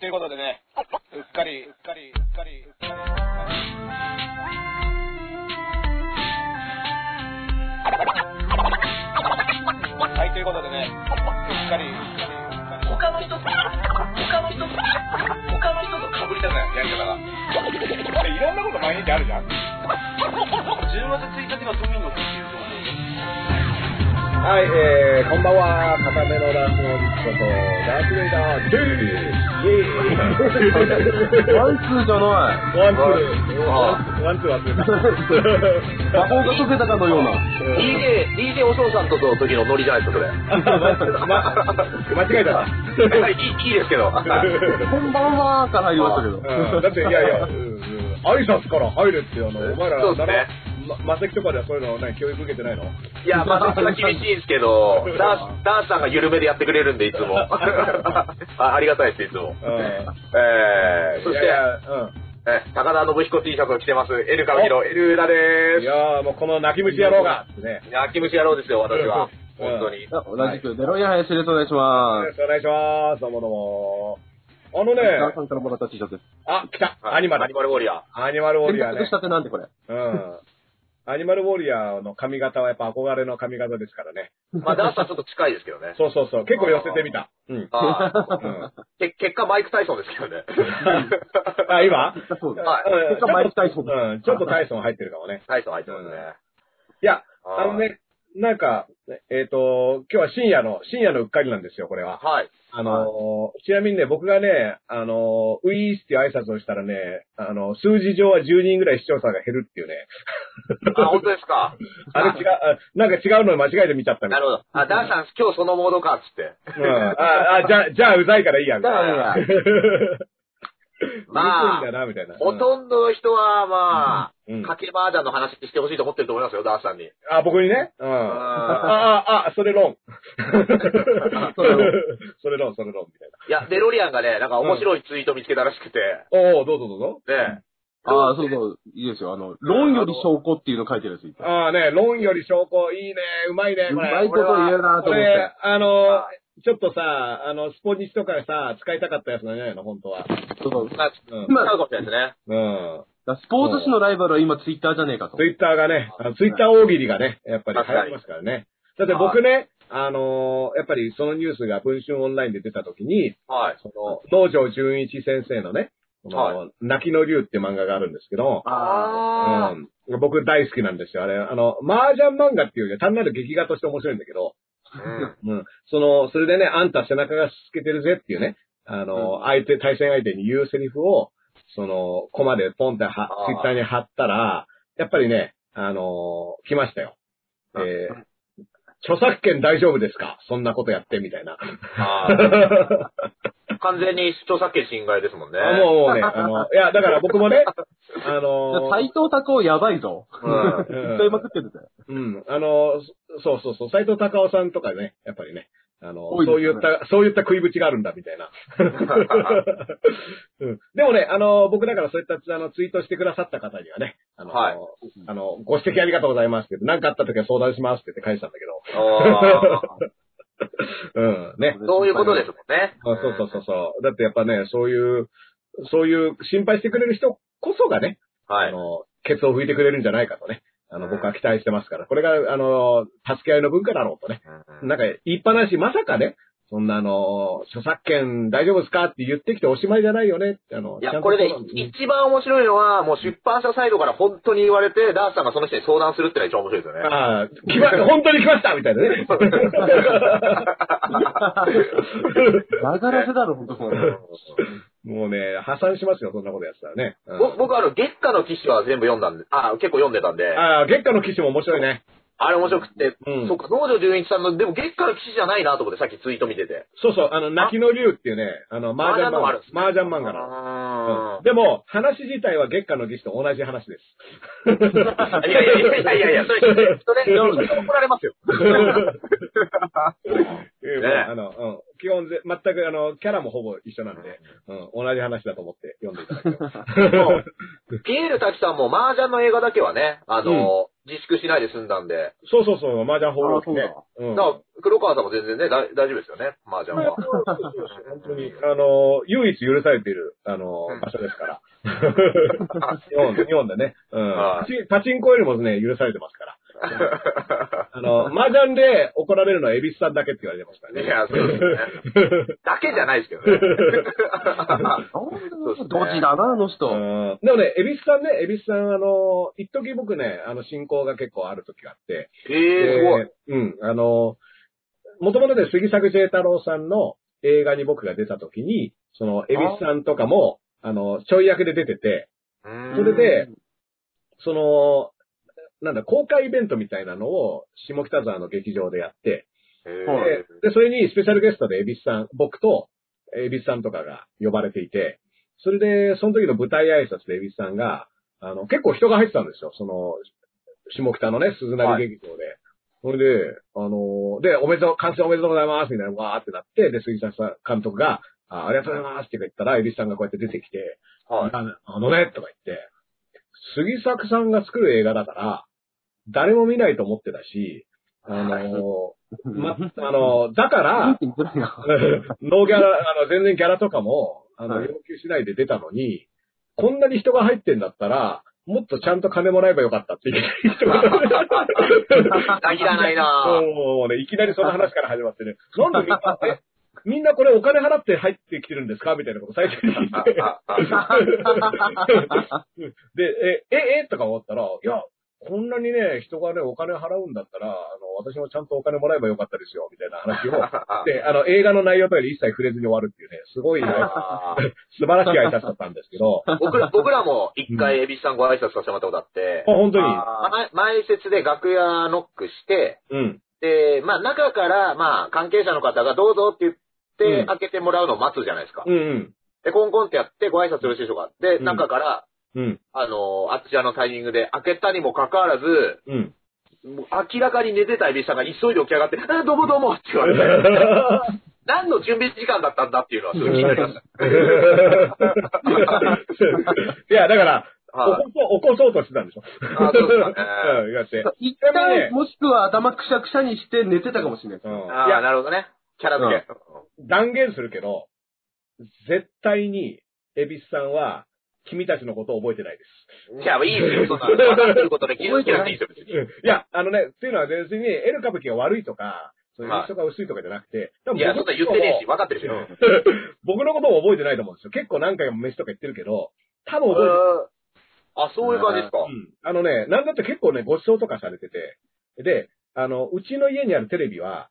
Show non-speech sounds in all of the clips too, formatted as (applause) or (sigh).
ということでね、うっかり、うっかり、うっかり、うっかり。うっかりはい、ということでね、うっかり、うっかり、うっかり。他の人と、他の人と、他の人と被りたくない、やり方が。いろんなこと毎日あるじゃん。 10月1日が都民の日っていうとこはい、えー、こんばんは、片目のランボーリッこと、ダースベイダーです。イェーイワンツーじゃない。ワンツー。ワンツー忘れた。魔法が解けたかのような。 DJ、DJ お嬢さんとの時のノリじゃないですか、それ。ま、間違えた。いいいいですけど。こんばんはから入りましたけうど。んだって、いやいや、うんうん挨拶から入れって、あの、お前ら、そうですねなま、魔石とかではそういうのね、教育受けてないのいや、まあ、それは厳しいんですけど、ダース、ダースさんが緩めでやってくれるんで、いつも。あありがたいです、いつも。うん。えー、そしてい、やいやえー高田信彦 T シャツを着てます、エルカミロ、エルーラうん。いでやーもうこの泣き虫野郎が、ね。す。焼き虫野郎ですよ、私は。うん本当に。同じく、デロイヤ林です。お願いしまよろす。しくお願いします。どうもどうも。あのね、ダーさんからもらった T シャツです。あ、来た。アニマアルニ。マルウォリアー。アニマルウォ洗リアー濯ねし。たてなんでこれ。うん。アニマルウォリアーの髪型はやっぱ憧れの髪型ですからね。 (laughs) まあ、ダンスはちょっと近いですけど (laughs) ね。そうそうそう。結構寄せてみた。うん。ああうんけ結果、マイク・タイソンですけどね。あ、今そうです。はいうん (laughs) 結果マイクタイソンうん。ちょっとタイソン入ってるかもね。 (laughs) タイソン入ってますね。いや、はいあの。ね、なんか、えっ、と、今日は深夜の、深夜のうっかりなんですよ、これは。はい。あのーちなみにね、僕がね、あのーウィースっていう挨拶をしたらね、あの数字上は10人ぐらい視聴者が減るっていうね。あ、本当ですか。あれ違う、あなんか違うのに間違えて見ちゃったみたないるほど。あ、ダンさん、今日そのモードか、っつって。うん。あ、あ、じゃあ、じゃあ、うざいからいいや、みだたいかな。 (laughs) らね、 (laughs) まうあるせえんだな、みたいな。ほとんどの人は、まうあ、ん。かけ麻雀の話してほしいと思ってると思いますよ、ダンさんに。あ、僕にね。うん。うんああ、あ、それ論。それ論、 (laughs) それ論、それ論、みたい (laughs) いや、デロリアンがね、なんか面白いツイート見つけたらしくて、な。おおどうぞどうぞ。ね。ああ、そうそう、いいですよ。あの、論より証拠っていうの書いてるやついて。ああね、論より証拠、いいね、うまいね、うこれ。まいこと言うなこと思っれて。、あの、ちょっとさ、あの、スポニチとかさ、使いたかったやつなんじゃないの、本当は。そうそうまあ、うん。使うかもしれないですね。うん。だからスポーツ紙のライバルは今ツイッターじゃねえかとツ。イッターがね、あのツイッター大喜利がね、やっぱり流行りますからね。だって僕ね、あのーやっぱりそのニュースが文春オンラインで出た時に、はい。その、農場純一先生のね、そのは泣きの竜って漫画があるんですけど、ああうん、僕大好きなんですよ。あれ、あの、麻雀漫画っていうよりは単なる劇画として面白いんだけど、あ。うん。うん、その、それでね、あんた背中が透けてるぜっていうね、あの、相手、対戦相手に言うセリフを、その、コマでポンってはあーツイッターに貼ったら、やっぱりね、あのー来ましたよ。えあー著作権大丈夫ですかそんなことやって、みたいな。ああ。完全に著作権侵害ですもんね。あもうもうね、あの、いや、だから僕もね、ああ。のー斎藤拓夫やばいぞ。うん。使いまくってるぜ。うん。あの、そそうそうそう、斎藤隆夫さんとかね、やっぱりね、あの、多いでそすうねいった、そういった食いぶちがあるんだ、みたいな。うん、でもね、あの、僕だからそういったあのツイートしてくださった方にはね、あの、はいあの、ご指摘ありがとうございますって言って、何かあった時は相談しますって言って返したんだけあど、うん、ね。ーそういうことですもんね。あそうそうそうそう。だってやっぱね、そういう、そういう心配してくれる人こそがね、はあい。の、ケツを拭いてくれるんじゃないかとね。あの、僕は期待してますから。これが、あの、助け合いの文化だろうとね。なんか、言いっぱなし、まさかね、そんなあの、著作権大丈夫ですかって言ってきておしまいじゃないよねって、あの、いちゃんや、とこれね相談、一番面白いのは、もう出版社サイドから本当に言われて、ダースさんがその人に相談するってのが一番面白いですよね。ああ、来ま (laughs) した、本当に来ましたみたいなね。嫌がらせだろ、ほんとこれ。もうね、破産しますよ、そんなことやってたらね。うんぼ僕、あの、月下の騎士は全部読んだんで、あ、結構読んでたんで、ああ、月下の騎士も面白いね。あれ面白くって、うんそっか、農場純一さんの、でも月下の騎士じゃないなと思って、さっきツイート見てて。そうそう、あの、泣きの竜っていうね、あの、麻雀漫麻雀のもあるんです画。麻雀漫画なの。あでも、話自体は月下の騎士と同じ話です。ーいやいやいやいやいやい (laughs) や、それ、それ、それそれ怒られますよ。うんねあの、うん。基本ぜ、全く、あの、キャラもほぼ一緒なんで、うん、同じ話だと思って読んでいただければ。 (laughs) もうピエール滝さんも麻雀の映画だけはね、あの、自粛しないで済んだんで。そうそうそう、麻雀放浪記ねあ。うんだから、黒川さんも全然ね、だ大丈夫ですよね、麻雀は。本当に、あの、唯一許されている、あのうん、場所ですから。 (laughs) あ日本で、日本でね。うんは。パチンパチンコよりもね、許されてます (laughs) から。あの、麻雀で怒られるのはエビスさんだけって言われてますからいね。や、そうですね。 (laughs) だけじゃないですけどね。 (laughs) ドうですねジだな、あの人。うんでもね、エビスさんね、エビスさん、あの、一時僕ね、あの、進行が結構ある時があって、ええすごい。えーうん。あの、もともとで杉作 J 太郎さんの映画に僕が出た時に、その、エビスさんとかも、あの、ちょい役で出てて、うんそれで、その、なんだ、公開イベントみたいなのを、下北沢の劇場でやって、えはえで、でそれにスペシャルゲストでエビスさん、僕とエビスさんとかが呼ばれていて、それで、その時の舞台挨拶でエビスさんが、あの、結構人が入ってたんですよ、その、下北のね、鈴なり劇場で。それで、あのーで、おめでとう、完成おめでとうございます、みたいな、わーってなって、で、杉田さん監督が、あありがとうございますって言ったら、エビスさんがこうやって出てきて、はい。あのあのね、とか言って、杉作さんが作る映画だから、誰も見ないと思ってたし、あのー (laughs) ま、 (laughs) あの、だから、 (laughs) 言ってないな。ノーギャラ、あの、全然ギャラとかも、あの、はい要求しないで出たのに、こんなに人が入ってんだったら、もっとちゃんと金もらえばよかったっていう人が、 (laughs) あ、いらないなぁ。もうね、いきなりその話から始まってね、なんでみんな、えみんなこれお金払って入ってきてるんですかみたいなこと最初に聞いてああああで、え、え、えとか思ったら、いや、こんなにね、人がね、お金払うんだったら、あの、私もちゃんとお金もらえばよかったですよ、みたいな話 (laughs) を。あで、あの、映画の内容とより一切触れずに終わるっていうね、すごい、ね、あ素晴らしい挨拶だったんです (laughs) けど、あ、 (laughs) 僕ら、僕らも一回、エビスさんご挨拶させてもらったことあって、本当に。あ前前説で楽屋ノックして、うん。で、まあ中から、まあ関係者の方がどうぞって言っうて、ん開けてもらうのを待つじゃないですか。うんうん。で、コンコンってやってご挨拶よろしいでしょうか。で、うん中から、うん。あの、あちらのタイミングで開けたにもかかわらず、 (laughs) うん。 (laughs) もう明らかに寝てたエビスさんが急いで起き上がって、あどうもどうもって言わ (laughs) れて、何の準備時間だったんだっていうのはすごい気になりましいや、だから、 (laughs) 起こた。はい。そう、起こそうとしてたんでしょ。あそうですかね (laughs) うん、やって。一でもね回、もしくは頭くしゃくしゃにして寝てたかもしれないでうすん。ね。あいあ、や、なるほどね。キャラ付け。断言するけど、絶対に、エビスさんは、君たちのことを覚えてないです。いや、いいですよ、そんなの。分かってることで気づけなくていいですよ、別に。いや、あのね、っていうのは別に、エル歌舞伎が悪いとか、そういう人が薄いとかじゃなくて、多分いや、そん僕のこなん言っとをてねえし、分かってるし。うん僕のことも覚えてないと思うんですよ。結構何回も飯とか言ってるけど、多分覚えてないあ、そういう感じですか。うんあのね、なんだって結構ね、ご馳走とかされてて、で、あの、うちの家にあるテレビは、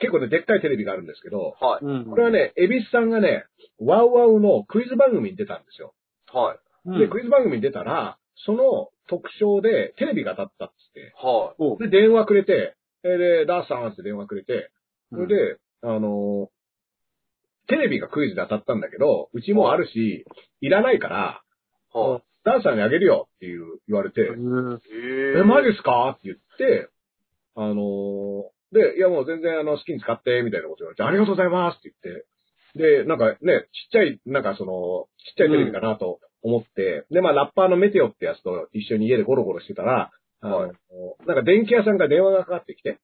結構ね、でっかいテレビがあるんですけど、はい。うん。これはね、エビスさんがね、ワウワウのクイズ番組に出たんですよ。はい。うん、で、クイズ番組に出たら、その特賞でテレビが当たったっつってはおう、で、電話くれて、えーで、ダースさんって電話くれて、そうんれで、あのテレビがクイズで当たったんだけど、うちもあるし、いらないから、い。はい。ダースさんにあげるよっていう言われて、うんええ、マジですかって言って、あのーで、いやもう全然あの、好きに使って、みたいなこと言われて、ありがとうございますって言って、で、なんかね、ちっちゃい、なんかその、ちっちゃいテレビかなと思って、で、まあラッパーのメテオってやつと一緒に家でゴロゴロしてたら、あのーはいなんか電気屋さんから電話がかかってきて、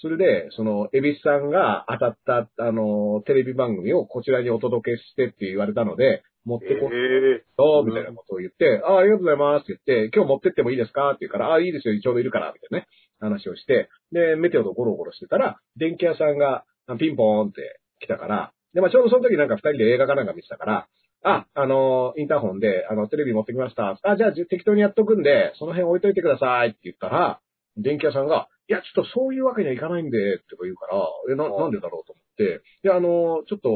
それで、その、エビスさんが当たった、あのーテレビ番組をこちらにお届けしてって言われたので、持ってこえどうみたいなことを言って、ああ、ありがとうございますって言って、今日持ってってもいいですかって言うから、ああ、いいですよ、ちょうどいるから、みたいなね、話をして、で、メテオとゴロゴロしてたら、電気屋さんがあピンポーンって来たから、で、まあちょうどその時なんか二人で映画かなんか見てたから、あ、あのーインターホンで、あの、テレビ持ってきました。あ、じゃあじ適当にやっとくんで、その辺置いといてくださいって言ったら、電気屋さんが、いや、ちょっとそういうわけにはいかないんで、とか言うから、え、な、なんでだろうと思って、いや、あのーちょっと、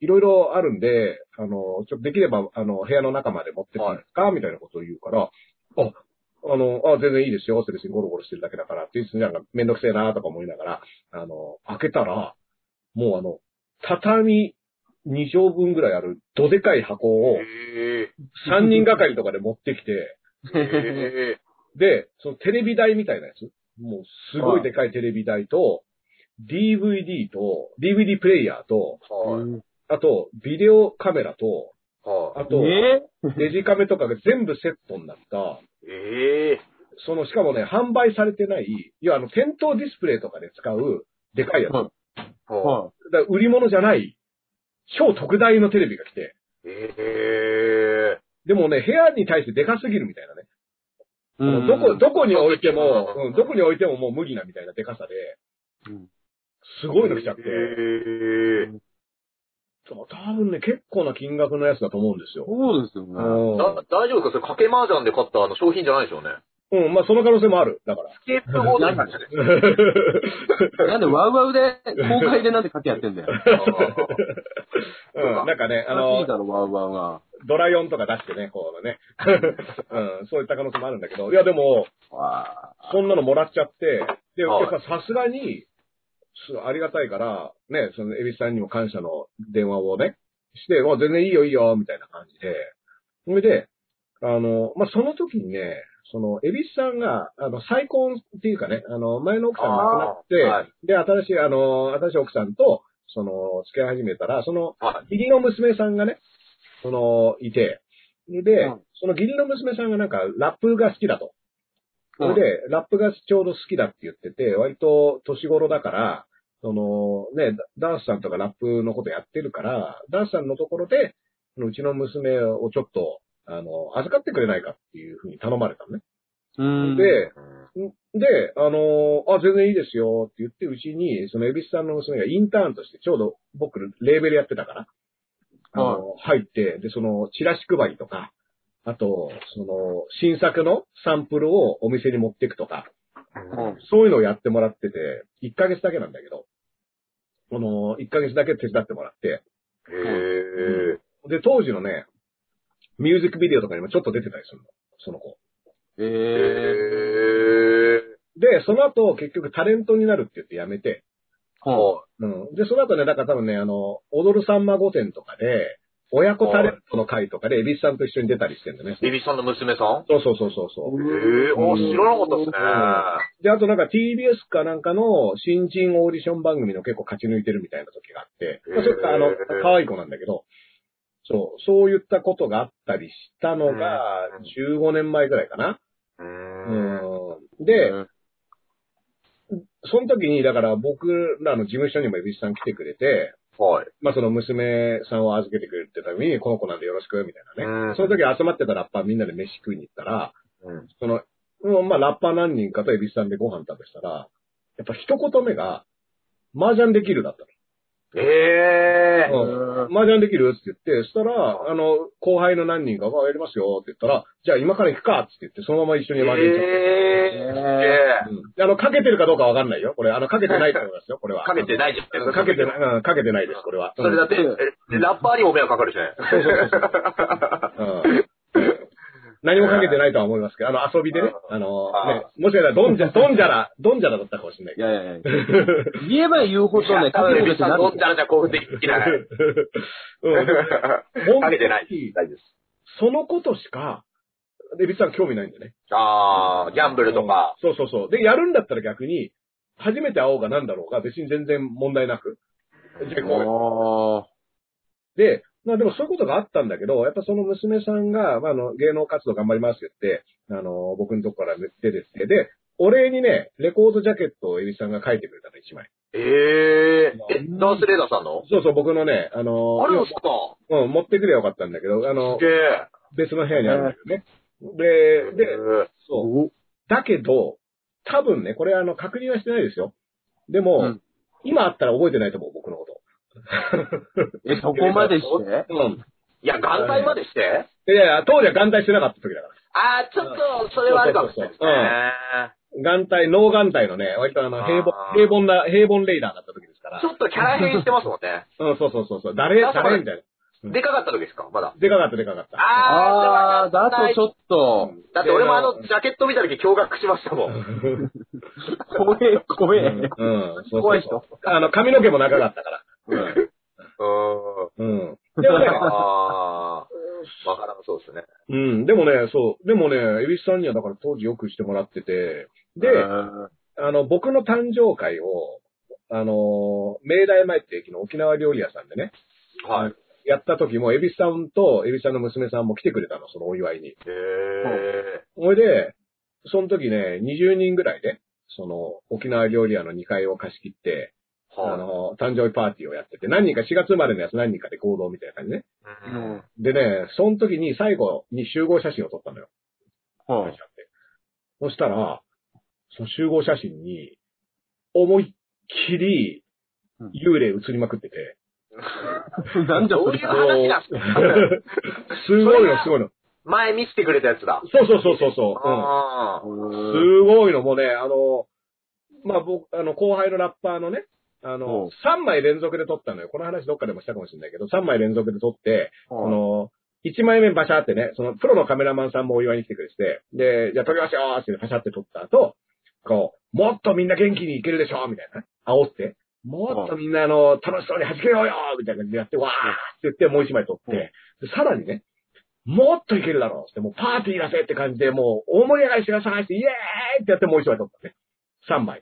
いろいろあるんで、あの、ちょっとできれば、あの、部屋の中まで持ってっていいですか、みたいなことを言うから、あ、あの、あ、全然いいですよ、別にゴロゴロしてるだけだからって言って、なんかめんどくせえなとか思いながら、あの、開けたら、もうあの、畳2畳分ぐらいある、どでかい箱をえ、え3人がかりとかで持ってきて、えで、そのテレビ台みたいなやつ、もうすごいでかいテレビ台と、DVD と、DVD プレイヤーと、はい。あと、ビデオカメラと、はあと、えデジカメとかが全部セットになった、い。ええその、しかもね、販売されてない、いや、あの、店頭ディスプレイとかで使う、でかいやつ。はいははだから売り物じゃない、超特大のテレビが来て、い。えでもね、部屋に対してでかすぎるみたいなね。もい。うどこ、どこに置いても、うんうん、どこに置いてももう無理なみたいなでかさでうん、すー。ごいの来ちゃって、えー。そう多分ね、結構な金額のやつだと思うんですよ。そうですよね。だ大丈夫ですかそれ、かけ麻雀で買ったあの商品じゃないでしょうね。うん、うんまあその可能性もある。だから。スケープゴードですね。なんでワウワウで、公開でなんで書きやってんだよ。うん、なんかね、あの楽しい、だろ、ワウワウが。ドラヨンとか出してね、こうね、 (laughs) うん、そういった可能性もあるんだけど、いやでも、わあそんなのもらっちゃって、で、はいやっぱさすがに、すありがたいから、ね、その、エビさんにも感謝の電話をね、して、もう全然いいよいいよ、みたいな感じで。それで、あの、まあ、その時にね、その、エビさんが、あの、再婚っていうかね、あの、前の奥さんが亡くなって、あーはで、新しい、あの、新しい奥さんと、その、付き合い始めたら、その、は義理の娘さんがね、その、いて、で、うんその義理の娘さんがなんか、ラップが好きだと。それで、ラップがちょうど好きだって言ってて、割と年頃だから、その、ね、ダダンスさんとかラップのことやってるから、ダンスさんのところで、そのうちの娘をちょっと、あの、預かってくれないかっていうふうに頼まれたのね。うん。で、い。で、あの、あ、全然いいですよって言って、うちに、その、エビスさんの娘がインターンとして、ちょうど僕、レーベルやってたから、あの、入って、で、その、チラシ配りとか、あと、その、新作のサンプルをお店に持っていくとか、うんそういうのをやってもらってて、1ヶ月だけなんだけど、この、1ヶ月だけ手伝ってもらって、へー。で、当時のね、ミュージックビデオとかにもちょっと出てたりするの、その子。ええ。へで、その後、結局タレントになるって言って辞めて、ー。ははうん。で、その後ね、だから多分ね、あの、踊るさんま御殿とかで、親子タレントの会とかで、エビスさんと一緒に出たりしてんだねい。。エビさんの娘さんそうそうそうそうそう。へー。あ、知らなかったですね。で、あとなんか TBS かなんかの新人オーディション番組の結構勝ち抜いてるみたいな時があって、まあ、ちょっとあのへー、可愛い子なんだけど、そう、そういったことがあったりしたのがうん、 15年前ぐらいかな。ううん。い。で、その時に、だから僕らの事務所にも蛭子さん来てくれて、はい。まあその娘さんを預けてくれてた時に、この子なんでよろしく、みたいなうね。んその時集まってたラッパーみんなで飯食いに行ったら、うん。その、うんまあ、ラッパー何人かとエビスさんでご飯食べてたら、やっぱ一言目が、麻雀できるだったえー。の。うん。麻雀できるって言って、そしたら、あの、後輩の何人かが、あやりますよって言ったら、じゃあ今から行くかって言って、そのまま一緒に麻雀行っちゃっえー。た。うんで。あの、かけてるかどうかわかんないよ。これ、あの、かけてないと思いますよ、これは。かけてないじゃないですうんか。かけてない、うん、かけてないです、これは。それだって、えラッパーにも迷惑かかるじゃない。そうそうそうそう。うん何もかけてないとは思いますけど、あの、遊びでね、あの、ね、もしかしたら、ドンジャ、ドンジャラ、ドンジャラだったかもしれないいけど。やいやいや。言えば言うほどね、多かけ分てエるビってさなんる飲んだらじゃ興奮でき (laughs) ない。うん、かけてない。大丈夫です。そのことしか、エビさん興味ないんだね。あー、ギャンブルとか。そうそうそう。で、やるんだったら逆に、初めて会おうがなんだろうが、別に全然問題なく。で、こあう。で、まあでもそういうことがあったんだけど、やっぱその娘さんが、まああの、芸能活動頑張りますって言って、あの、僕のとこから出てって、で、お礼にね、レコードジャケットをエビさんが書いてくれたの、一枚。えー。え、ダンスレーダーさんのそうそう、僕のね、あの、あれですかうん、持ってくればよかったんだけど、あのす、げえ。別の部屋にあるんだけどね。で、で、そう。おだけど、多分ね、これあの、確認はしてないですよ。でも、うん今あったら覚えてないと思う、僕のこと。え、そこまでしてうん。いや、眼帯までしていやいや、当時は眼帯してなかった時だかあー、ちょっと、それはあるかもしれないですね。ら。眼帯、脳眼帯のね、割とあの、あー平凡、平凡な、平凡レイダーだった時ですからち。ょっとキャラ変してますもんね。うん、そうそうそうそう。誰、だから誰みたいうんでかかった時ですかまだ。な。でかかった、でかかった。ああー、ー、だとちょっょっと、だって俺もあの、ジャケット見た時驚愕しました (laughs) もん。怖え、怖うん、え。うん、そうそうそう怖い人。あの、髪の毛も長かったから。ううん。でもねーん。、あー。わからんそうですね。 (laughs) うん、でもね、そう。でもね、エビスさんにはだから当時よくしてもらってて、で、うんあの、僕の誕生会を、あの、明大前って駅の沖縄料理屋さんでね、はい。やった時も、エビスさんとエビスさんの娘さんも来てくれたの、そのお祝いに。へー。ほいで、その時ね、20人ぐらいで、その、沖縄料理屋の2階を貸し切って、あはの、誕生日パーティーをやってて、何人か、4月生まれのやつ何人かで行動みたいな感じね。あうんの、でね、その時に最後に集合写真を撮ったのよ。はそしたら、その集合写真に、思いっきりうん、幽霊映りまくってて、い。なんじゃどそうれいう。話な (laughs) んすかすごいの、すごいの。前見せてくれたやつだ。そうそうそうそうそう。うんあーすごいの、もうね、あの、まあ、僕、あの、後輩のラッパーのね、あうのん、 3枚連続で撮ったのよ。この話どっかでもしたかもしれないけど、3枚連続で撮って、あはの、1枚目バシャーってね、そのプロのカメラマンさんもお祝いに来てくれてて、で、じゃあ撮りましょうってパシャって撮った後、こう、もっとみんな元気にいけるでしょみたいなね。煽って。もっとみんなあの、楽しそうに弾けようよみたいな感じでやって、わーって言って、もう1枚撮って、でさらにね、もっといけるだろうって、もうパーティーだぜって感じで、もう大盛り上がりしてくださいって、イエーイってやってもう1枚撮ったね。3枚。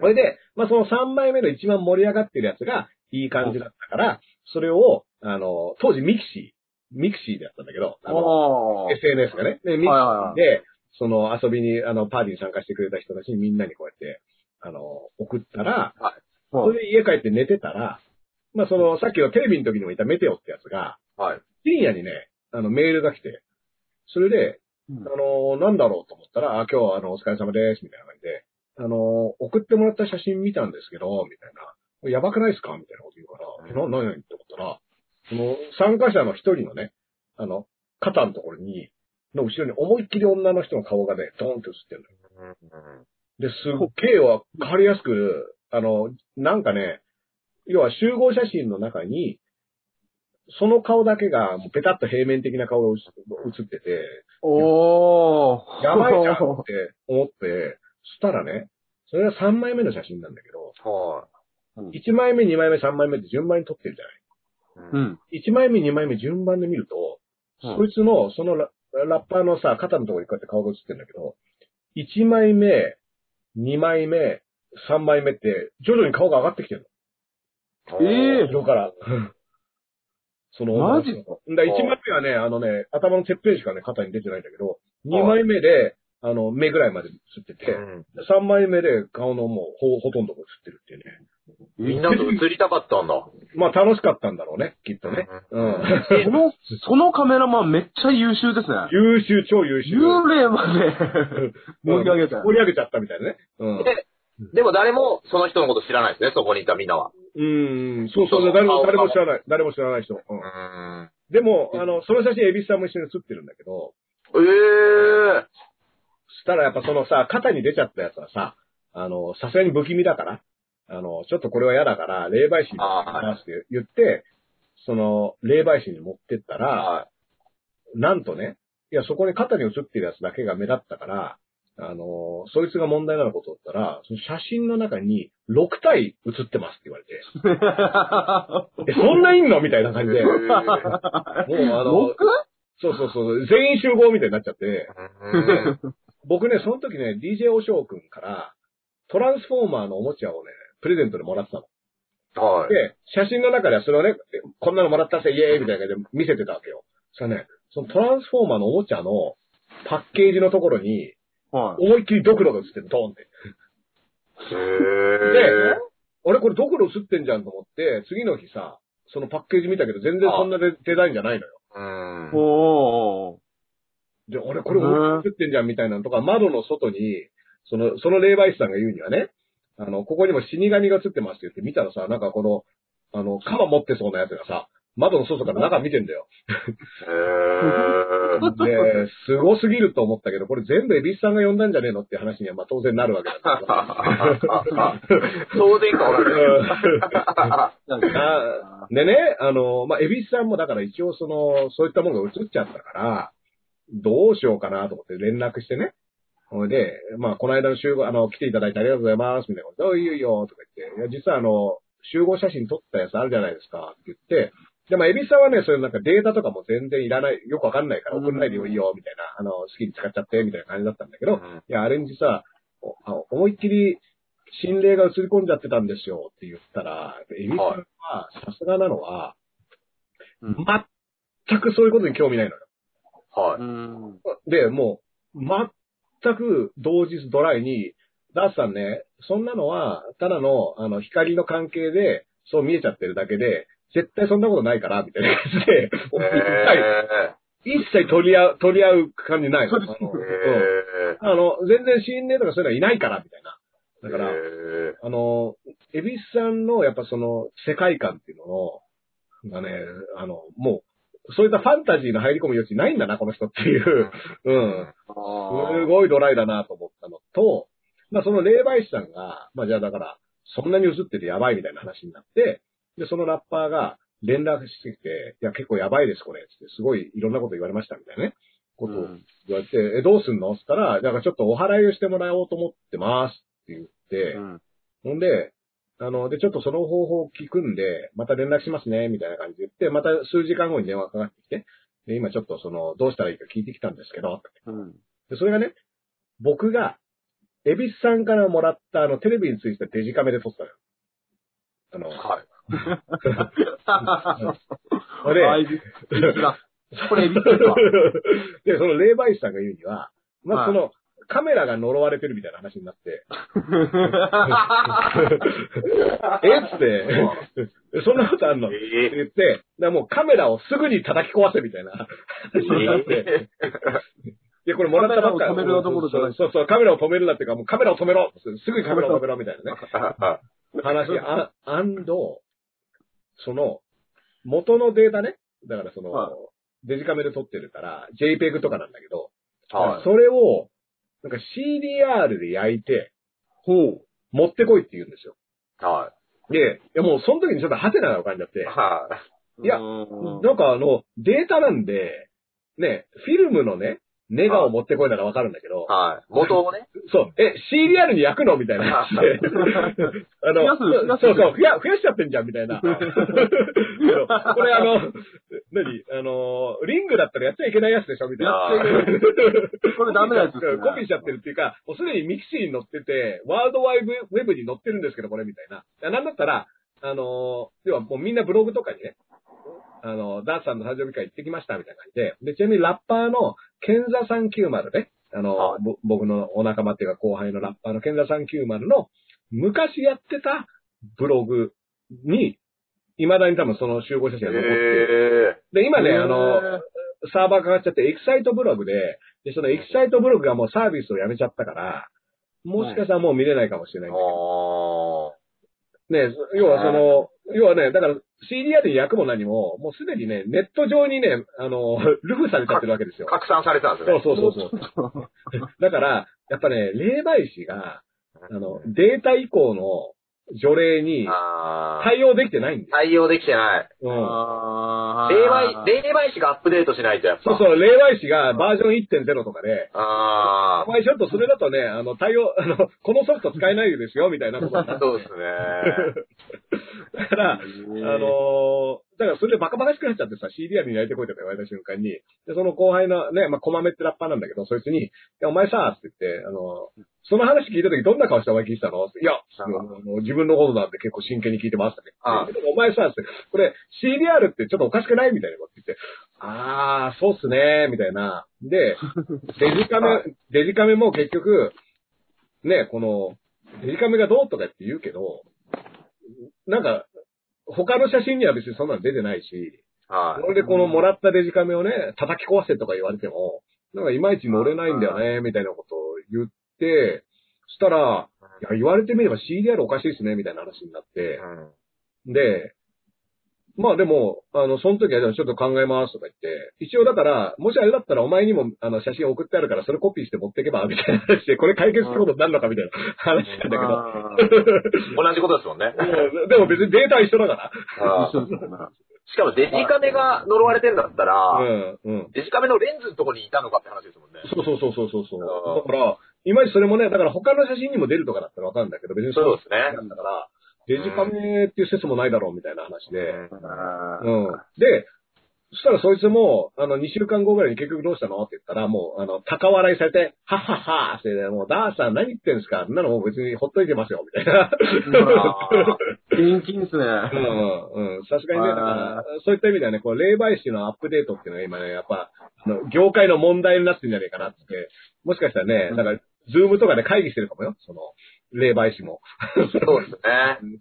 これで、まあ、その3枚目の一番盛り上がってるやつがいい感じだったから、それを、あの、当時ミキシー、ミキシーだったんだけど、あのあ SNS がね。で、ミキシはいはいはーいで、その遊びに、あの、パーティーに参加してくれた人たちにみんなにこうやって、あの、送ったら、それで家帰って寝てたら、まあ、その、さっきのテレビの時にもいたメテオってやつが、はい。深夜にね、あの、メールが来て、それで、うんあの、なんだろうと思ったら、あ、今日はあの、お疲れ様です、みたいな感じで、あの、送ってもらった写真見たんですけど、みたいな、これやばくないですかみたいなこと言うから、えな、何々って思ったら、その、参加者の一人のね、あの、肩のところに、の後ろに思いっきり女の人の顔がね、ドーンって映ってるのよ。で、すっげえわかりやすく、あの、なんかね、要は集合写真の中に、その顔だけが、もうペタッと平面的な顔が映ってて、おー。やばいじゃんって思って、そしたらね、それが3枚目の写真なんだけど、は1枚目、2枚目、3枚目って順番に撮ってるじゃ (laughs) うい。ん。ない ?1 枚目、2枚目順番で見ると、うんそいつの、そのララッパーのさ、肩のところにこうやって顔が映ってるんだけど、1枚目、2枚目、3枚目って、徐々に顔が上がってきてるえの。後ろから。 (laughs) その女の人の、だ1枚目はね、あのね、頭のてっぺんしかね、肩に出てないんだけど、2枚目で、あの、目ぐらいまで映ってて、3枚目で顔のもうほほとんどが映ってるっていうね。みんなと映りたかったんだ。まあ楽しかったんだろうね、きっとね。 (laughs) うん。その、そのカメラマンめっちゃ優秀ですね。優秀、超優秀。幽霊まで盛り上げた。盛り上げちゃったみたいなね。うん。でも誰もその人のこと知らないですね、そこにいたみんなは。うん、そうそう、誰も、誰も知らない。誰も知らない人。うん。でも、あの、その写真、エビスさんも一緒に写ってるんだけど、ええそしたらやっぱそのさ、肩に出ちゃったやつはさ、あの、さすがに不気味だから、あの、ちょっとこれは嫌だから、霊媒師に話して言って、その、霊媒師に持ってったら、はなんとね、いや、そこに肩に写ってるやつだけが目立ったから、あのーそいつが問題なのことだったら、その写真の中に6体写ってますって言われ (laughs) て、え、そんないんのみたいな感じで、もうあの、僕そうそうそう、全員集合みたいになっちゃって、僕ね、その時ね、DJ おしょうくんから、トランスフォーマーのおもちゃをね、プレゼントでもらってたの。はい。で、写真の中ではそれをね、こんなのもらったぜ、イエーイみたいな感じで見せてたわけよ。そしたらね、そのトランスフォーマーのおもちゃのパッケージのところに、はい。思いっきりドクロが映ってる、ドーンって。えあれこれドクロ映ってんじゃんと思って、次の日さ、そのパッケージ見たけど全然そんなデデザインじゃないのよ。うんおー。で、あれこれ俺映ってんじゃんみたいなのとか、窓の外に、その、その霊媒師さんが言うにはね、あの、ここにも死神が映ってますって言って見たらさ、なんかこの、あの、鎌持ってそうなやつがさ、窓の外から中見てんだよ。 (laughs) で、すごすぎると思ったけど、これ全部エビスさんが呼んだんじゃねえのっていう話には、まあ当然なるわけだから当然か、 (laughs) 俺。うんなんかあでね、あの、まあ、エビスさんもだから一応その、そういったものが映っちゃったから、どうしようかなと思って連絡してね。ほいで、まあ、この間の集合、あの、来ていただいてありがとうございます、みたいなことで、あいいよいいよ、とか言って、いや、実はあの、集合写真撮ったやつあるじゃないですか、って言って、で、まあ、エビスさんはね、そういうなんかデータとかも全然いらない、よくわかんないから送んないでよいいよ、みたいな、あの、好きに使っちゃって、みたいな感じだったんだけど、いや、あれに実は、おあの思いっきり心霊が映り込んじゃってたんですよって言ったら、エビさんはさすがなのは、うん全くそういうことに興味ないのよ。はうんで、もう、全全く同日ドライに、ダースさんね、そんなのは、ただの、あの、光の関係で、そう見えちゃってるだけで、絶対そんなことないから、みたいな感じで、ええ一切、一切取り合う、取り合う感じないの。あのー。うんあの、全然心霊とかそういうのはいないから、みたいな。だから、えあの、エビスさんの、やっぱその、世界観っていうのの、がね、あの、もう、そういったファンタジーの入り込む余地ないんだな、この人っていう。うん。すごいドライだなと思ったのと、まあその霊媒師さんが、まあじゃあだから、そんなに映っててやばいみたいな話になって、で、そのラッパーが連絡してきて、いや結構やばいですこれ、つってすごいいろんなこと言われましたみたいなね、ことを言われて、え、どうすんのって言ったら、だからちょっとお払いをしてもらおうと思ってますって言って、ほんで、あの、で、ちょっとその方法を聞くんで、また連絡しますね、みたいな感じで言って、また数時間後に電話がかかってきて、で、今ちょっとその、どうしたらいいか聞いてきたんですけど、で、それがね、僕が、エビスさんからもらった、あの、テレビについたデジカメで撮ったのよ。あの、はい。あれこれエビスですわ (laughs) で、その霊媒師さんが言うには、まはあ、そいの、カメラが呪われてるみたいな話になって、 (laughs) えっつって、そんなことあんのってえ言って、だからもうカメラをすぐに叩き壊せみたいな話になって、いや、これもらったばっかカメラを止めるどころじゃないそうそう、カメラを止めるなっていうか、もうカメラを止めろすぐにカメラを止めろみたいなね。ー話、あ、アンド、その、元のデータね。だからその、はいデジカメで撮ってるから、JPEG とかなんだけど、はい。それを、なんか CDR で焼いて、ほう。持ってこいって言うんですよ。はで、いやもうその時にちょっとハテナが浮かんじゃっい。て、はいやなんかあの、データなんで、ね、フィルムのね、ネガを持ってこいならわかるんだけどい。、はい。元をね。そう、え、CDR に焼くのみたい (laughs) な。あの、増やす増やすそうそう、増や、増やしちゃってんじゃん、みたい (laughs) な。そうこれあの、何あの、リングだったらやっちゃいけないやつでしょみたいな。あーこれダメなやつですねコピーしちゃってるっていうか、もうすでにミキシーに載ってて、ワールドワイブウェブに載ってるんですけど、これみたいな。いやなんだったら、あの、要はもうみんなブログとかにね、あの、ダーツさんの誕生日会行ってきました、みたいな感じで。で、ちなみにラッパーの、ケンザ390ね。あの、はいぼ僕のお仲間っていうか後輩のラッパーのケンザ390の、昔やってたブログに、未だに多分その集合写真が残ってる。えで、今ね、あの、サーバーかかっちゃって、エキサイトブログで、で、そのエキサイトブログがもうサービスをやめちゃったから、もしかしたらもう見れないかもしれなえいー。んだけどおー。ね、要はその、要はね、だから CDR で役も何も、もうすでにね、ネット上にね、あの、ルフされちゃってるわけですよ。拡散されたんでそすねう。そうそうそう。 (laughs) だから、やっぱね、霊媒師が、あの、データ以降の除霊にあー対応できてないんです対応できてない。よ。あー霊媒、霊媒師がアップデートしないとやっうん。そうぱ。そう、霊媒師がバージョン1.0とかで、あお前ちょっとそれだとね、あの、対応、あ (laughs) の、このソフト使えないですよ、みたいなことにな (laughs) あ。るそ (laughs) うですね。だから、あのーだからそれでバカバカしくなっちゃってさ、CDR にやりてこいとか言われた瞬間に、で、その後輩のね、まあ、コマメってラッパーなんだけど、そいつに、いや、お前さ、って言って、あのーその話聞いた時どんな顔してお前聞いてたのっていや、あの自分のことなんて結構真剣に聞いてましたね。あでお前さ、って、これ CDR ってちょっとおかしくないみたいなこと言って、あー、そうっすねみたいな。 (laughs) で、デジカメは、デジカメも結局、ね、この、デジカメがどうとかって言うけど、なんか、他の写真には別にそんなの出てないし、はい。それでこのもらったデジカメをね、叩き壊せとか言われても、なんかいまいち乗れないんだよね、みたいなことを言って、そしたら、いや、言われてみれば CDR おかしいですね、みたいな話になって、うんで、まあでも、あの、その時はじゃあちょっと考えますとか言って、一応だから、もしあれだったらお前にもあの写真送ってあるからそれコピーして持ってけば、 (laughs) みたいな話で、これ解決することになるのかみたいな話なんだけど、も同じことですもん (laughs) ね。うでも別にデータは一緒だかあー一緒ですねしかもデジカメが呪われてるんだったら。うら、ん、うん。デジカメのレンズのとこにいたのかって話ですもんね。そうそうそうそうそうあそう。だかーら、いまいちそれもね、だから他の写真にも出るとかだったらわかるんだけど、別にそううですね。だから、デジカメっていう説もないだろうみたいな話で。あうーん。で、そしたらそいつも、あの、2週間後ぐらいに結局どうしたのって言ったら、もう、あの、高笑いされて、はっはっはーって、もう、ダーさん何言ってんすかそんなのもう別にほっといてますよ、みたいな。あー現金です (laughs) うんうね。んうん。さすがにね、だからそういった意味ではね、こう、霊媒師のアップデートっていうのが今ね、やっぱ、あの業界の問題になってんじゃねえかなって。もしかしたらね、なんか、ズームとかで会議してるかもよ、その、霊媒師も。そうですね。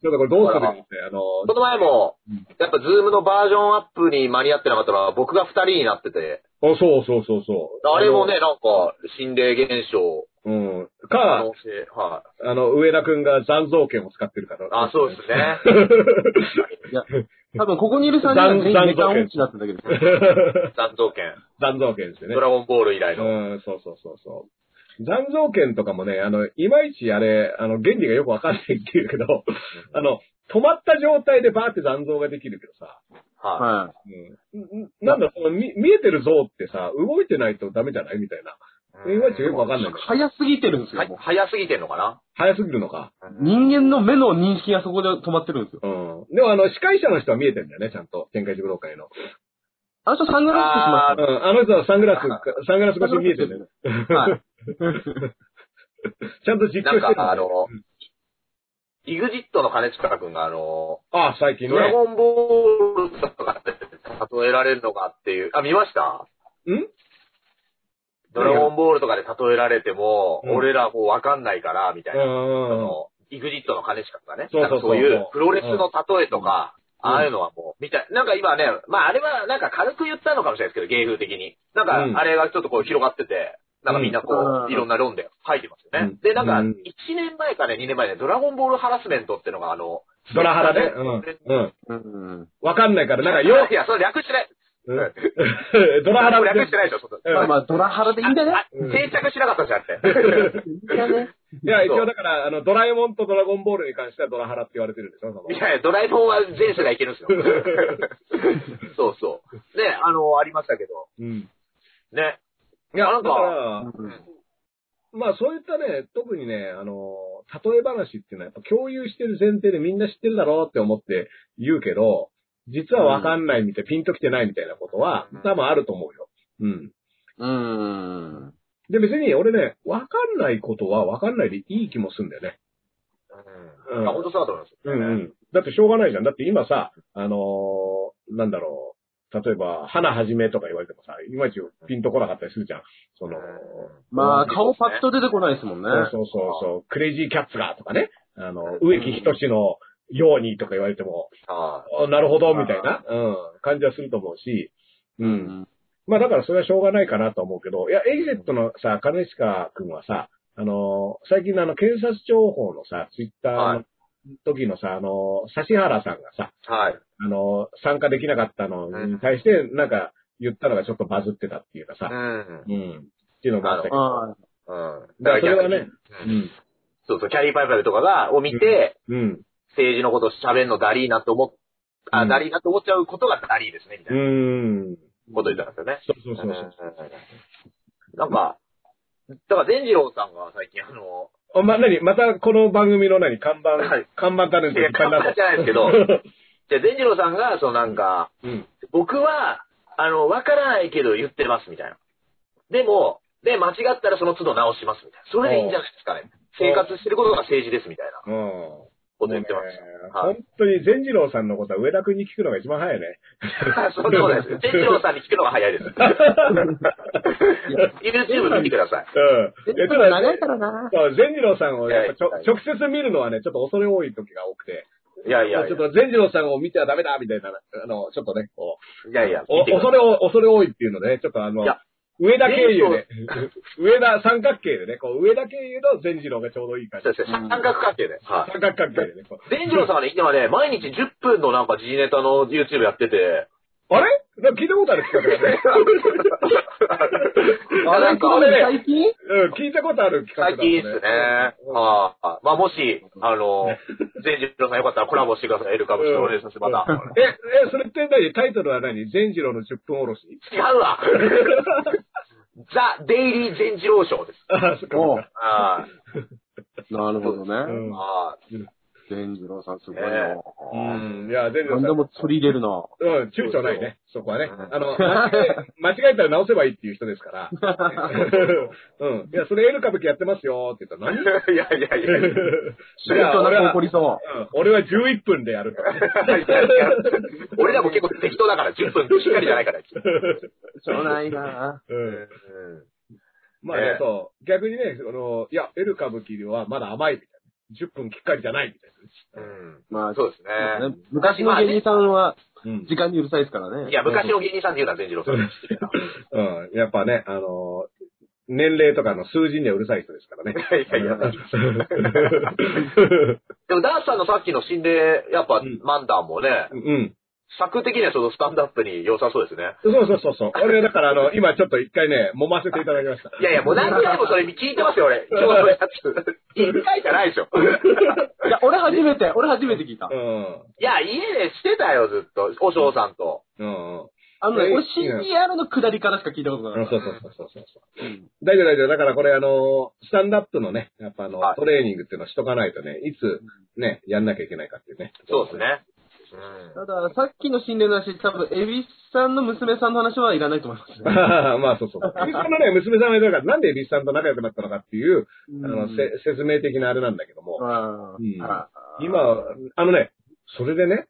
ちょっとこれどうするって、あの、この前も、やっぱズームのバージョンアップに間に合ってなかったら、僕が二人になってて、おそうそうそうそう。あれもね、なんか、心霊現象、あの。うん。可か能、性、はい。あの、上田くんが残像券を使ってるから。あ、そうです (laughs) ね。多分ここにいる3人は全員メタン音痴だったんだけど。残像券。残像券ですよねド。ラゴンボール以来の。うん、そうそうそうそう。残像券とかもね、あの、いまいちあれ、あの、原理がよくわかんないっていうけど、あの、止まった状態でバーって残像ができるけどさ、ははうんん、なんだ、その、み見えてる像ってさ、動いてないとダメじゃないみたいな。い。いまいちよくわはかんいないんだ。けど早すぎてるんですよ。もう早すぎてんのかな早すぎるのか。人間の目の認識がそこで止まってるんですよ。うん。でもあの、司会者の人は見えてるんだよね、ちゃんと。展開塾老会の。あの人サングラスしてしまうん、あの人はサングラス、サングラスう。越しに見えてるんだよね。はい。ちゃんと実況してなんるかんだ、よあの、イグジットの金近くんが、あの、ああ、最近ねド。ラゴンボールとかで例えられるのかっていう、あ、見ましたんドラゴンボールとかで例えられても、うん俺らもうわかんないから、みたいな。あうん。の、イグジットの金近くがね、そうそうそうなんかそういうプロレスの例えとか、うんああいうのはもう、みたい。なんか今ね、まああれはなんか軽く言ったのかもしれないですけど、芸風的に。なんうんかあれがちょっとこう広がってて、なんかみんなこうんう、いろんな論で書いてますよねうん。で、なんかうん1年前かね、2年前ね、ドラゴンボールハラスメントっていうのがあの、ドラハラね。ううん。うん。うん。わかんないから、なんか、いやよい、や、それ略してない。うんドラハラ略してないでしょ、そんなうんまあまあ、ドラハラでいいんだね。あうん定着しなかったじゃ (laughs) んって。いいんだね。いや、一応だから、あの、ドラえもんとドラゴンボールに関してはドラハラって言われてるんでしょ、そのいやいや、ドラえもんは前世がいける (laughs) んですよ。そうそう。ね、あの、ありましたけど。うん。ね。いや、なだんか、からまあそういったね、特にね、あの、例え話っていうのはやっぱ共有してる前提でみんな知ってるだろうって思って言うけど、実はわかんないみたい、ピンときてないみたいなことはうん、多分あると思うよ。うん。うん。で、別に俺ね、わかんないことはわかんないでいい気もするんだよね。うん。うんあ、本当そうだと思います。うんうん。だってしょうがないじゃん。だって今さ、あのーなんだろう。例えば、花はじめとか言われてもさ、いまいちピンとこなかったりするじゃん。その、まあ、顔パッと出てこないですもんね。そうそうそうそう、クレイジーキャッツがとかね、あの、植木仁のようにとか言われても、ああなるほど、みたいな、うん、感じはすると思うし、う。うんん。まあだからそれはしょうがないかなと思うけど、いや、エグゼットのさ、金近くんはさ、あのー最近のあの、検察情報のさ、ツイッターはの時のさ、あのー指原さんがさ、あ。はい。あの、参加できなかったのに対して、なんか、言ったのがちょっとバズってたっていうかうさ、ん。うん。っていうのもあったけど。あうん。だからそれはね、うんそうそう、キャリーパイパイとかが、を見て、うん。うん。政治のこと喋るのダリーなと思っ、あ、うんダリーなと思っちゃうことがダリーですね、みたう。いなんこと言ったんですよね。そうそうそうそう。うんなんか、だから、善次郎さんが最近あの、おま、なにまたこの番組の何看板、はい看板タレント (laughs) いやぱいにな看板じゃないです (laughs) けどじゃあ善次郎さんが、そのなんか、うん。僕は、あの、わからないけど言ってますみたいな。でも、で、間違ったらその都度直しますみたいな。それでいいんじゃないですかね。おう生活してることが政治ですみたいなうん。こと言ってましもうね本当に善次郎さんのことは上田くんに聞くのが一番早いね。た。 (laughs) そういうことな (laughs) いです。善次郎さんに聞くのが早いです。YouTube で見てください。うん。全部ただ長いからな。そう善次郎さんをやっぱちょはい直接見るのはね、ちょっと恐れ多い時が多くて、いやいやいちょやっ。と善次郎さんを見てはダメだみたいな、あの、ちょっとね、こう、いやいや、お見てくだ恐れ多い、恐れ多いっていうので、ね、ちょっとあのいや、上田経由で、 (laughs) 上田三角形でね、こう、上田経由の善次郎がちょうどいい感じさい。。そうですね三角関係で。はい。三角関係でね、こう。善次郎さんはね、今ね、毎日10分のなんか時事ネタの YouTube やってて、あれなんか聞いたことある企画だ (laughs) ね。あなれ、んかこれ最近うん、聞いたことある企画だ最もん近ですね。ああまあ、もし、あの、全治郎さんよかったらコラボしてください。エルカブしてお願いします。また。え、え、それって何タイトルは何善次郎の10分おろし違うわ (laughs) ザ・デイリー全治郎賞です。あ、そっかそおっうか。あなるほどうね。んあ、あ善次郎さんすごいねな。うん。いや、善次郎何さでん。も取り入れるな。うん、躊躇ないね。そこはね。うんあの、間違 (laughs) え間違えたら直せばいいっていう人ですから。うん。いや、それ L 歌舞伎やってますよって言ったらあ。 (laughs) 何いやいやいやいや。宗教なんか起こりそう。うん俺は11分でや (laughs) るから。俺らも結構適当だから、10分しっかりじゃないから。しょうないなうん。うんまあえねえ、そう。逆にね、その、いや、エル歌舞伎はまだ甘いみたいな。10分きっかりじゃないみたいうん。まあ、そうですそうねですね。昔の芸人さんはな。うん。時間にうるさいですからね。いや、昔の芸人さんって言うな、善次郎さん。うん。やっぱね、あの、年齢とかの数字にはうるさい人ですからね。いやいや、でも、ダースさんのさっきの死んで、やっぱ、うんマンダーもね、 (laughs) うん。作的にはちょっとスタンダップに良さそうですね。そうそうそうそう。俺だから、あの、今ちょっと一回ね、揉ませていただきました。いやいや、もう何回もそれ聞いてますよ、 (laughs) 俺。今日のやつ。一回じゃないでしょ。いや、俺初めて、俺初めて聞いたう。ん。いや、家でしてたよ、ずっと。お嬢さんと。うん。うんあのね、え俺 CPR の下りからしか聞いたことなそかっうそうそうそうそう。た。うん大丈夫大丈夫。だからこれあの、スタンダップのね、やっぱあの、はいトレーニングっていうのをしとかないとね、いつね、やんなきゃいけないかっていうね。そうです。ね。ただ、さっきの心霊の話、多分、エビスさんの娘さんの話はいらないと思いますね。 (laughs) まあそう (laughs) そう。エビスさんのね、娘さんがいたから、なんでエビスさんと仲良くなったのかっていう、 (laughs) あの、せ説明的なあれなんだけども、あうんーあー今、あのね、それでね、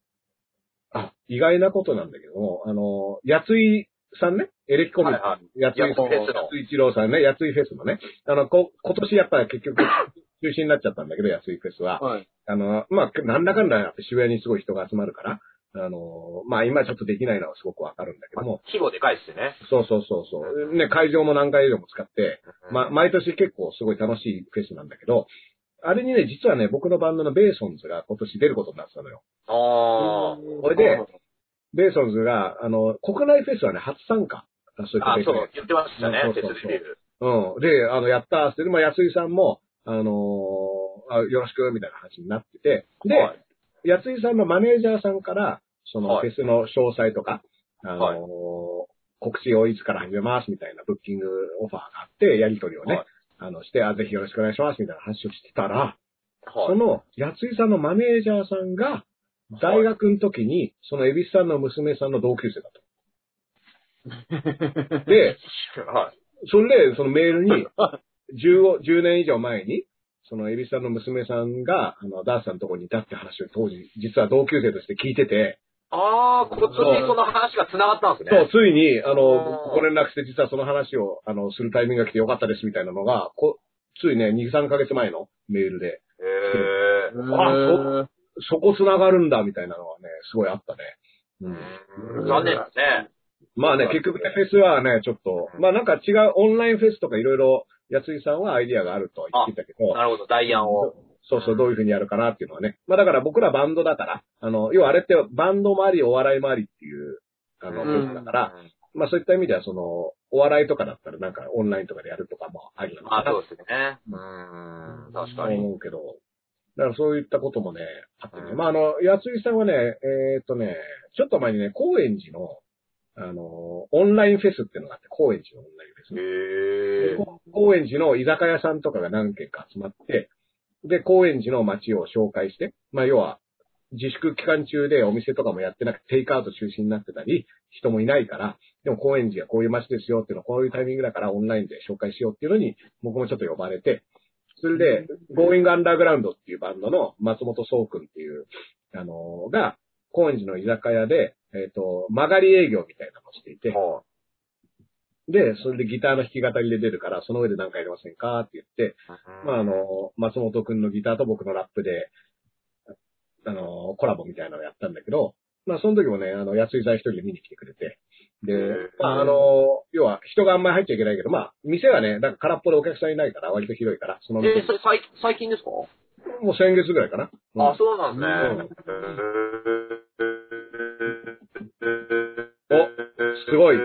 あ、意外なことなんだけども、あの、やついさんね、エレキコミック、はやついいや、フェスやの。つい一郎さんね、やついフェスのね、あの、こ今年やっぱり結 (laughs) 局、中止になっちゃったんだけど、やついフェスは。はい。あの、まあ、なんだかんだやって渋谷にすごい人が集まるから、あの、まあ、今ちょっとできないのはすごくわかるんだけども、規模でかいっすね。そうそうそうそう。ね、会場も何回以上も使って、ま、毎年結構すごい楽しいフェスなんだけど、あれにね、実はね、僕のバンドのベーソンズが今年出ることになってたのよ。あー。これで、ベーソンズが、あの、国内フェスはね、初参加。そうあい、うこそう、言ってましたねそう、フそうェそうスデビュー。とで。うん。で、あの、やったーって、でも安井さんも、あのーあよろしく、みたいな話になってて、で、はい安井さんのマネージャーさんから、その、はフいェスの詳細とか、あのーはい告知をいつから始めます、みたいなブッキングオファーがあって、やりとりをね、はいあの、して、あ、ぜひよろしくお願いします、みたいな話をしてたら、はそい。の、やついさんのマネージャーさんが、大学の時に、その、エビスさんの娘さんの同級生 (laughs) だと。で、はい。それで、そのメール (laughs) に、15 10年以上前に、その、エビスさんの娘さんが、あの、ダースさんのとこにいたって話を当時、実は同級生として聞いてて、あー、今年その話が繋がったんですそねう、。ついに、あうのん、ご連絡して、実はその話を、あの、するタイミングが来てよかったです、みたいなのが、こついね、2、3ヶ月前のメールで、へうー。んあそうそこ繋がるんだ、みたいなのはね、すごいあったね。うんうん残念ですね。まあね、結局ね、フェスはね、ちょっと、まあなんか違う、オンラインフェスとかいろいろ、やついさんはアイディアがあるとは言ってたけど、なるほど、ダイアンを。そうそう、どういうふうにやるかなっていうのはね。まあだから僕らバンドだから、あの、要はあれってバンドもあり、お笑いもありっていう、あの、うんフェスだから、まあそういった意味では、その、お笑いとかだったらなんかオンラインとかでやるとかもありなのまかあ、そなうですね。うん、確とかに。思うけど、だからそういったこともね、あってね。うんまああの、やついさんはね、えーっとね、ちょっと前にね、高円寺の、あの、オンラインフェスっていうのがあって、高円寺のオンラインフェスね。へー。こ高円寺の居酒屋さんとかが何軒か集まって、で、高円寺の街を紹介して、まあ、要は、自粛期間中でお店とかもやってなくて、テイクアウト中心になってたり、人もいないから、でも高円寺はこういう街ですよっていうのは、こういうタイミングだからオンラインで紹介しようっていうのに、僕もちょっと呼ばれて、それで、Going Underground っていうバンドの松本壮君っていう、あのーが、高円寺の居酒屋で、えっ、と、曲がり営業みたいなのをしていて、はで、それでギターの弾き語りで出るから、その上で何かやりませんかって言って、いまあ、あ、の、松本くんのギターと僕のラップで、あの、コラボみたいなのをやったんだけど、まあ、その時もね、あの、安井さん一人で見に来てくれて、でへー、まあ、あの、要は人があんまり入っちゃいけないけど、まあ、店はね、なんか空っぽでお客さんいないから、割と広いから、その店えー、それ最最近ですかもう先月ぐらいかな。うんあ、そうなんですね。お、すごい。や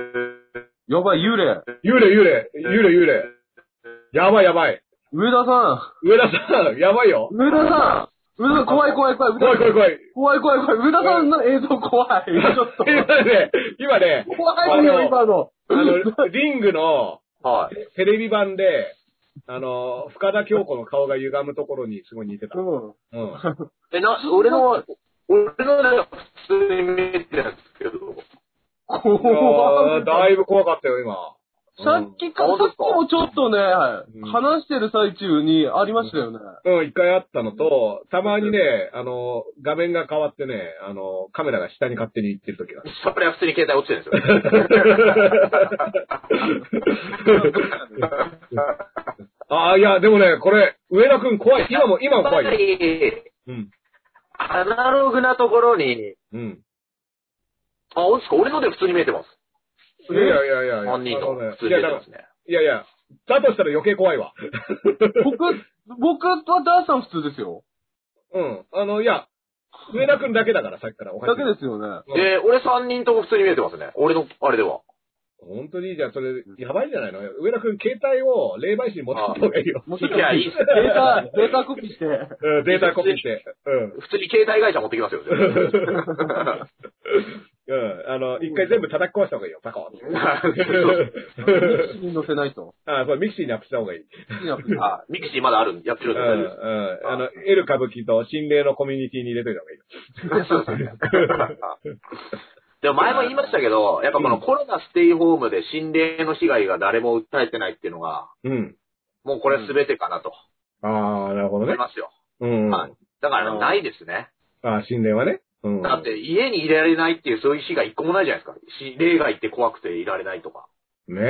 ばい、幽霊。幽霊幽霊、幽霊幽霊。やばいやばい。上田さ上田さん、やばいよ (laughs) ん。。上田さん。上田さん、怖い怖い怖い。怖い怖い怖い。怖い怖い怖い。上田さんの映像怖い。ちょっと。今ね、今ね、怖いよ、今の。あ (laughs) の、リングのはい。テレビ版で、あの、深田恭子の顔が歪むところにすごい似てた。うん。う (laughs) ん。え、な、俺の、俺のね、普通に見えてたんですけど。怖いやーだいぶ怖かったよ、今。さっきか、うんさっきもちょっとね、うん話してる最中にありましたよね。うん、一回あったのと、たまにね、あの、画面が変わってね、あの、カメラが下に勝手に行ってる (laughs) 時がある。それは普通に携帯落ちてるんですよ。ああ、いや、でもね、これ、上田くん怖い。今も、今も (laughs) 怖いやっぱよ。り、うん。アナログなところに、うん。あ、オスコ、俺ので普通に見えてます。いやいやいやいや。本人あのね普通いに見やだえてかまらすね。いやいや、だとしたら余計怖いわ。僕、 (laughs) 僕はダーさん普通ですよ。うん。あの、いや、上田くんだけだから、さっきからおだ話けですよね。うんで、俺3人とも普通に見えてますね。俺の、あれでは。本当に、じゃあそれ、やばいんじゃないの上田くん、携帯を霊媒師に持ってった方がいいよ。もいや、いいっすねデータ、データコピーして。うん、データコピーして。うん。普通に携帯会社持ってきま (laughs) すよ。うん。あの、一回全部叩き壊した方がいいよ、パコン。に載せないと。 (laughs) あ、 (laughs) そう、ミキシーにアップした方がいい。いやあ、ミクシーまだあるん、やってるうんん、うでん。あの、エル歌舞伎と心霊のコミュニティに入れといた方がいいよ。そうですね。 (laughs) でも前も言いましたけど、やっぱこのコロナステイホームで心霊の被害が誰も訴えてないっていうのが、うん。もうこれ全てかなとああ、なるほど思ねい。ますよ。うん。はあいだからないですね。あ、心霊はね。うん。だって家に入れられないっていうそういう被害一個もないじゃないですか。し例外って怖くていられないとか。ね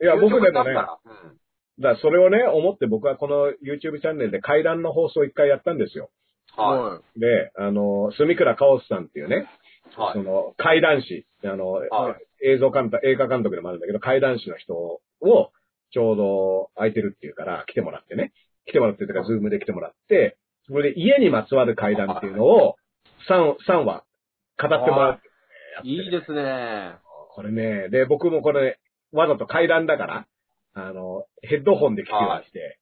え。いや、僕でもね、究極だだかったらうんらそれをね、思って僕はこの YouTube チャンネルで階段の放送を一回やったんですよ。ははで、あの、住倉カオスさんっていうね、い。はそい。の、怪談師、あの、は映像監督、映画監督でもあるんだけど、怪談師の人を、ちょうど空いてるっていうから、来てもらってね。来てもらってとか、ズームで来てもらって、それで家にまつわる怪談っていうのを、3、3話、語ってもらう。い。いいですね。これね、で、僕もこれ、わざと怪談だから、あの、ヘッドホンで聞くようにして、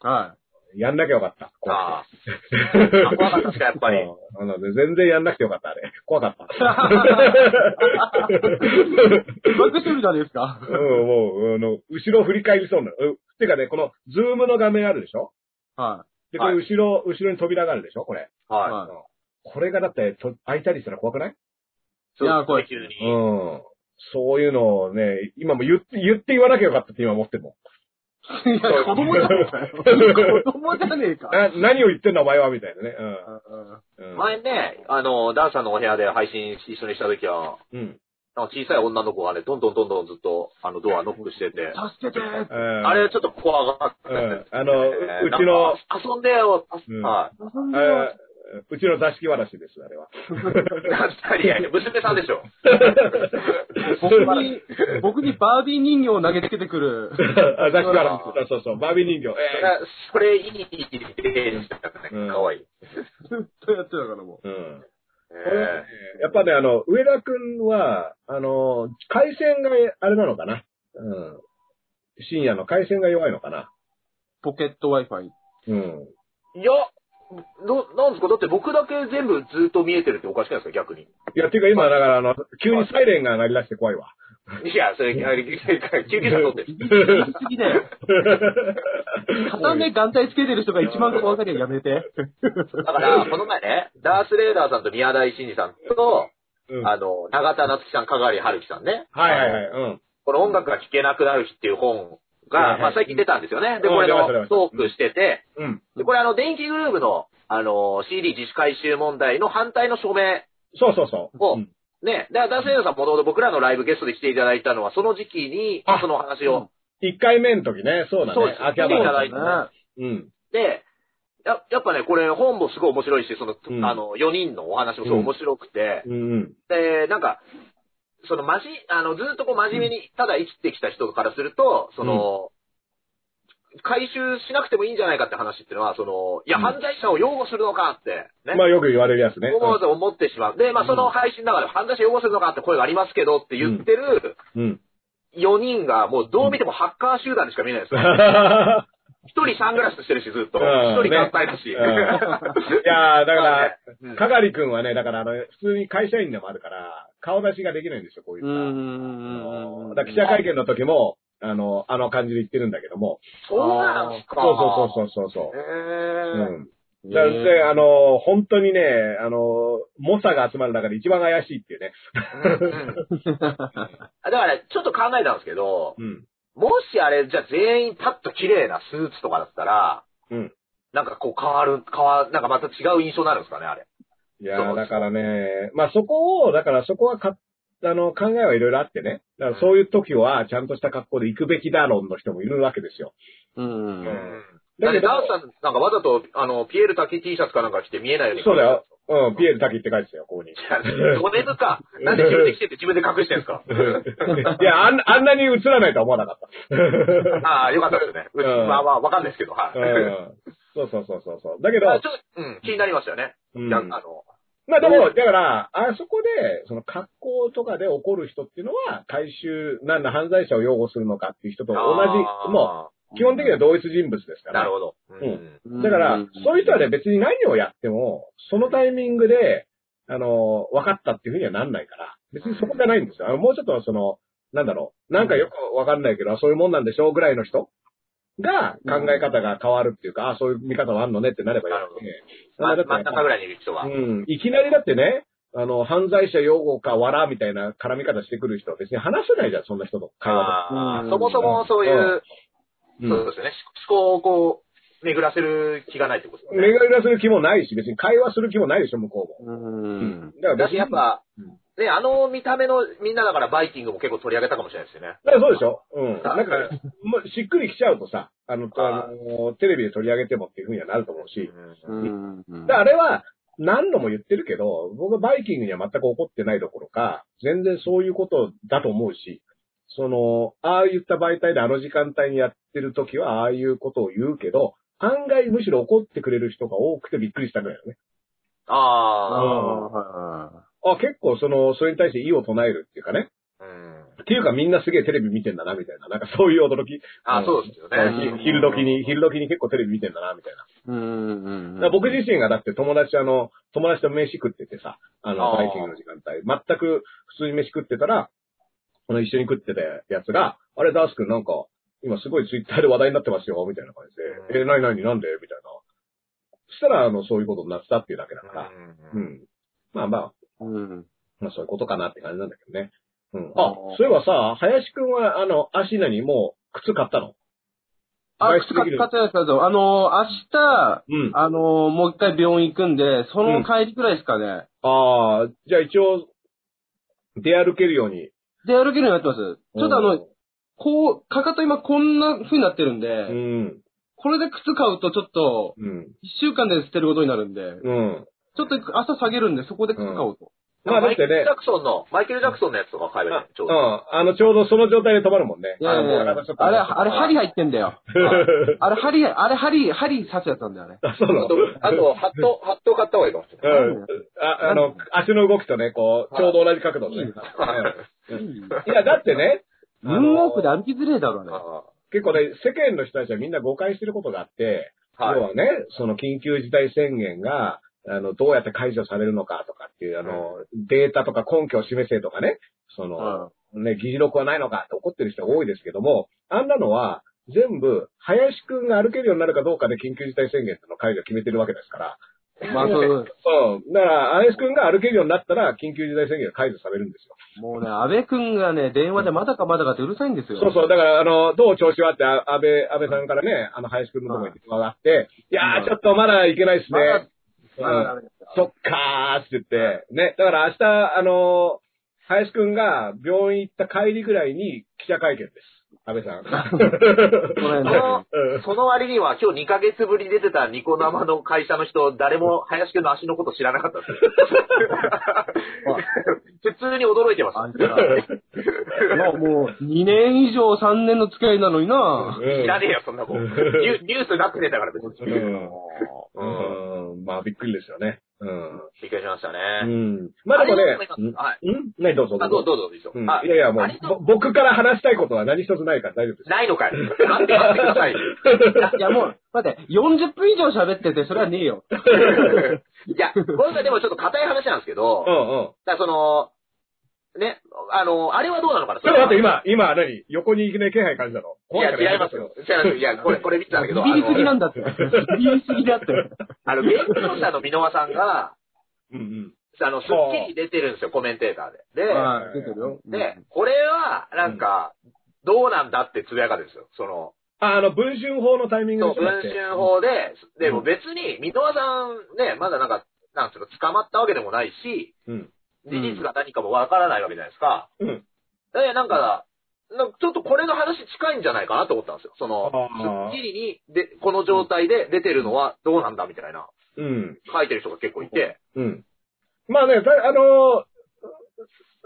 はやんなきゃよかった。怖くてあ (laughs) あ。怖かったですか、やっぱり。うんあのね全然やんなくてよかった、あれ。怖かった。い。バックしてるじゃないですか。うん、もう、あの、後ろ振り返りそうな。うんてかね、この、ズームの画面あるでしょはで、これ後ろ、後ろに扉があるでしょこれ。い。ははこれがだって、と開いたりしたら怖くないい。いやこれ急うに。ん。そういうのをね、今も言って、言って言わなきゃよかったって今思ってるもん。い。いや、子供じゃねえかよ。子供じゃねえか。な何を言ってんだお前はみたいなね。うん。うん。前ね、あの、ダンさんのお部屋で配信一緒にした時は、うん。なんか小さい女の子がね、どんどんどんどんずっと、あの、ドアノックしてて、助けてーああれちょっと怖がったうですねん。あの、うえーうちの、なんか遊んでよ、うんはい。遊んでよあうちの座敷わらしです、あれは。いやいや、娘さんでしょ。僕に、僕にバービー人形を投げつけてくる。あ座敷わらしです。そうそうそう、バービー人形。そえれそれいい例でしたうんね。かわいい。ずっとやってたからもえうん。これえやっぱね、あの、上田くんは、あの、回線が、あれなのかなうん。深夜の回線が弱いのかなう。ポケット Wi-Fi。うん。ーいや、ど、なんですかだって僕だけ全部ずっと見えてるっておかしくないで (laughs) すか逆に。いや、っていうか今、だから、あの、急にサイレンが鳴り出して怖いわ。いや、それ、あれ救急車通ってる。言い過ぎだよ。片目眼帯つけてる人が一番怖がりはやめて。だから、この前ね、ダースレーダーさんと宮台真司さんと、うん。はあいの、長田夏樹さん、香川春樹さんね。はいはい。うん。この音楽が聴けなくなる日っていう本はいはが、いまあ最近出たんですよね。で、うんこれ出ましのたトークしてて、うん。で、これあの、電気グルーブの、あの、CD 自主回収問題の反対の署名そうそうそう。を、うんね、だから、ダンスレーダーさんもともと僕らのライブゲストで来ていただいたのは、その時期にあ、その話を、一回目の時ね、そうだね。そうです秋や葉ばい原ただだいねてうん。で、ややっぱね、これ本もすごい面白いし、その、うんあの、4人のお話もすごい面白くて、うんうん。で、なんか、その、まじ、あの、ずっとこう真面目に、ただ生きてきた人からすると、その、回収しなくてもいいんじゃないかって話っていうのは、その、いや、うん犯罪者を擁護するのかって、ね。まあ、よく言われるやつね。思わず思ってしまう。で、まあ、んその配信の中で犯罪者擁護するのかって声がありますけどって言ってるうん。うん。 (laughs) 4人が、もうどう見てもハッカー集団にしか見えないですよ。一人サングラスしてるし、ずっと。うん一人眼帯だし。ねいやーだから、うんかがりくんはね、だからあの、普通に会社員でもあるから、顔出しができないんですよ、こういううのは。ん。だから記者会見の時も、あの、あの感じで言ってるんだけども。そうなんですか。そうそうそうそうそう。へーうん。だからで、あの、本当にね、あの、猛者が集まる中で一番怪しいっていうね。だから、ちょっと考えたんですけど、うん。もしあれ、じゃあ全員パッと綺麗なスーツとかだったら、うんなんかこう変わる、変わなんかまた違う印象になるんですかね、あれ。いやそーうだからね、まあそこを、だからそこはか、あの、考えはいろいろあってね。だからそういう時は、ちゃんとした格好で行くべきだ論の人もいるわけですよ。うん。ううんん。だだっけて、どダンさん、なんかわざと、あの、ピエール滝 T シャツかなんか着て見えないように。そうだ (laughs) よ。。うん、ピエール滝って書いてたよ、ここに。ドネズか。なんで自分で着てって自分で隠してるんです (laughs) かいや、あんあんなに映らないとは思わなかった。ああ、よかったですね。ううんまあまあ、わかんないですけど、はい。うんそうそうそうそうそう。だけど、まあちょっと、うん、気になりましたよね。ううんん、あの、まあでも、だから、あそこで、その格好とかで怒る人っていうのは、大衆、何の犯罪者を擁護するのかっていう人と同あーじ、もう、基本的には同一人物ですから。なるほど。ううんん。だから、そういう人はね、別に何をやっても、そのタイミングで、あの、分かったっていうふうにはなんないから、別にそこじゃないんですよ。あの、もうちょっとその、なんだろう、なんかよくわかんないけど、そういうもんなんでしょうぐらいの人が考え方が変わるっていうか、あそういう見方もあんのねってなればいいわけで。まだから真ん中ぐらいにいる人は。うん。いきなりだってね、あの、犯罪者擁護か、わらみたいな絡み方してくる人は別に話せないじゃん、そんな人と会話あうあ、んそもそもそういう、と。そうですよね。思考をこう、巡らせる気がないってことですうよん。ね。巡り出する気もないし、別に会話する気もないでしょ、向こうも。うん。だからだ別しにやっ、ぱうん、ね、あの見た目のみんなだからバイキングも結構取り上げたかもしれないですよね。だからそうでしょうん。あなんか、もうしっくりきちゃうとさ、あの、ああのテレビで取り上げてもっていうふうにはなると思うし。ううんん。だからあれは、何度も言ってるけど、僕はバイキングには全く怒ってないどころか、全然そういうことだと思うし、その、ああいった媒体であの時間帯にやってる時は、ああいうことを言うけど、案外むしろ怒ってくれる人が多くてびっくりしたぐらいだね。あああ、結構その、それに対して異を唱えるっていうかね。あ、うん。っていうかみんなすげえテレビ見てんだな、みたいな。なんかそういう驚き。あーそうですようねん。ひ昼時に、昼時に結構テレビ見てんだな、みたいな。あ。うん。だから僕自身がだって友達、あの、友達と飯食っててさ、あの、あーバイキングの時間帯、全く普通に飯食ってたら、この一緒に食ってたやつが、あれ、ダース君なんか、今すごいツイッターで話題になってますよ、みたいな感じで、え、なになになんでみたいな。そしたら、あの、そういうことになってたっていうだけだから、ううんん。まあまあ、うん。まあそういうことかなって感じなんだけどね。うん。ああー、そういえばさ、林くんは、あの、足何もう、靴買ったのあ、靴外出買できるったやつだぞ。あのー、明日、うん。あのー、もう一回病院行くんで、その帰りくらいですかね。ああ、じゃあ一応、出歩けるように。で、歩けるようになってます。ちょっとあの、こう、かかと今こんな風になってるんうで、ん、これで靴買うとちょっと、うん、一週間で捨てることになるんで、うん。ちょっと朝下げるんで、そこで靴買おうと。まあだマっイケてル・ねジ、ャクソンの、マイケル・ジャクソンのやつとか買えばいいねちょううど。ん、あの、ちょうどその状態で止まるもんね。いやいやいや、ああのれ、ちょっとあ (laughs) れ、針入ってんだよ。あれ、針、あれ、針、針刺すやつなんだよね。あ、そうなあのと、あと、ハット、ハット買った方がいいかもしれうない。ん。あ、あの、足の動きとね、こう、ちょうど同じ角度で、ね。いや、だってね、ムーンウォークで歩きづれえだろうね。あ結構ね、世間の人たちはみんな誤解してることがあって、あはい要はね、その緊急事態宣言が、あの、どうやって解除されるのかとかっていう、あの、データとか根拠を示せとかね、その、ね、議事録はないのかって怒ってる人が多いですけども、あんなのは、全部、林くんが歩けるようになるかどうかで緊急事態宣言の解除を決めてるわけですから。うん。まあ、そう、うん。だから、林くんが歩けるようになったら、緊急事態宣言が解除されるんですよ。もうね、安倍くんがね、電話でまだかまだかってうるさいんですよ。そうそう。だから、あの、どう調子はって、あ安倍、安倍さんからね、あの、林くんのとこに電話があって、いやうー、んちょっとまだいけないっすまだね。、まだダメですそっかーって言って、ね、だから明日、あの、林くんが病院行った帰りぐらいに記者会見です。安倍さ (laughs) ん。ごめんねあうんーその割には、今日2ヶ月ぶり出てたニコ生の会社の人、誰も林くんの足のこと知らなかったんです (laughs) よ普通に驚いてます。あんたら。まあもう、2年以上3年の付き合いなのにな。知らねえよ、そんな子。ニュニュースなくねえだから別に。ううん。んうん。まあ、びっくりですよね。うん。びっくりしましたね。うん。まあでもねあれどう思い、ますはい。うんね、どうぞ。あ、どうぞ、どうぞ、いいですようんあいやいや、もあれどう、ぼ僕から話したいことは何一つないから大丈夫です。ないのかい。待って、待ってくださ (laughs) い。いやもう、待って、40分以上喋ってて、それはねえよ。いや、僕はでもちょっと硬い話なんですけど、うんだからその、ね、あの、あれはどうなのかなちょっと待って、。今、今、何横に行くね、気配感じたの。いや、違いますよ。違いますよいや、これ、これ見てたんだけど、あビビりすぎの、なんだって。ビビりすぎだって。あの、弁護者の箕輪さんが、うんうん。あの、スッキリ出てるんですよ、コメンテーターで。で、はい、出てるよ。で、これは、なんか、どうなんだってつぶやかれるんですよ。その、ああの、文春法のタイミングそでしうょだっ文て春法で、でも別に、箕輪さんね、まだなんか、なんつうの、捕まったわけでもないし、うん事実が何かもわからないわけじゃないですか。うんで、なんか、なんかちょっとこれの話近いんじゃないかなと思ったんですよ。その、あースッキリに、で、この状態で出てるのはどうなんだみたいな、うん。書いてる人が結構いて、うん。まあね、たあの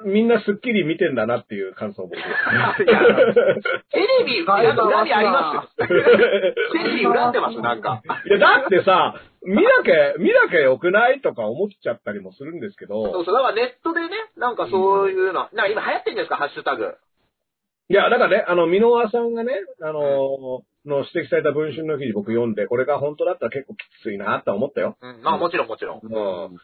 ーみんなスッキリ見てんだなっていう感想も。いやテレビ、ガイなんドかは恨みありますよ。いテレビ恨んでますよ、なんか。や、だってさ、見なきゃ、見なきゃよくないとか思っちゃったりもするんですけそどう、そう、だからネットでね、なんかそういうの、なんか今流行ってるんですか、ハッシュタグ。いや、だからね、あの、箕輪さんがね、あのーの指摘された文春の記事僕読んで、これが本当だったら結構きついなとは思ったよ。うん、まあもちろんもちろん。もう、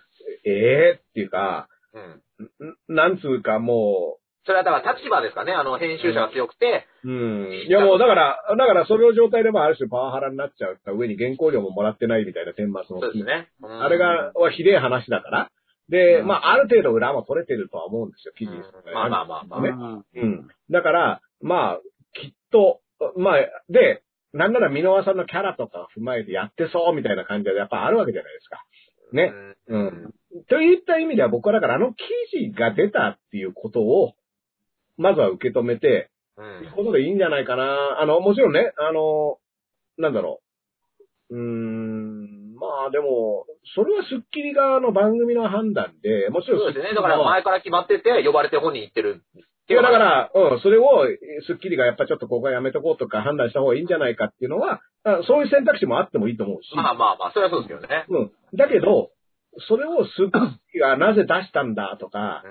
ええっていうか、うん。んなんつうかもそれはだから立場ですかね、あの、編集者が強くて、う、うん。いやもうだから、だからそれの状態でもある種パワハラになっちゃうから上に原稿料ももらってないみたいな天末のそうですね。うんあれが、、はひでえ話だから。で、うんまあ、ある程度裏も取れてるとは思うんですよ、う記事んです、まあまあまあまあ。ねうんうん。だから、まあ、きっと、まあ、で、なんなら箕輪さんのキャラとかを踏まえてやってそうみたいな感じはやっぱあるわけじゃないですか。ね。ううんん。といった意味では僕はだからあの記事が出たっていうことを、まずは受け止めて、うん。いうことでいいんじゃないかな。あの、もちろんね、あの、なんだろう。うーん、まあでも、それはスッキリ側の番組の判断で、もちろんそうですね。だから前から決まってて、呼ばれて本人行ってるっていいや、うのだが。から、うん、それを、スッキリがやっぱちょっとここはやめとこうとか判断した方がいいんじゃないかっていうのは、あそういう選択肢もあってもいいと思うし、まあまあまあ、それはそうですけどね。うん。だけど、それをスッキリが (clears throat) なぜ出したんだとか、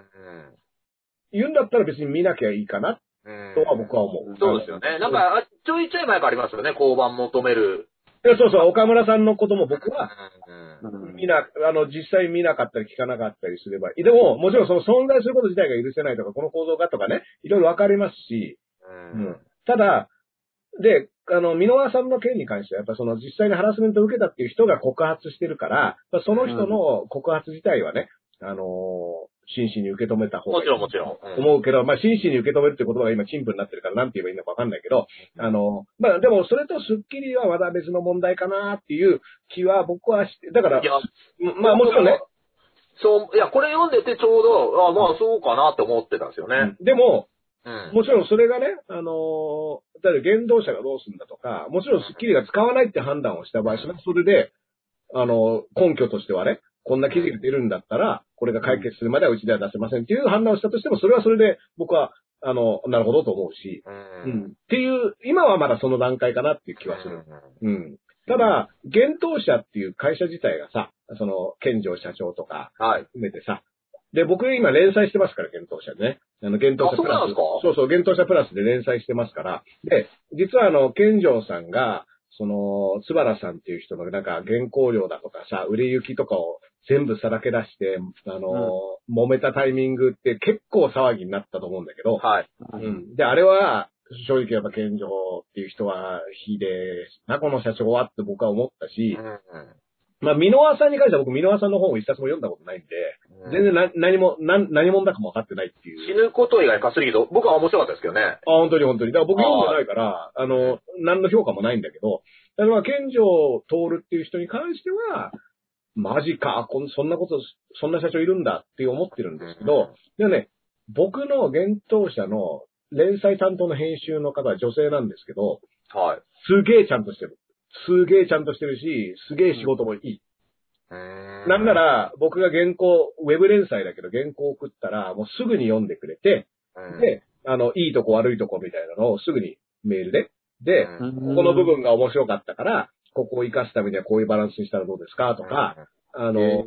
言うんだったら別に見なきゃいいかなうん。うんとは僕は思う。そうですよね。なんか、あちょいちょい前からありますよね、交番求める。いやそうそう、岡村さんのことも僕は、うんうん見な、あの、実際見なかったり聞かなかったりすればいい。でも、もちろんその存在すること自体が許せないとか、この構造がとかね、いろいろわかりますし、うんうんただ、で、あの、箕輪さんの件に関しては、やっぱその実際にハラスメントを受けたっていう人が告発してるから、まあその人の告発自体はね、あのー真摯に受け止めた方がいもちいろんもちろん。うん思うけど、まあ、真摯に受け止めるって言葉が今、陳腐になってるから、なんて言えばいいのかわかんないけど、あの、まあ、でも、それとスッキリはまだ別の問題かなっていう気は僕はして、だからい、や、まあ、もちろんね、。そう、いや、これ読んでてちょうど、あまあ、そうかなって思ってたんですよね。でも、うん。もちろんそれがね、あのー、だって言動者がどうするんだとか、もちろんスッキリが使わないって判断をした場合、それはそれで、あのー、根拠としてはね、こんな記事が出るんだったら、これが解決するまではうちでは出せませんっていう判断をしたとしても、それはそれで僕は、あの、なるほどと思うし、ううん。っていう、今はまだその段階かなっていう気はする。うん。ただ、厳冬者っていう会社自体がさ、その、健城社長とかはい。含めてさ、で、僕今連載してますから、厳冬者でね。あの、厳冬者あそうなんですかそうそう、厳冬者プラスで連載してますから。で、実はあの、健城さんが、その、つばらさんっていう人のなんか、原稿料だとかさ、売れ行きとかを全部さらけ出して、あの、揉めたタイミングって結構騒ぎになったと思うんだけど、はい。うん。で、あれは、正直やっぱ健常っていう人は、ひでえな、この社長はって僕は思ったし、まあ、箕輪さんに関しては僕、箕輪さんの本を一冊も読んだことないんで、全然な何も、なん何者だかも分かってないってい死う。ぬこと以外かすりと、僕は面白かったですけどね。あ、本当に本当に。だから僕読んでないから、あの、何の評価もないんだけど、だから健常徹っていう人に関しては、マジか、こんそんなこと、そんな社長いるんだって思ってるんですけど、でもね、僕の幻冬者の連載担当の編集の方は女性なんですけど、はい。すげえちゃんとしてる。すげえちゃんとしてるし、すげえ仕事もいい。なんな、ら、僕が原稿、ウェブ連載だけど原稿送ったら、もうすぐに読んでくれて、で、あの、いいとこ悪いとこみたいなのをすぐにメールで、で、ここの部分が面白かったから、ここを活かすためにはこういうバランスにしたらどうですかとか、、あえの、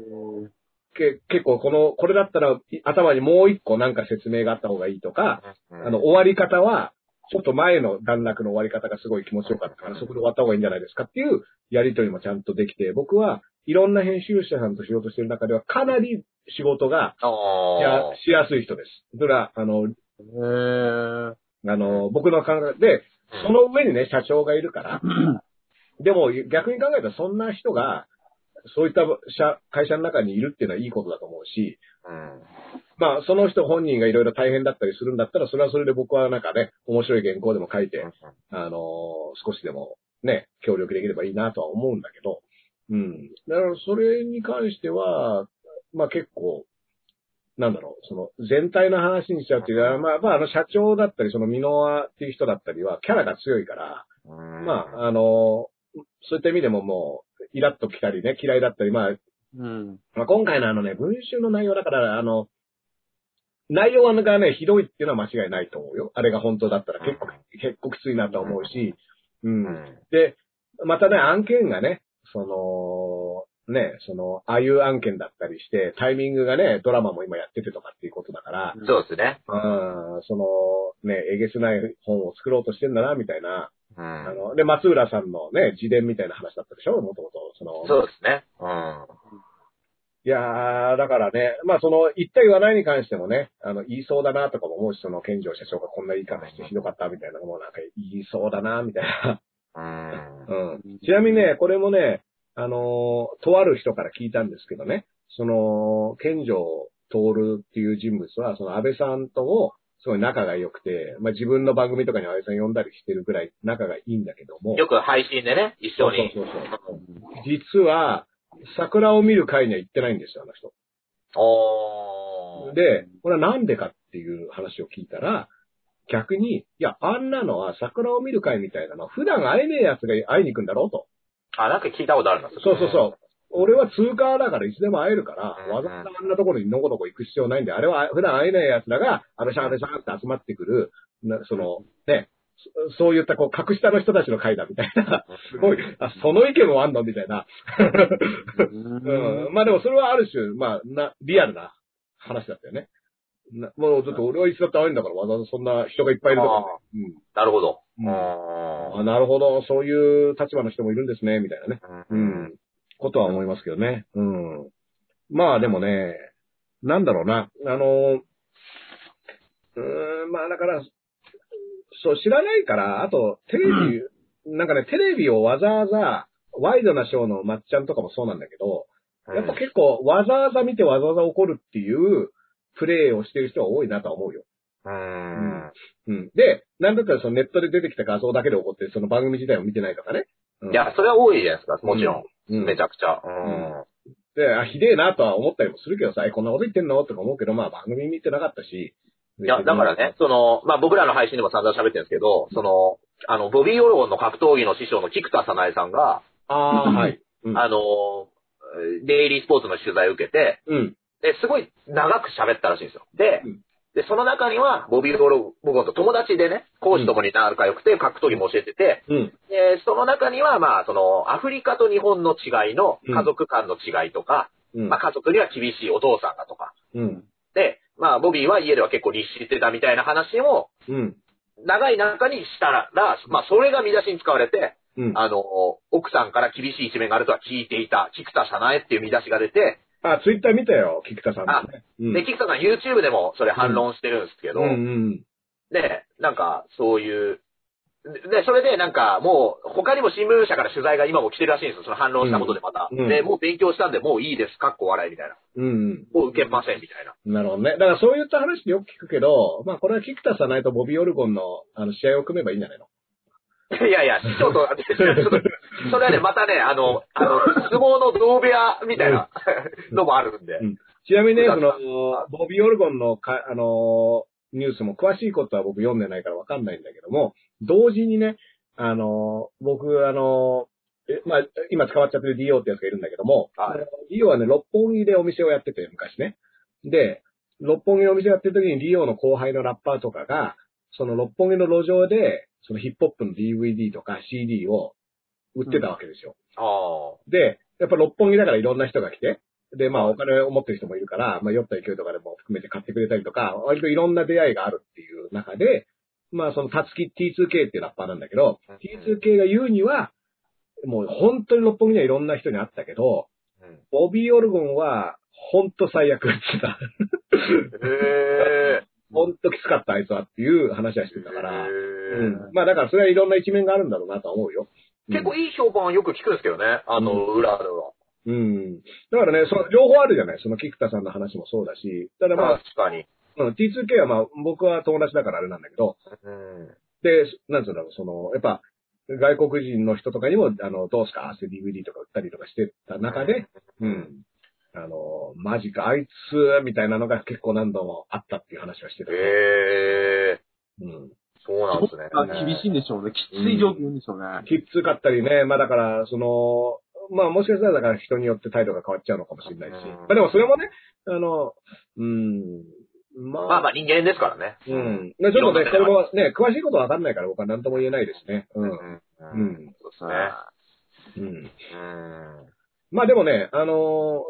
け結構この、これだったらい頭にもう一個なんか説明があった方がいいとか、あの、、終わり方は、ちょっと前の段落の終わり方がすごい気持ちよかったから、そこで終わった方がいいんじゃないですかっていうやりとりもちゃんとできて、僕はいろんな編集者さんと仕事してる中ではかなり仕事があしやしやすい人です。それは、あの、へー。あの、僕の考えで、その上にね、社長がいるから、でも逆に考えたらそんな人が、そういった社会社の中にいるっていうのはいいことだと思うし、うん。まあ、その人本人がいろいろ大変だったりするんだったら、それはそれで僕はなんかね、面白い原稿でも書いて、あのー少しでもね、協力できればいいなとは思うんだけど、うん。だから、それに関しては、まあ結構、なんだろう、その、全体の話にしちゃうっていうかまあ、まあ、あの、社長だったり、その、ミノワっていう人だったりは、キャラが強いから、うんまあ、あのーそういった意味でももう、イラッと来たりね、嫌いだったり、まあ、うん。まあ、今回のあのね、文集の内容だから、あの、内容がね、ひどいっていうのは間違いないと思うよ。あれが本当だったら結構、結構きついなとは思うし、う。うんん。で、またね、案件がね、その、ね、その、ああいう案件だったりして、タイミングがね、ドラマも今やっててとかっていうことだから、そうですね。うん、その、ね、えげつない本を作ろうとしてんだな、みたいな。うあん。の、で、松浦さんのね、自伝みたいな話だったでしょもともと。その、そうですね。うん。いやー、だからね、まあその、言った言わないに関してもね、あの、言いそうだなとかも思うし、その、健常社長がこんな言い方してひどかったみたいなのもなんか言いそうだな、みたいな。うん。うん。ちなみにね、これもね、あのーとある人から聞いたんですけどね、その、健常徹っていう人物は、その安倍さんとも、すごい仲が良くて、まあ自分の番組とかに安倍さん呼んだりしてるぐらい仲がいいんだけども、よく配信でね、一そ緒うそうに。そうそう。実は、桜を見る会には行ってないんですよ、あの人。おー。で、これはなんでかっていう話を聞いたら、逆に、いや、あんなのは桜を見る会みたいなのは、普段会えねえ奴が会いに行くんだろうと。あ、なんか聞いたことあるな、れそうそうそう。俺は通過だからいつでも会えるから、うんわざわざあんなところにのこのこ行く必要ないんで、あれは普段会えない奴らが、あれしゃあれしゃあって集まってくる、なその、ね、そそういったこう、格下の人たちの会だみたいな、すごい、あ、その意見もあんのみたいな。うん。うんまあでもそれはある種、まあ、な、リアルな話だったよね。なもうちょっと俺はいつだって会えるんだからわざわざそんな人がいっぱいいるとこねなるほど。うんうんうん。あ、なるほど、そういう立場の人もいるんですね、みたいなね。う。うんん。ことは思いますけどね。うん。まあでもね、なんだろうな。あの、うーん、まあだから、そう、知らないから、あと、テレビ、なんかね、テレビをわざわざ、ワイドなショーのまっちゃんとかもそうなんだけど、やっぱ結構わざわざ見てわざわざ怒るっていうプレイをしてる人は多いなとは思うよ。うん。うん。で、なんだったらそのネットで出てきた画像だけで怒って、その番組自体を見てないとかね。うんいや、それは多いじゃないですか、もちろ。うんん。めちゃくちゃ。で、あ、ひでえなとは思ったりもするけどさ、えこんなこと言ってんのとか思うけど、まあ番組見てなかったし。いや、だからね、その、まあ、僕らの配信でも散々喋ってるんですけど、その、あの、ボビー・オロゴンの格闘技の師匠の菊田早苗さんが、 (laughs) ああ、はい。うんあの、デイリースポーツの取材を受けて、うん。で、すごい長く喋ったらしいんですよ。でうん、で、その中には、ボビー・オロゴンと友達でね、講師ともに仲良くて、格闘技も教えてて、うん。で、その中には、まあ、その、アフリカと日本の違いの、家族間の違いとか、うん。まあ、家族には厳しいお父さんがとか、うん。で、まあ、ボビーは家では結構律してたみたいな話を、うん。長い中にしたら、まあ、それが見出しに使われて、うん。あの、奥さんから厳しい一面があるとは聞いていた、菊田早苗っていう見出しが出て、あ、ツイッター見たよ、菊田さんのね。うんで、菊田さん YouTube でもそれ反論してるんですけど、うんうん。で、なんか、そういう、で、それでなんか、もう、他にも新聞社から取材が今も来てるらしいんですよ、その反論したことでまた。うんうんで、もう勉強したんで、もういいです、かっこ笑いみたいな。うんうん。もう受けません、みたいな。なるほどね。だからそういった話ってよく聞くけど、まあこれは菊田さないとボビー・オルゴンのあの試合を組めばいいんじゃないのいやいや、師匠と、ちょっと、それはね、またね、あの、あの、相撲の同部屋みたいなのもあるんで。ちなみにね、だそからの、ボビー・オルゴンのか、あのー、ニュースも詳しいことは僕読んでないからわかんないんだけども、同時にね、あのー、僕、あのー、えまあ、今使わっちゃってる DO ってやつがいるんだけども、はい DO はね、六本木でお店をやってて、昔ね。で、六本木のお店やってる時に DO の後輩のラッパーとかが、その六本木の路上で、そのヒップホップの DVD とか CD を売ってたわけですよ。ああ。で、やっぱ六本木だからいろんな人が来て、で、まあお金を持ってる人もいるから、まあ酔った勢いとかでも含めて買ってくれたりとか、割といろんな出会いがあるっていう中で、まあそのたつき T2K っていうラッパーなんだけど、T2K が言うには、もう本当に六本木にはいろんな人に会ったけど、うんボビー・オルゴンはほんと最悪って言ってた。 (laughs) へほんときつかった、あいつはっていう話はしてーたから。ううんん。まあだからそれはいろんな一面があるんだろうなとは思うよ。うん結構いい評判はよく聞くんですけどね、あの、裏では。うん。だからね、その両方あるじゃない。その菊田さんの話もそうだし。ただまあ、確かに。うん、T2K はまあ僕は友達だからあれなんだけど、うん。で、なんつうんだろう、その、やっぱ、外国人の人とかにも、あの、どうすかって DVD とか売ったりとかしてた中で、うん。あの、マジか、あいつ、みたいなのが結構何度もあったっていう話はしてた。へえうん。そうなんですね。あ厳しいんでしょうね。きつい状況でしょうね。きっつかったりね、まあだから、その、まあもしかしたらだから人によって態度が変わっちゃうのかもしれないし。うんまあでもそれもね、あの、うん、まあ、まあまあ人間ですからね。うん。まあちょっとね、いそれろんなもね、詳しいことはわかんないから僕は何とも言えないですね。うん。ん。ううん。ん。そうですさね。あうん。うん。まあでもね、あのー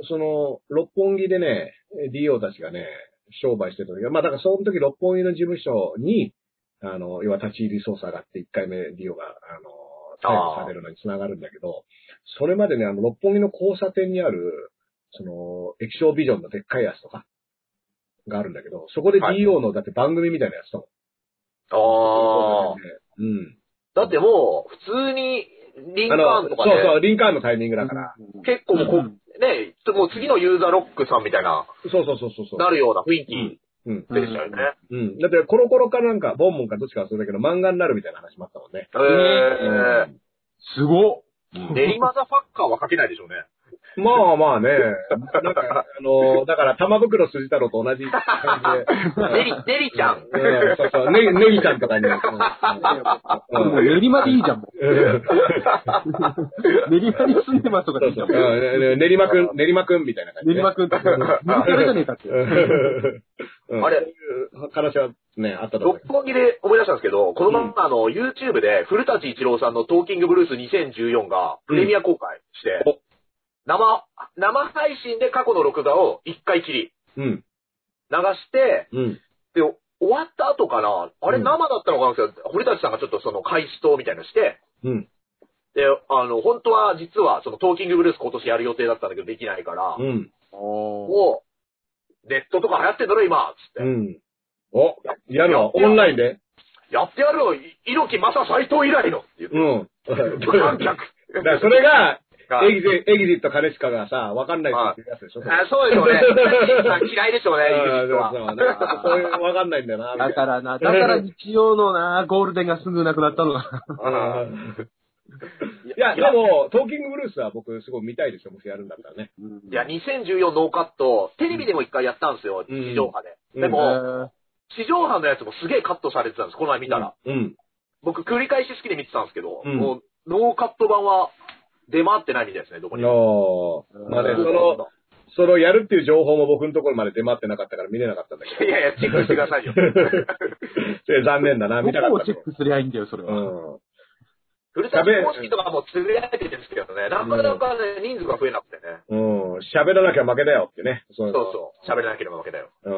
その、六本木でね、DO たちがね、商売してた時は、まあだからその時六本木の事務所に、あの、要は立ち入り捜査があって、1回目 DO が、あのー、逮捕されるのにつながるんだけど、それまでね、あの、六本木の交差点にある、その、液晶ビジョンのでっかいやつとか、があるんだけど、そこではい DO の、だって番組みたいなやつともああ。うん。だってもう、普通に、リンカあーの、そンとうかね、そう、リンカーンのタイミングだから。結構もうこ、うんね、もう次のユーザーロックさんみたいな、そうそうそうそうそう。なるような雰囲気うん。でしたよね。うん。だって、コロコロかなんか、ボンボンかどっちか忘れたけど、漫画になるみたいな話もあったもんね。えすごっー、練馬ザファッカーは書けないでしょうね。まあまあね。なんか、あのーだから、玉袋筋太郎と同じ感デリ、デリ (laughs) ちゃん。じで。うん、そうそう。ネギ、ネギちゃんとかに。うんもううん練馬でいいじゃん、もうんう。練馬に住んでますとかそでいういじそゃ。うんもううん練馬くん、練馬くんみたいな感じで。 (laughs) 練馬くんって。練馬じゃねえかって。うんうんあれそういう話はね、あったと思う六けど。本木で思い出したんですけど、このまま、あの、YouTube で古舘一郎さんのトーキングブルース2014がプレミア公開して、うんお生、生配信で過去の録画を一回きりうん。流して、うん。で、終わった後かな、あれうん生だったのかなんですけど、堀立さんがちょっとその開始とみたいなのして、うん。で、あの、本当は実はそのトーキングブルース今年やる予定だったんだけどできないから、うん。おーもう、ネットとか流行ってんだろ今、つって。うん。お、やるのオンラインでやってやるよ、い猪木正斎藤以来のって言ってう。ん。無観客。だからそれが、はいエグゼエグジット彼しかがさ、わかんないって言うやつでしょ、それあそうでしょうね。さん嫌いでしょうね、あエーグジットは。そうそうそういう、わかんないんだよな、みた (laughs) だいな。からな、だから日曜のな、ゴールデンがすぐなくなったのが。あいや、でも、トーキングブルースは僕すごい見たいですよ、もしやるんだったらね。ーいや、2014ノーカット、テレビでも一回やったんですよ、うん地上波で。うんでえも、ー地上波のやつもすげえカットされてたんです、この前見たら。うん。僕、繰り返し好きで見てたんですけど、うんもう、ノーカット版は出回ってないみたいですね、どこにも。のまあね、うそんの、それをやるっていう情報も僕のところまで出回ってなかったから見れなかったんだけいやいや、チェックしてくださ (laughs) いよ。ど。で残念だな、見たかどこっをたチェけッど。クすりゃいいんだよ、それうは。ん。古田公式とかもつぶやいてるんですけどね、なかなかね、人数が増えなくてね。うん。喋らなきゃ負けだよってね。そそううそう、喋らなければわけだよ。うん。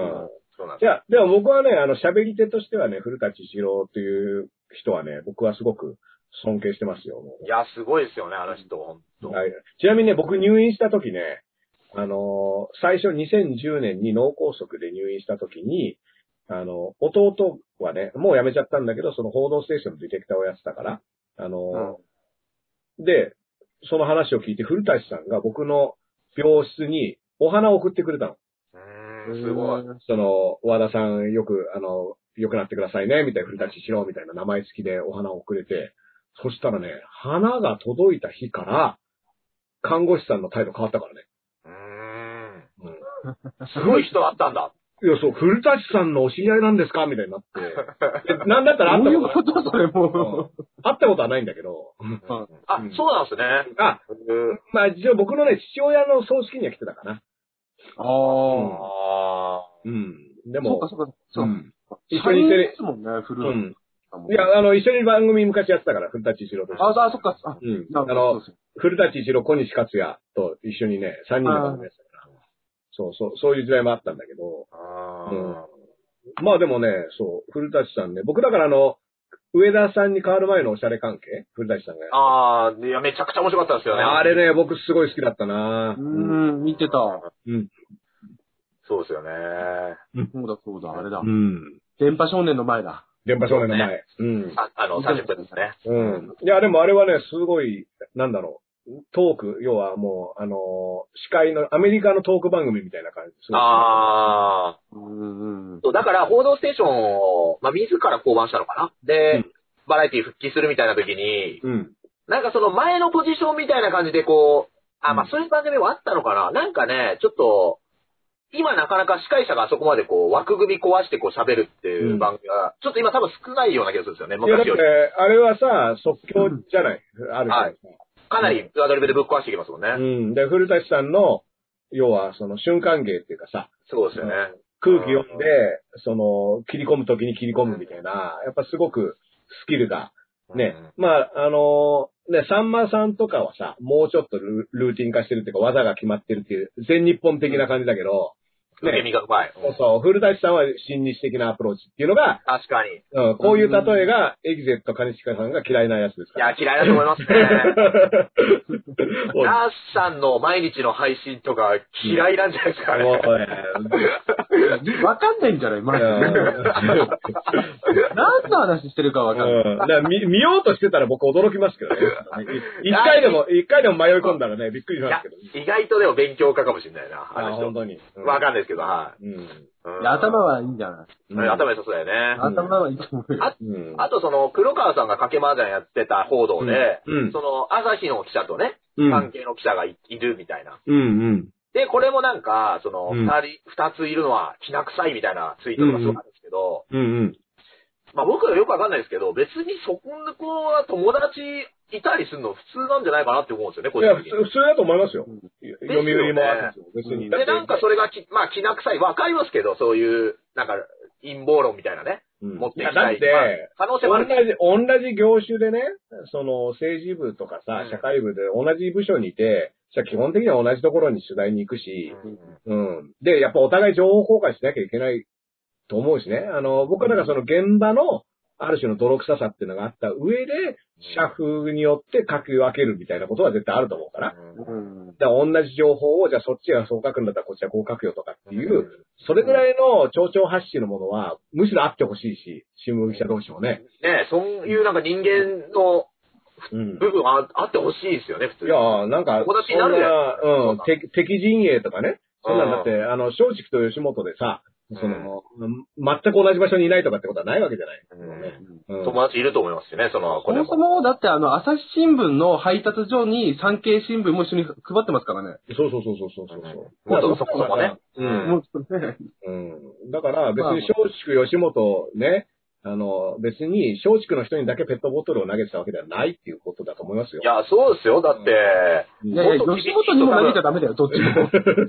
そうなんいですや、よ。でも僕はね、あの、喋り手としてはね、古舘一郎という人はね、僕はすごく尊敬してますよ。もいや、すごいですよね、あの人、ほんうと。はいちなみにね、僕入院した時ね、あのー最初2010年に脳梗塞で入院した時に、あの、弟はね、もう辞めちゃったんだけど、その報道ステーションのディレクターをやってたから、あのーで、その話を聞いて古舘さんが僕の病室にお花を送ってくれたの。うーん、すごい。い。その、和田さんよく、あの、良くなってくださいね、みたいな、古立しろ、みたいな名前付きでお花をくれて、そしたらね、花が届いた日から、看護師さんの態度変わったからね。うーうん。んすごい人だったんだ。いや、そう、古立さんのお知り合いなんですかみたいになって。でなんだったら会っどたういこうとこは、とそれもう。会ったことはないんだけど。うんあ、うんそうなんですね。あ、うんまあ、一応僕のね、父親の葬式には来てたかな。ああ。あうん。でそうもか、、そうか、そううか。ん一緒にテレですもんね、古う田ん。さんも。いや、あの、一緒に番組昔やってたから、古立一郎と。あ、あ、そっか、あ、うん。なあのるほど、。そう古舘一郎、小西克也と一緒にね、3人で番組やってたから。そうそう、そういう時代もあったんだけど、あまあでもね、そう、古舘さんね、僕だからあの、上田さんに変わる前のおしゃれ関係古舘さんがやっあーいや、めちゃくちゃ面白かったですよね。あれね、僕すごい好きだったなうーん、見てた。うん。そうですよね。そうだそうだ、あれだう。ん。電波少年の前だ。電波少年の前。うん。ああの、30分ですね。うん。いや、でもあれはね、すごい、なんだろう。トーク、要はもう、あのー司会の、アメリカのトーク番組みたいな感じ。すごいあー (laughs) うんうん。そう。だから、報道ステーションを、まあ、自ら降板したのかなで、うんバラエティ復帰するみたいな時に、うん。なんかその前のポジションみたいな感じでこう、あ、まうあんそういう番組もあったのかな、なんかね、ちょっと、今なかなか司会者があそこまでこう枠組み壊してこう喋るっていう番組が、ちょっと今多分少ないような気がするんですよね、いや、だっ昔てより。、あれはさ、即興じゃない。あるはいかなりアドリブでぶっ壊していきますもんね。人。うん。で、古舘さんの、要は、その瞬間芸っていうかさ、そうですよね。空気読んで、その、切り込む時に切り込むみたいな、やっぱすごくスキルが、ね。まあ、あのーね、さんまさんとかはさ、もうちょっとルルーティン化してるっていうか、技が決まってるっていう、全日本的な感じだけど、うん。受け身がうまい。うんそうそう、古舘さんは新日的なアプローチっていうのが、確かに。いうん、こういう例えが、エキゼット兼近さんが嫌いなやつですから。や、嫌いだと思います (laughs) ね。ナースさんの毎日の配信とか嫌いなんじゃないですかね。もうねわかんないんじゃないまだ。 (laughs) 何の話してるかわかんない。うんだから見見ようとしてたら僕驚きますけど (laughs) ね。い一回でも、一回でも迷い込んだらね、びっくりしいまやすけど、ね。意外とでも勉強家かもしれないな、ああの人本。当に。うんわかんないですけど、はうん。い。うんいや頭はいいんじゃないうん頭良さそうだよね。頭はいいと思うよ。うん。あとその、黒川さんが賭け麻雀やってた報道で、うんその、朝日の記者とね、うん関係の記者がいいるみたいな。うんうん。で、これもなんか、その、う二、ん人、二ついるのは気な臭いみたいなツイートがすごいあるんですけど、うんうん。まあ僕はよくわかんないですけど、別にそこの子は友達いたりするの普通なんじゃないかなって思うんですよね、個いや、人普的通に。普通だと思いますよ。うん読売もあるんですよ、別に。だっで、てなんかそれがき、まあ気な臭い。わかりますけど、そういう、なんか、陰謀論みたいなね、うん持っていいやきだたっい。て、まあ可能性もあ同るじ、同じ業種でね、その政治部とかさう、ん、社会部で同じ部署にいて、じゃあ基本的には同じところに取材に行くし、うん。で、やっぱお互い情報交換しなきゃいけないと思うしね。あの、僕はだからその現場の、ある種の泥臭さっていうのがあった上で、社風によって書き分けるみたいなことは絶対あると思うから。だかうんら同じ情報を、じゃあそっちがそう書くんだったらこっちはこう書くよとかっていううんそれぐらいの丁々発信のものは、むしろあってほしいし、新聞記者同士もね。ねそういうなんか人間のうん。部分ああってほしいですよね、普通いに。やーなんか、友達になるやそんんなうそうんだ敵、敵陣営とかね。そんなんだっうて、あの、松竹と吉本でさ、その、全く同じ場所にいないとかってことはないわけじゃない。うんねうん友達いると思いますしね、その、そこれもそも、だってあの、朝日新聞の配達所に産経新聞も一緒に配ってますからね。そうそうそうそうそうそうそう。もっとそこそこね。うもん。うちょっとね。うん。だから別に松竹吉本ね、あの、別に松竹の人にだけペットボトルを投げてたわけではないっていうことだと思いますよい。や、そうですよ。だって、うんいやいや、吉本にも投げちゃダメだよ、どっちも。どっちも投げ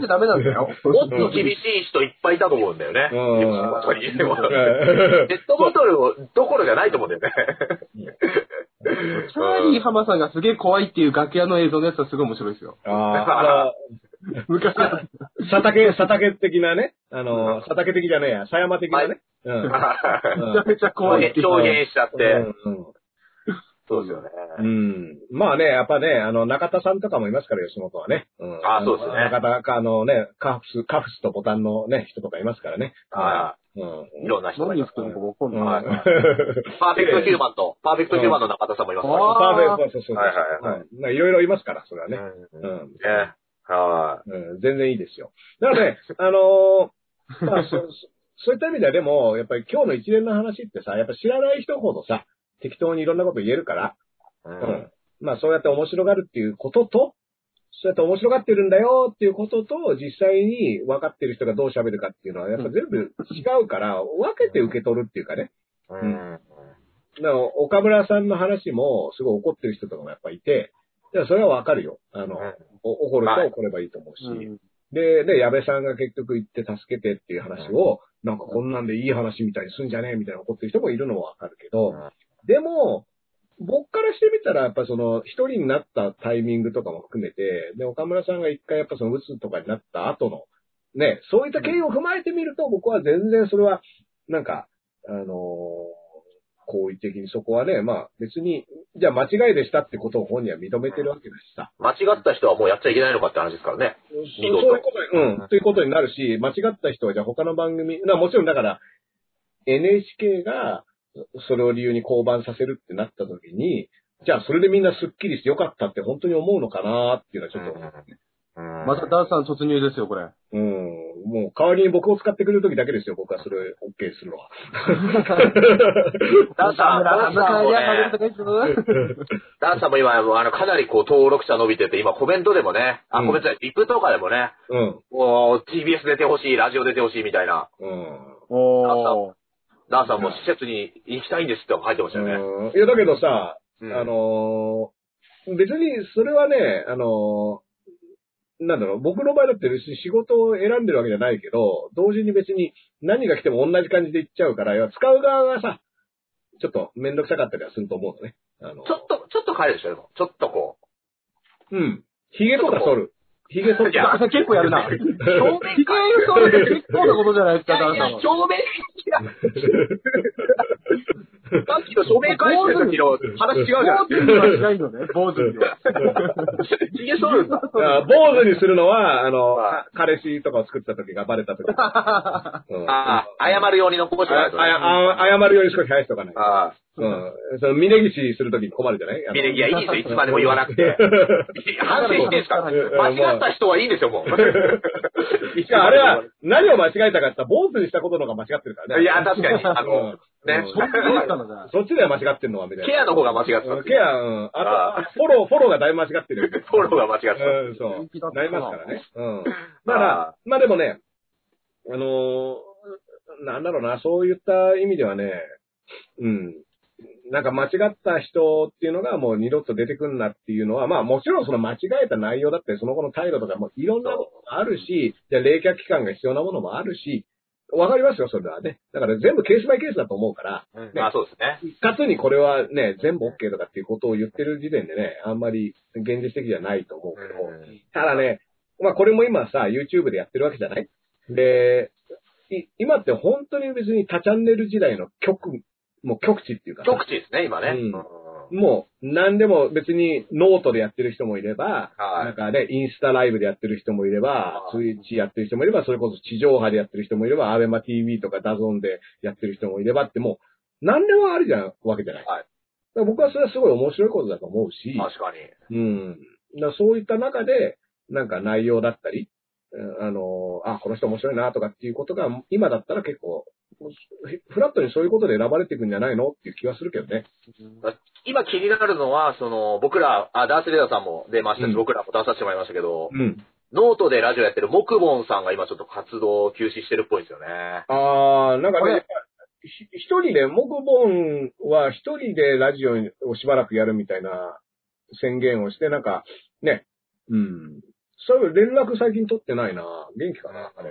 ちゃダメなんだよ。もっと厳しい人いっぱいいたと思うんだよね。うん本当に。でうもんペットボトルをどころじゃないと思うんだよね。チャーリー浜さんがすげえ怖いっていう楽屋の映像のやつはすごい面白いですよ。 (laughs) あ昔は。ー、佐竹、佐竹的なね、あの、佐竹的じゃねえや、狭山的なね。 (laughs) うん。めちゃめちゃ怖いっていう。表現しちゃっうて。んうんそうですよね。うん。まあね、やっぱね、あの、中田さんとかもいますから、吉本はね。うん、あそうですね中田か、あのね、カフス、カフスとボタンのね、人とかいますからね。はうん。い。いろんな人がい何ま言っす。てるのかわかんうんない。パーフェクトヒューマンと、パーフェクトヒューマンの中田さんもいますからあーパーフェクト、そうそうそう。。はいはいはいうんないろいろいますから、それはね。うんうね。ん。はうん、全然いいですよ。なの (laughs) で、あのーまあ、そそそういった意味ではでも、やっぱり今日の一連の話ってさ、やっぱ知らない人ほどさ、適当にいろんなこと言えるから、い。ううんん。まあそうやって面白がるっていうことと、そうやって面白がってるんだよっていうことと、実際に分かってる人がどう喋るかっていうのは、やっぱ全部違うから、分けて受け取るっていうかね。うん。だから岡村さんの話も、すごい怒ってる人とかもやっぱいて、いやそれは分かるよ。あの、お怒る人は怒ればいいと思うし。うんで、で、矢部さんが結局行って助けてっていう話を、なんかこんなんでいい話みたいにすんじゃねえみたいな怒ってる人もいるのはわかるけど、でも、僕からしてみたら、やっぱその、一人になったタイミングとかも含めて、で、岡村さんが一回やっぱその、鬱とかになった後の、ね、そういった経緯を踏まえてみると、僕は全然それは、なんか、あのー好意的にそこはね、まあ別にじゃあ間違いでしたってことを本人は認めてるわけだしさ。間違った人はもうやっちゃいけないのかって話ですからね。そうそ二度とういうことに、うん、ということになるし、間違った人はじゃあ他の番組、なもちろんだから、NHK がそれを理由に降板させるってなった時に、じゃあそれでみんなスッキリしてよかったって本当に思うのかなっていうのはちょっと、うんまたダーさん突入ですよ、これ。うん、もう代わりに僕を使ってくれる時だけですよ、僕はそれを OK するのは。ダンさん、ダンさんもね、ダンさんも今、あの、かなりこう、登録者伸びてて、今コメントでもね、あ、うんコメントじゃない、リップとかでもね、うん、もう、TBS 出てほしい、ラジオ出てほしいみたいな、うん。おー。ダンさんも施設に行きたいんですって書いてましたよね。うんいや、だけどさ、うんあのー別にそれはね、あのーなんだろう、僕の場合だって別に仕事を選んでるわけじゃないけど、同時に別に何が来ても同じ感じでいっちゃうから、要は使う側がさ、ちょっとめんどくさかったりはすると思うのね。あのちょっと、ちょっと変えるでしょ、でも。ちょっとこう。うん。髭とか剃る。髭剃るい。や結構やるな。表面ひげ剃るって結構なことじゃないですか、ダーさんは。正面、いや、さっきの正面返してる時の話違うじゃ坊ん。主にはしないのね、坊主には。逃げそうだ。だから坊主にするのは、あの、は彼氏とかを作った時がバレた時。うん (laughs) ああ、謝るように残してあないとね。ああ謝るよりしか返しておかない。ああ、うん。その、峯岸するときに困るじゃないあのミレギアいいですよ、いつまでも言わなく (laughs) て。反 (laughs) 省していいですから。間違った人はいいんですよ、もう。 (laughs) いや、あれは、何を間違えたかって言ったら、坊主にしたことの方が間違ってるからね。いや、確かに、あの、ねうんそんなにかな、じゃあ。そっちでは間違ってるのは、みたいな。ケアの方が間違ってうんた。ケア、うん。あとあフォロー、フォローがだいぶ間違ってるよね。 (laughs) フォローが間違ってた。うん、そ人気だっう。たななりますからね。うん。まだあから、まあでもね、あのーなんだろうな、そういった意味ではね、うん。なんか間違った人っていうのがもう二度と出てくんなっていうのは、まあもちろんその間違えた内容だって、その後の態度とかもいろんなものがあるし、じゃあ冷却期間が必要なものもあるし、わかりますよ、それはね。だから全部ケースバイケースだと思うから、うんまあ、そうですね。一括にこれはね、全部 OK とかっていうことを言ってる時点でね、あんまり現実的じゃないと思うけど、ただね、まあこれも今さ、YouTube でやってるわけじゃないで、い今って本当に別に他チャンネル時代の局、もう局地っていうかさ、極地ですね、今ね。うんもう何でも別にノートでやってる人もいれば、はいなんかね、インスタライブでやってる人もいれば、はいツイッチやってる人もいれば、それこそ地上波でやってる人もいれば、アベマ TV とかダゾーンでやってる人もいればって、もう何でもあるじゃん、わけじゃない。はいだから僕はそれはすごい面白いことだと思うし、確かに。うん。だからそういった中で、なんか内容だったり、うんあの、あ、この人面白いなとかっていうことが、今だったら結構、フラットにそういうことで選ばれていくんじゃないのっていう気はするけどね。今気になるのは、その、僕ら、あ、ダースレーダーさんも出ましたし、うん僕らも出させてもらいましたけど、うん。ノートでラジオやってるモクボンさんが今ちょっと活動を休止してるっぽいんですよね。あー、なんかこねれ、ひ一人で、モクボンは一人でラジオをしばらくやるみたいな宣言をして、なんか、ね。うん。そういう連絡最近取ってないな元気かなあれ。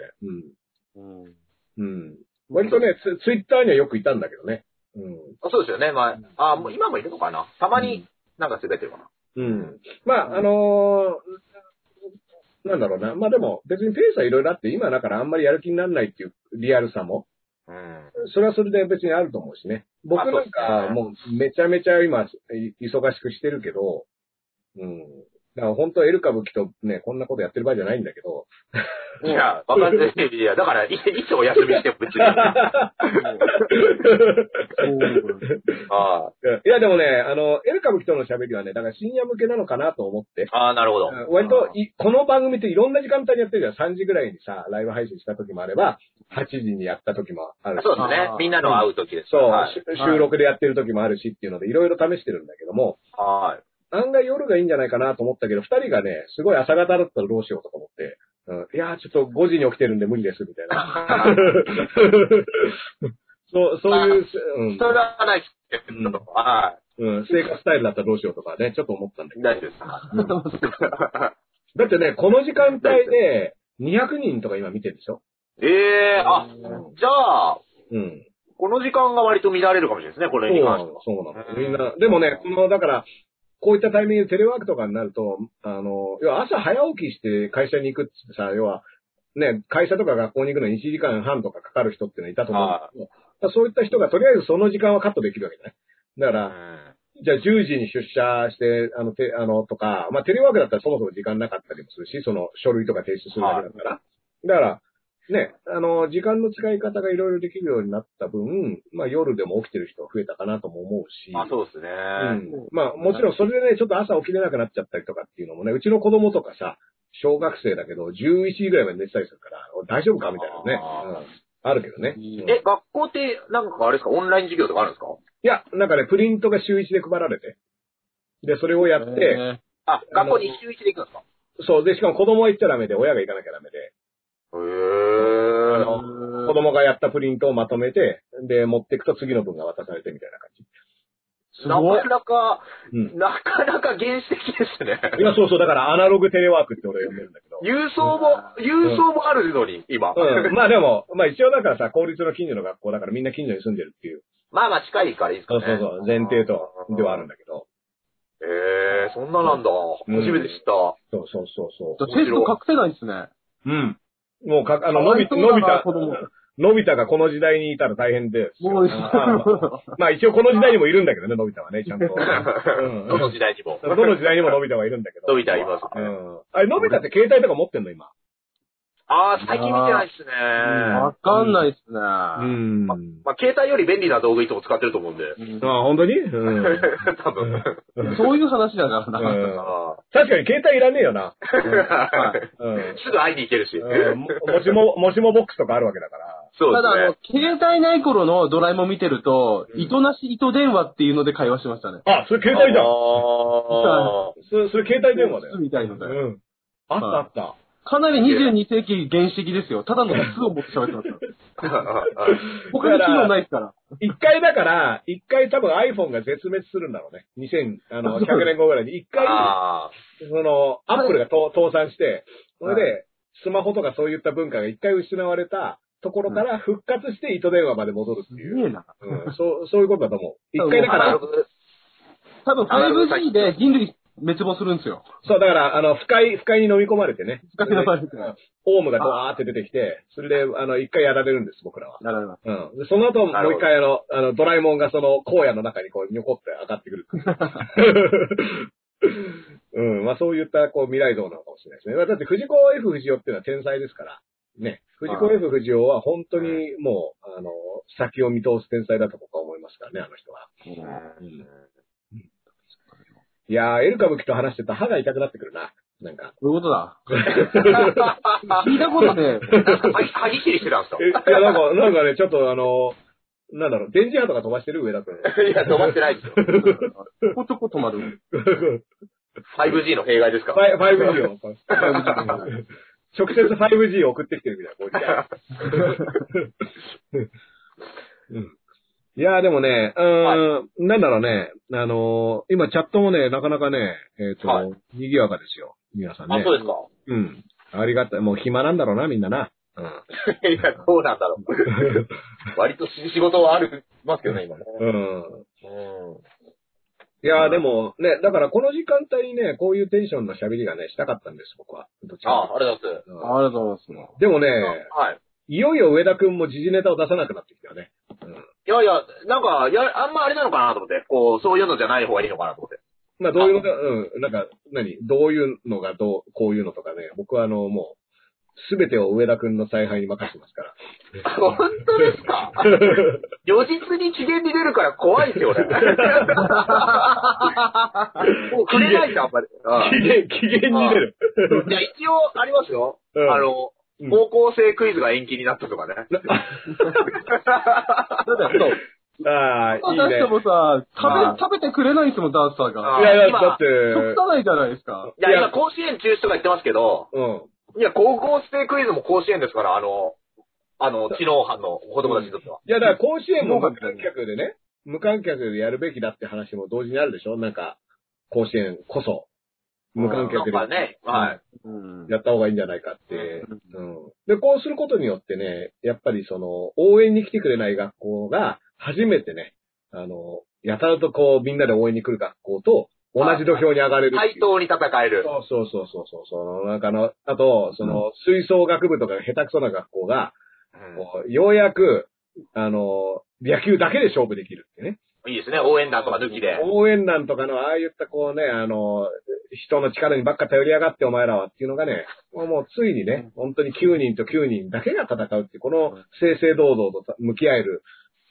うん。うんうん。割とね、ツツイッターにはよくいたんだけどね。うん。あそうですよね。まあ、あ、もう今もいるのかなたまになんかつぶやいてるかな。うん。まあ、あのーなんだろうな。まあでも、別にペースはいろいろあって、今だからあんまりやる気にならないっていうリアルさも、うん。それはそれで別にあると思うしね。僕まあなんそうでかす、ねもうめちゃめちゃ今、い忙しくしてるけど、うん。だから本当はエル歌舞伎とね、こんなことやってる場合じゃないんだけど、いや、わかんない。いや、だから、いいつお休みしても (laughs) 別に。ああ、いやでもね、あの、エル歌舞伎との喋りはね、だから深夜向けなのかなと思って、ああ、なるほど。割とい、この番組っていろんな時間帯にやってるじゃん。3時ぐらいにさ、ライブ配信した時もあれば、8時にやった時もあるし。そうですねあ。ーみんなの会う時です。そう、はいし。収録でやってる時もあるしっていうので、いろいろ試してるんだけども、 (laughs) はい。案外夜がいいんじゃないかなと思ったけど、2人がね、すごい朝方だったらどうしようとか思って、うん、いやー、ちょっと5時に起きてるんで無理です、みたいな。 (laughs) そう、そういう、うんそれはないですけうんど、はうん、生活スタイルだったらどうしようとかね、ちょっと思ったんだけい。大丈夫です。ど。うんだってね、この時間帯で200人とか今見てるでしょええあ、じゃあ、うん。この時間が割と乱れるかもしれないですね、これに関しては。そうなの。うんみんな、でもね、この、だから、こういったタイミングでテレワークとかになると、あの、要は朝早起きして会社に行くってさ、要は、ね、会社とか学校に行くのに1時間半とかかかる人っていうのはいたと思うんだけど、だからそういった人がとりあえずその時間はカットできるわけだね。だから、じゃあ10時に出社して、あの、て、あの、とか、まあ、テレワークだったらそもそも時間なかったりもするし、その書類とか提出するだけだから。だから、ね、あの、時間の使い方がいろいろできるようになった分、まあ、夜でも起きてる人が増えたかなとも思うし。まあそうですね。うんまあ、もちろんそれでね、ちょっと朝起きれなくなっちゃったりとかっていうのもね、うちの子供とかさ、小学生だけど、11時ぐらいまで寝てたりするから、お大丈夫かみたいなね。あーうんあるけどね。うんえ、学校って、なんかあれですか、オンライン授業とかあるんですかいや、なんかね、プリントが週1で配られて。で、それをやって、えあ、学校に一周一で行くんですかそう、で、しかも子供は行っちゃダメで、親が行かなきゃダメで、へあえ。の子供がやったプリントをまとめて、で、持っていくと次の分が渡されてみたいな感じ。ー、すなごいか。なか、うんなかなか原始的ですね。 (laughs) いや、そうそう、だからアナログテレワークって俺呼んでるんだけど。郵送も、郵送もあるのに、今。うん、まあでも、まあ一応だからさ、公立の近所の学校だからみんな近所に住んでるっていうまあまあ近いからいいですかそうね。そうそう、前提と、ではあるんだけど。ええそんななんだ。ん初めて知った。そうそうそうそテスト隠せないですね。う。うん。もうか、あの、かのわびい太、そうのだびな太子供、のび太がこの時代にいたら大変ですよ。もう、 (laughs) まあ一応この時代にもいるんだけどね、のび太はね、 (laughs) ちゃんと。んどの時代にも。ど (laughs) の時代にものび太はいるんだけど。のび太いますうねん。あれ、のび太って携帯とか持ってんの、今。ああ、最近見てないっすね。んわかんないですね。んままあ、携帯より便利な道具いつも使ってると思うんで。うんあ、本当にうん。 (laughs) 多分。うんそういう話だからな。うんあ確かに携帯いらねえよな。あうんすぐ会いに行けるし。うん。ももし (laughs) も、もしもボックスとかあるわけだから。そうただ、あので、携帯ない頃のドラえもん見てると、うん糸なし糸電話っていうので会話してましたね。あ、それ携すね。帯じゃん。あそれ、それ携帯電話だよ。みたいので。うん。あったあった。かなり22世紀原始的ですよ。ただの巣を持って喋ってますから。 (laughs) ー他に機能ないですから。一回だから、一回多分 iPhone が絶滅するんだろうね。2000、あの、そう100年後ぐらいに。一回、あその、アップルが倒倒産して、それで、スマホとかそういった文化が一回失われたところから復活して糸電話まで戻るっすてげいう。えな。うん、そう、そういうことだと思う。多一分回だー。かアらナロ、グ多分あなるほど 5G で人類滅亡するんですよ。そう、だから、あの、不快、不快に飲み込まれてね。不快に飲まれてうんオウムがドワーって出てきて、それで、あの、一回やられるんです、僕らは。なるほど。うん。でその後、もなるうほど一回あの、あの、ドラえもんがその、荒野の中にこう、にょこって上がってくる。 (laughs) うん。まあそういった、こう、未来像なのかもしれないですね。まあだって、藤子 F 不二雄っていうのは天才ですから、ね。藤子 F 不二雄は本当にもう、あの、先を見通す天才だと僕は思いますからね、あの人は。うんいやー、エルカブキと話してたら歯が痛くなってくるな。なんか。そういうこ (laughs) とだ。聞いたことねえ。はぎ、はぎ切りしてたんですかえ、いや、なんか、なんかね、ちょっとあの、なんだろう、電磁波とか飛ばしてる上田くん。いや、止まってないですよ。ちょこちょこ止まる。 5G の弊害ですから。 5G を。直接 5G を送ってきてるみたいなこういう (laughs) の、うん。いやーでもね、うーん、なんだろうね、あのー今チャットもね、なかなかね、えっ、と、はい賑やかですよ。皆さんね。あ、そうですか。うん。ありがたい。もう暇なんだろうな、みんなな。うん。いや、どうなんだろ (laughs) う。割とし仕事はある、ますけどね、今ね。うん。うん。いやーでもね、だからこの時間帯にね、こういうテンションの喋りがね、したかったんです、僕は。どっちかあ、ありがとうございます。というとうんありがとうございます。でもね、はい。いよいよ上田くんも時事ネタを出さなくなってきたよね。いやいや、なんか、いや、あんまあれなのかなと思って、こう、そういうのじゃない方がいいのかなと思って。まあ、どういうのが、うん、なんか、何どういうのがどう、こういうのとかね、僕はあの、もう、すべてを上田くんの采配に任せてますから。本当ですか如実に機嫌に出るから怖いです (laughs) よ、俺。もう触れ (laughs) ないんだ、あんまり。うん機嫌、 (laughs) 機嫌に出る。いや、一応ありますよ。うんあのう、ん高校生クイズが延期になったとかね。だってそう。ああ、いいね。出してもさ、まあ食べ、食べてくれないですもん、ダンサあーが。いやいや、今だって、食さないじゃないですか。いや、いや今、甲子園中止とか言ってますけど、うん。いや、高校生クイズも甲子園ですから、あの、あの、知能班の子供たちにとっては。いや、だから甲子園も無観客でね、無観客でやるべきだって話も同時にあるでしょなんか、甲子園こそ、無観なん客でかね、はい。うん。やった方がいいんじゃないかって。ううんん。で、こうすることによってね、やっぱりその、応援に来てくれない学校が、初めてね、あの、やたらとこう、みんなで応援に来る学校と、同じ土俵に上がれるって対いう。等に戦える。そうそうそうそうそう。なんかあの、あと、その、吹奏楽部とかが下手くそな学校が、うんこうようやく、あの、野球だけで勝負できるってね。いいですね、応援団とか抜きで。応援団とかの、ああいったこうね、あの、人の力にばっか頼りやがってお前らはっていうのがね、もうもうついにね、本当に9人と9人だけが戦うっていう、この正々堂々と向き合える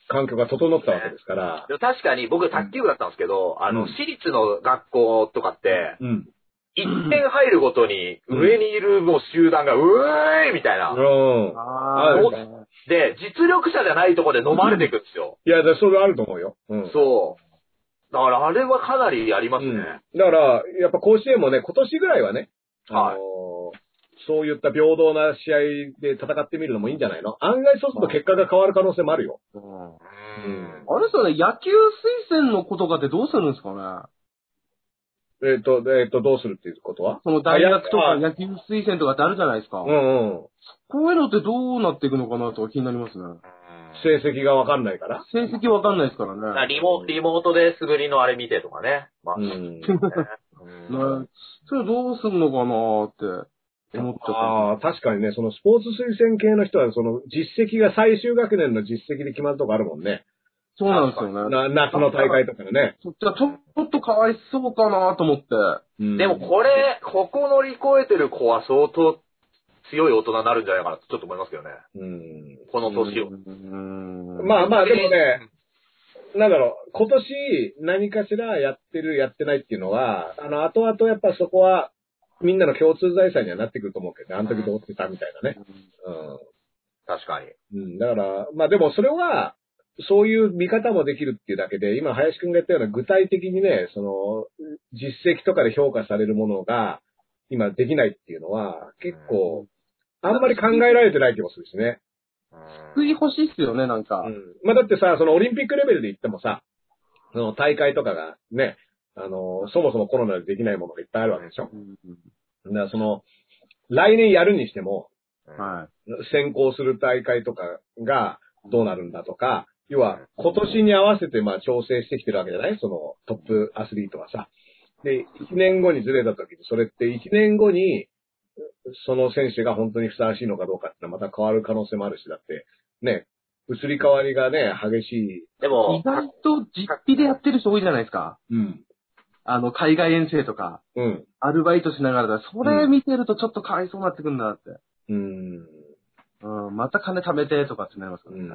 環境が整ったわけですから。でも確かに僕卓球部だったんですけど、あうの、ん私立の学校とかって、うん。 1点入るごとに、上にいるもう集団が、うえーいみたいな。うん。ああーるんそうだだねで、実力者じゃないところで飲まれていくんですよ。いや、だそれあると思うよ。うん。そう。だからあれはかなりありますうね。んだから、やっぱ甲子園もね、今年ぐらいはね、はいあのーそういった平等な試合で戦ってみるのもいいんじゃないの案外そうすると結果が変わる可能性もあるよ。あうんれですよね、野球推薦の子とかってどうするんですかねえっ、と、えっ、と、どうするっていうことはその大学とあかい野球推薦とかってあるじゃないですか。うんうん。こういうのってどうなっていくのかなとか気になりますね。成績がわかんないから。成績わかんないですからね。だからリモリモートで素振りのあれ見てとかね。まあ、うね (laughs) ん。うんねそれどうすんのかなーって思っちゃっああ、確かにね、そのスポーツ推薦系の人は、その実績が最終学年の実績で決まるとこあるもんね。た。そうなんですよね。な夏の大会とかでね。そっちはちょっとかわいそうかなと思って。うんでもこれ、ここ乗り越えてる子は相当強い大人になるんじゃないかなとちょっと思いますけどね。うん。この年を。をまあまあ、でもうねん、なんだろう、今年何かしらやってる、やってないっていうのは、あの、後々やっぱそこは、みんなの共通財産にはなってくると思うけどね、あの時どうってたみたいなね。確かに。うん。うん。だから、まあでもそれは、そういう見方もできるっていうだけで、今林くんが言ったような具体的にね、その、実績とかで評価されるものが、今できないっていうのは、結構、あんまり考えられてない気もするしね。救い欲しいっすよね、なんか。うんまあだってさ、そのオリンピックレベルで言ってもさ、その大会とかがね、あの、そもそもコロナでできないものがいっぱいあるわけでしょ。だからその、来年やるにしても、は先行する大会とかがどうなるんだとか、要は今年に合わせてまあ調整してきてるわけじゃないそのトップアスリートはさ。で、1年後にずれた時に、それって1年後に、その選手が本当にふさわしいのかどうかってのはまた変わる可能性もあるし、だって、ね、移り変わりがね、激しい。でい。も意、外と実費でやってる人多いじゃないですか。うん。あの、海外遠征とか、うん。アルバイトしながらだ。それ見てるとちょっとかわいそうになってくるんだなって。うん。うん、また金貯めてとかってなりますからね。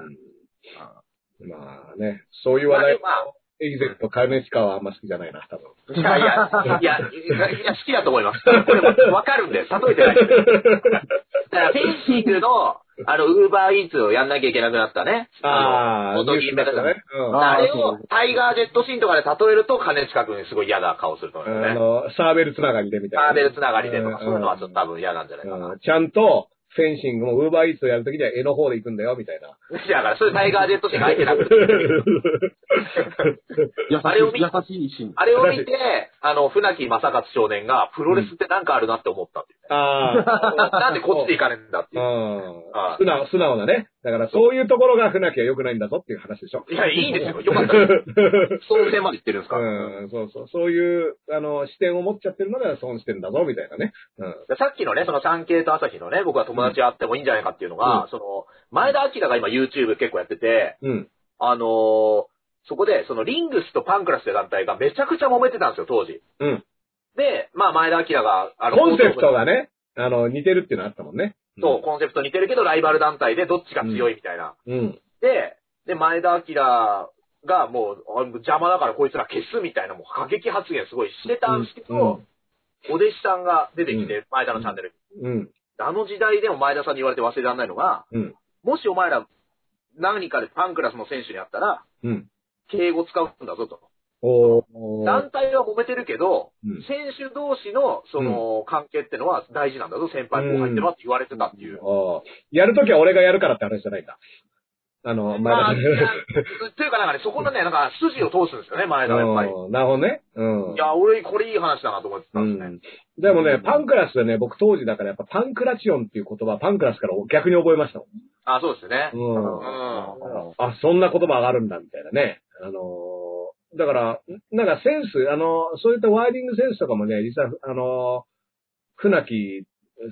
まあね、そういうま話あ題、まあエグゼット、カルネシカはあんま好きじゃないな、多分。いやいや、いや、いやいや、好きだと (laughs) 思います。これもわかるんで、例えてないけど。だから、フェンシングの、あの、ウーバーイーツをやんなきゃいけなくなったね。ああ、元銀メダルね。うんあーあれそをう、タイガージェットシーンとかで例えると、金近くにすごい嫌な顔すると思いますあね。の、サーベルつながりでみたいな。カーベルつながりでとうか、んそういうのはちょっと多分嫌なんじゃないかな。うんちゃんと、フェンシングもウーバーイーツをやるときには絵の方で行くんだよ、みたい (laughs) な。だから、そういうタイガージェットシーンが相手 (laughs) なくて。優しあれを見い、優しいシーン。あれを見て、あの、船木正勝少年が、プロレスってなんかあるなって思ったっていうね (laughs) ああ。なんでこっちで行かねえんだってういう。んはい素直、素直なね。だからそういうところが船木は良くないんだぞっていう話でしょ。いや、いいんですよ。よかったです。そういう点まで言ってるんですから。うん、そうそう。そういう、あの、視点を持っちゃってるのが損してるんだぞ、みたいなね。うん。でさっきのね、その産経と朝日のね、僕は友達あってもいいんじゃないかっていうのが、うその、前田明が今 YouTube 結構やってて、うん。あのーそこで、そのリングスとパンクラスって団体がめちゃくちゃ揉めてたんですよ、当時。うん。で、まあ前田明が、あの、コンセプトがね、ね、あの、似てるっていうのあったもんね。そう、コンセプト似てるけど、ライバル団体でどっちが強いみたいな。うん。うん。で、で、前田明がもう、あ邪魔だからこいつら消すみたいな、もう過激発言すごいしてたんですけど、お弟子さんが出てきて、前田のチャンネルにうん。うん。あの時代でも前田さんに言われて忘れられないのが、うんもしお前ら何かでパンクラスの選手に会ったら、うん。敬語使うんだぞと。おー団体は褒めてるけど、うん選手同士のその関係ってのは大事なんだぞ、先輩後輩ってのはって言われてたっていう。ああやるときは俺がやるからって話じゃないんだ。あの、前ま田 (laughs) あ、さんいやというかなんかね、そこのね、なんか筋を通すんですよね、前田はやっぱり。うんなるほどね。うんい。や、俺、これいい話だなと思ってたうんですね。ん、でもね、パンクラスはね、僕当時だからやっぱパンクラチオンっていう言葉、パンクラスから逆に覚えましたもん。あ、そうですね。うんうん。あ、そんな言葉があるんだ、みたいなね。あのーだから、なんかセンス、あのーそういったワーディングセンスとかもね、実は、あのー船木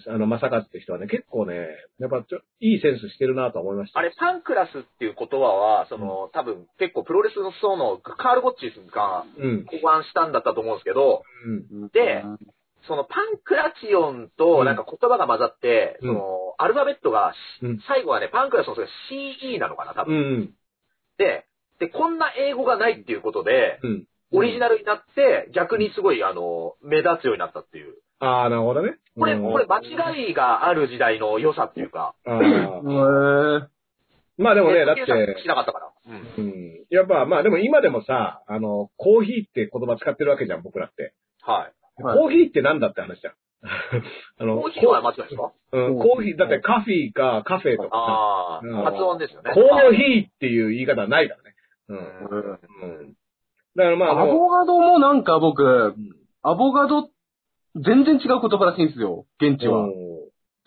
あの、正和って人はね、結構ね、やっぱちょ、いいセンスしてるなとは思いました。あれ、パンクラスっていう言葉は、その、多分結構プロレスの層のカール・ゴッチスがうん。考案したんだったと思うんですけど、うん。でそのパンクラチオンとなんか言葉が混ざって、うんその、アルファベットが、うん最後はね、パンクラスのそれ CE なのかな、多う分、ん。で、で、こんな英語がないっていうことで、うん。オリジナルになって、逆にすごい、あの、目立つようになったっていう。ああ、なるほどね。これ、うんこれ間違いがある時代の良さっていうか、あへーぇまあでもね、だっ研究者てし、なかったから。うん。うん。やっぱ、まあでも今でもさ、あの、コーヒーって言葉使ってるわけじゃん、僕らって。はい。はいコーヒーってなんだって話じゃん。 (laughs) あの、コーヒーは間違いですかこううん、コーヒー、だってカフィーかカフェとかああうん、発音ですよねさ、。コーヒーっていう言い方はないからね。うん。うんうん。だからまあ、アもボガドもなんか僕う、うん、アボガド、全然違う言葉らしいんですよ、現地は。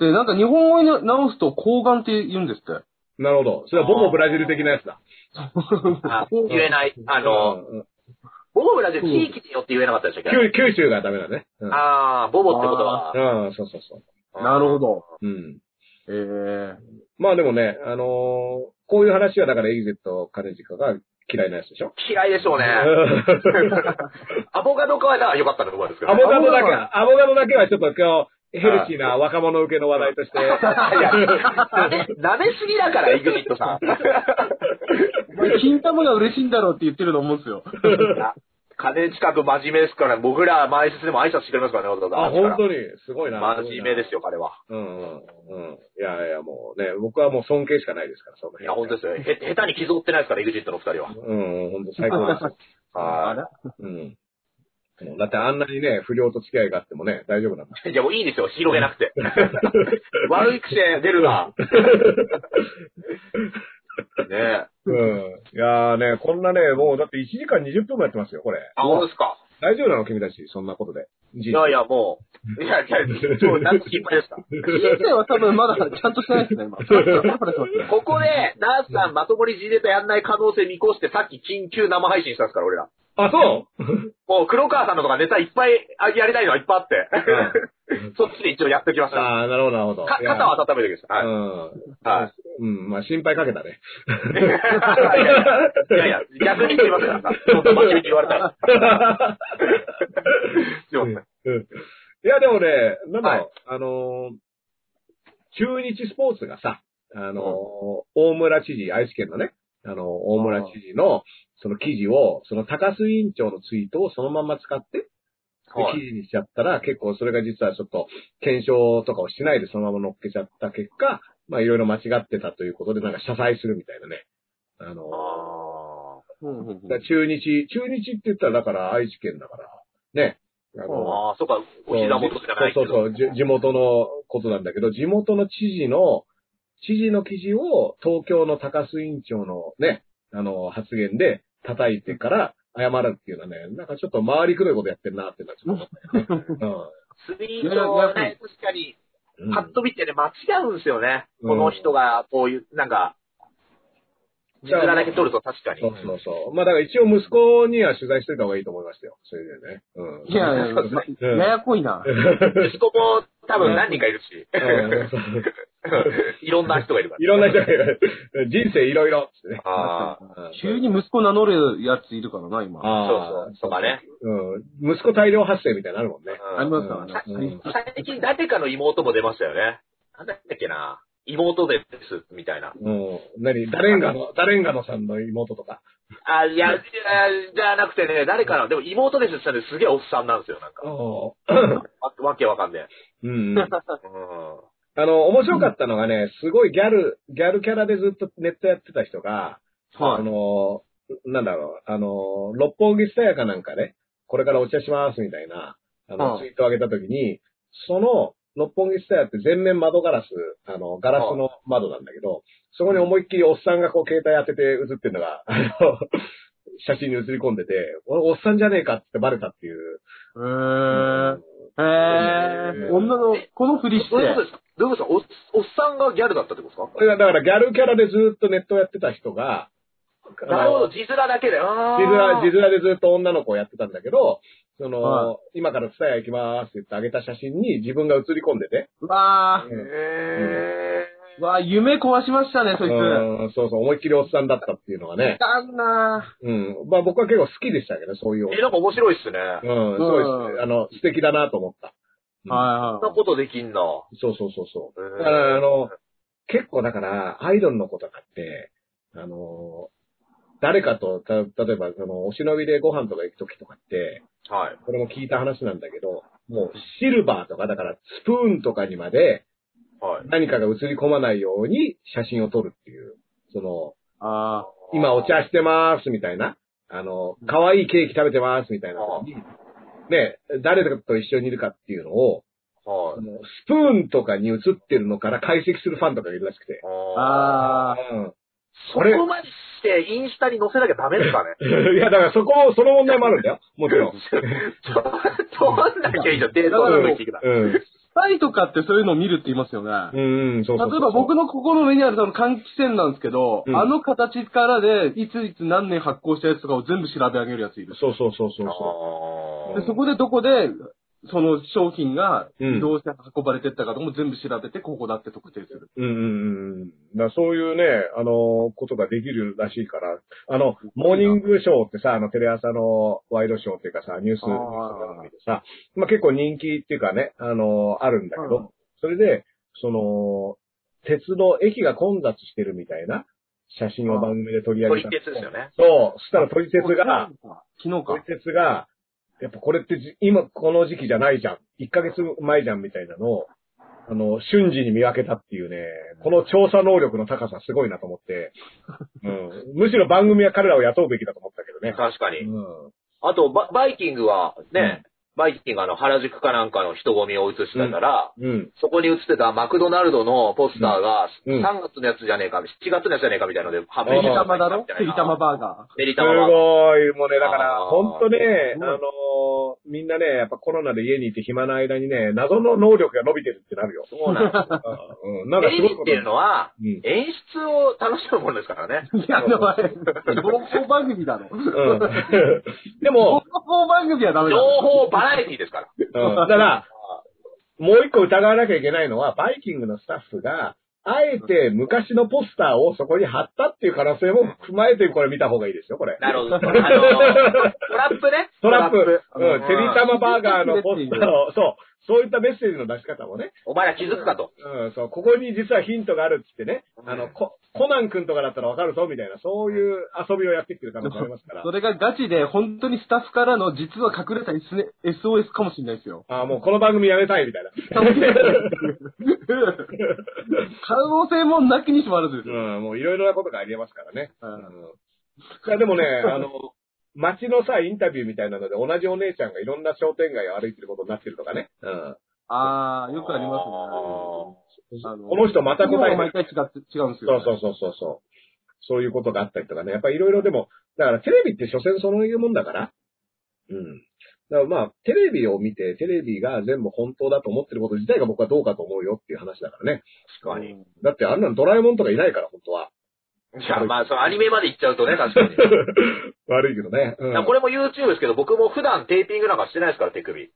で、なんか日本語に直すと、抗がんって言うんですって。なるほど。それはボボブラジル的なやつだ。あ言えない。あの、うんうんボボブラジル地域によって言えなかったでしたっけ九九州がダメだね。うん。ああ、ボボってことは。うん、そうそうそう。なるど。ほど。うん。ええまあでもね、あのーこういう話はだからエグゼット金近が嫌いなやつでしょ嫌いでしょうね。アボカド化はだから良かったのと思うんですけどアね。ボカドだけ、アボカドだけはちょっと今日、ヘルシーな若者受けの話題と (laughs) して、いや、舐めすぎだから、イグニット (laughs) さん。ー。金玉が嬉しいんだろうって言ってると思うんですよ。金近く真面目ですから、僕ら毎節でも挨拶してくれますからね、わざわざ。あ、本当に、すごいな。真面目ですよ、彼は。うんうんうん。いやいや、もうね、僕はもう尊敬しかないですから、その辺いや、本当ですよ。へ、下手に傷負ってないですから、イグジットの二人は。うん、うん本当最高なんですはらよ。うん。だってあんなにね、不良と付き合いがあってもね、大丈夫なんだ。い。いや、もういいですよ、広げなく (laughs) て。悪い癖出るな。ねえ。うん。いやーね、こんなね、もうだって1時間20分もやってますよ、これ。あ、本当ですか。大丈夫なの君たち、そんなことで。いいやいや、もう。いやいや、そう、なんと心配ですか。人生は多分まだちゃんとしてないですね、今。パラパラしてますねここで、ダースさんまともに G ネタやんない可能性見越して、さっき緊急生配信したんですから、俺ら。あ、そうもう、黒川さんのとかネタいっぱいあやりたいのはいっぱいあって。そっちで一応やってきました。ああ、なるほど、なるほど。かいや肩を温めてください。うん。はいうん、まあ心配かけたね。 (laughs) いやいや、いやいや逆に言いますからさ。ちょっと真面目に言われたら。すいまうせんんいや、でもね、なんだはろう、あのー、中日スポーツがさ、あのー、大村知事、愛知県のね、あのー、大村知事の、その記事を、その高須委員長のツイートをそのまま使って、ではい記事にしちゃったら、結構それが実はちょっと、検証とかをしないでそのまま乗っけちゃった結果、まあいろいろ間違ってたということで、なんか謝罪するみたいなね。あのー、うんうんうんだから中日、中日って言ったらだから愛知県だから、ね。あのうんああ、そうか、お膝元じゃないけそうど。そうそうじ、地元のことなんだけど、地元の知事の、知事の記事を東京の高須委員長のね、あの、発言で叩いてから謝るっていうのはね、なんかちょっと回りくどいことやってんなってなっちゃ (laughs) った。スイートはね、確かに、うん。パッと見てね、間違うんですよね。うんこの人が、こういう、なんか、字面だけ取ると確かに。そうそうそう。まあだから一応息子には取材しといた方がいいと思いましたよ。それでね。うん。いやいや、まうんややこいな。息子も多分何人かいるし、うんそういろんな人がいるから。 (laughs) いろんな人がいる、人生いろいろっつってね。ああ。うん急に息子名乗るやついるからな、今。ああ、そうそうとかね。うん。息子大量発生みたいになるもんね。ありうんますからね。うん最近誰かの妹も出ましたよね。なんだっけな。妹です、みたいな。うん。何ダレンガの、ダレンガのさんの妹とか。あ、いや、いやじゃなくてね、誰かの、でも妹ですって言ったらすげえおっさんなんですよ、なんか。わわけわかんねうん。え。うん。あの、面白かったのがね、すごいギャル、ギャルキャラでずっとネットやってた人が、あはい。の、なんだろう、あの、六本木スタヤかなんかね、これからお茶しますみたいな、あの、はいツイートを上げたときに、その、六本木スタヤって全面窓ガラス、あの、ガラスの窓なんだけど、そこに思いっきりおっさんがこう携帯当てて映ってるのが、あの、 (laughs) 写真に映り込んでて、俺おっさんじゃねえかってバレたっていう。へへぇー。へぇーー。女の子のふりして。どういうことですかどういうことですかおっおっさんがギャルだったってことですかこれがだからギャルキャラでずっとネットをやってた人が、なるほど、字面だけで。あー地面、地面でずっと女の子をやってたんだけど、その、は今からツタヤ行きますって言ってあげた写真に自分が写り込んでて、うわうんへー、うわー夢壊しましたね、そいつ。うんそうそう、思いっきりおっさんだったっていうのがね、だんなうん。まあ僕は結構好きでしたけど、そういう。ーえ、なんか面白いっすね。うん、そうですうね。んあの、素敵だなと思った。ーはそんなことできんな。そうそうそうそう。うんだから、あの、結構だから、アイドルの子とかって、あの、誰かと、た、例えば、その、お忍びでご飯とか行くときとかって、はい。これも聞いた話なんだけど、もう、シルバーとか、だから、スプーンとかにまで、はい。何かが映り込まないように写真を撮るっていう、その、いはい。あ今お茶してます、みたいな、あの、可愛いケーキ食べてます、みたいな、はね、誰と一緒にいるかっていうのを、い。はあい。のスプーンとかに映ってるのから解析するファンとかがいるらしくて。ーあそこまでしてインスタに載せなきゃダメですか (laughs) ね。うん。いや、だからそこも、その問題もあるんだよ。もちろん。そんなけいいじゃん、データだからもうの時だ。うん。ータイとかってそういうのを見るって言いますよね。うんうん、そうそうそう。例えば僕のここの目にある多分換気扇なんですけど、うんあの形からで、いついつ何年発行したやつとかを全部調べ上げるやついる。そうそうそうそうそあうでんそこでどこで、その商品がうんどうして運ばれてったかとかも全部調べて、ここだって特定する。う。うんうんうん。だからそういうね、あの、ことができるらしいから、あの、モーニングショーってさ、あの、テレ朝のワイドショーっていうかさ、ニュースあーニュース番組でさ、まあ結構人気っていうかね、あの、あるんだけど、それで、その、鉄道、駅が混雑してるみたいな写真を番組で取り上取げりた。鉄ですよね。そう、そしたら撮り鉄が、昨日撮りか。鉄が、やっぱこれってじ今この時期じゃないじゃん。1ヶ月前じゃんみたいなのを、あの、瞬時に見分けたっていうね、この調査能力の高さすごいなと思 (laughs) って、うん、むしろ番組は彼らを雇うべきだと思ったけどね。確かに。うんあと、ババイキングはね、バイキングあの原宿かなんかの人混みを映してたら、うん。そこに映ってたマクドナルドのポスターが、うんうん3月のやつじゃねえか、7月のやつじゃねえかみたいなので、はうてんりたまだろてりたまババーガー。てりすたごいまバー。、もうね、だから、あーほんとね、あうんのーみんなね、やっぱコロナで家にいて暇な間にね、謎の能力が伸びてるってなるよ。そうなんです。うん。なんかテすごレビいこっとていうのは、うん演出を楽しむものですからね。ー。いや、あの、あれ情報番組だろ。うん。 (laughs) でも (laughs) 情、報番組はダメだ情ろ。報バラエティですから。うんだから、もう一個疑わなきゃいけないのは、バイキングのスタッフが、あえて昔のポスターをそこに貼ったっていう可能性も踏まえて、これ見た方がいいですよ、これ。なるほど。あの、トラップね。トラップ。う。うんんてりたまバーガーのポスターを、そう。そういったメッセージの出し方もね。お前ら気づくかと。うん、そう。ここに実はヒントがあるっつってね。あうの、んココナン君とかだったらわかるぞ、みたいな、そういう遊びをやってきてる可能性ありますからそ。れがガチで、本当にスタッフからの実は隠れた S- SOS かもしれないですよ。ああ、もうこの番組やめたい、みたいな。可能性もなきにしもあらずですよ。うん、もういろいろなことがありえますからね。うんいや、でもね、あの、街のさ、インタビューみたいなので、同じお姉ちゃんがいろんな商店街を歩いてることになってるとかね。うん。ああ、よくありますね。あこの人また答えな毎い。回違って違うんですそうよね。そうそうそうそう。そういうことがあったりとかね。やっぱりいろいろでも、だからテレビって所詮そういうもんだから。うん。だからまあ、テレビを見て、テレビが全部本当だと思ってること自体が僕はどうかと思うよっていう話だからね。確かに。うんだってあんなのドラえもんとかいないから、本当は。いや、まあ、そのアニメまで行っちゃうとね、確かに。悪いけどね。ういん、やこれも YouTube ですけど、僕も普段テーピングなんかしてないですから、手首。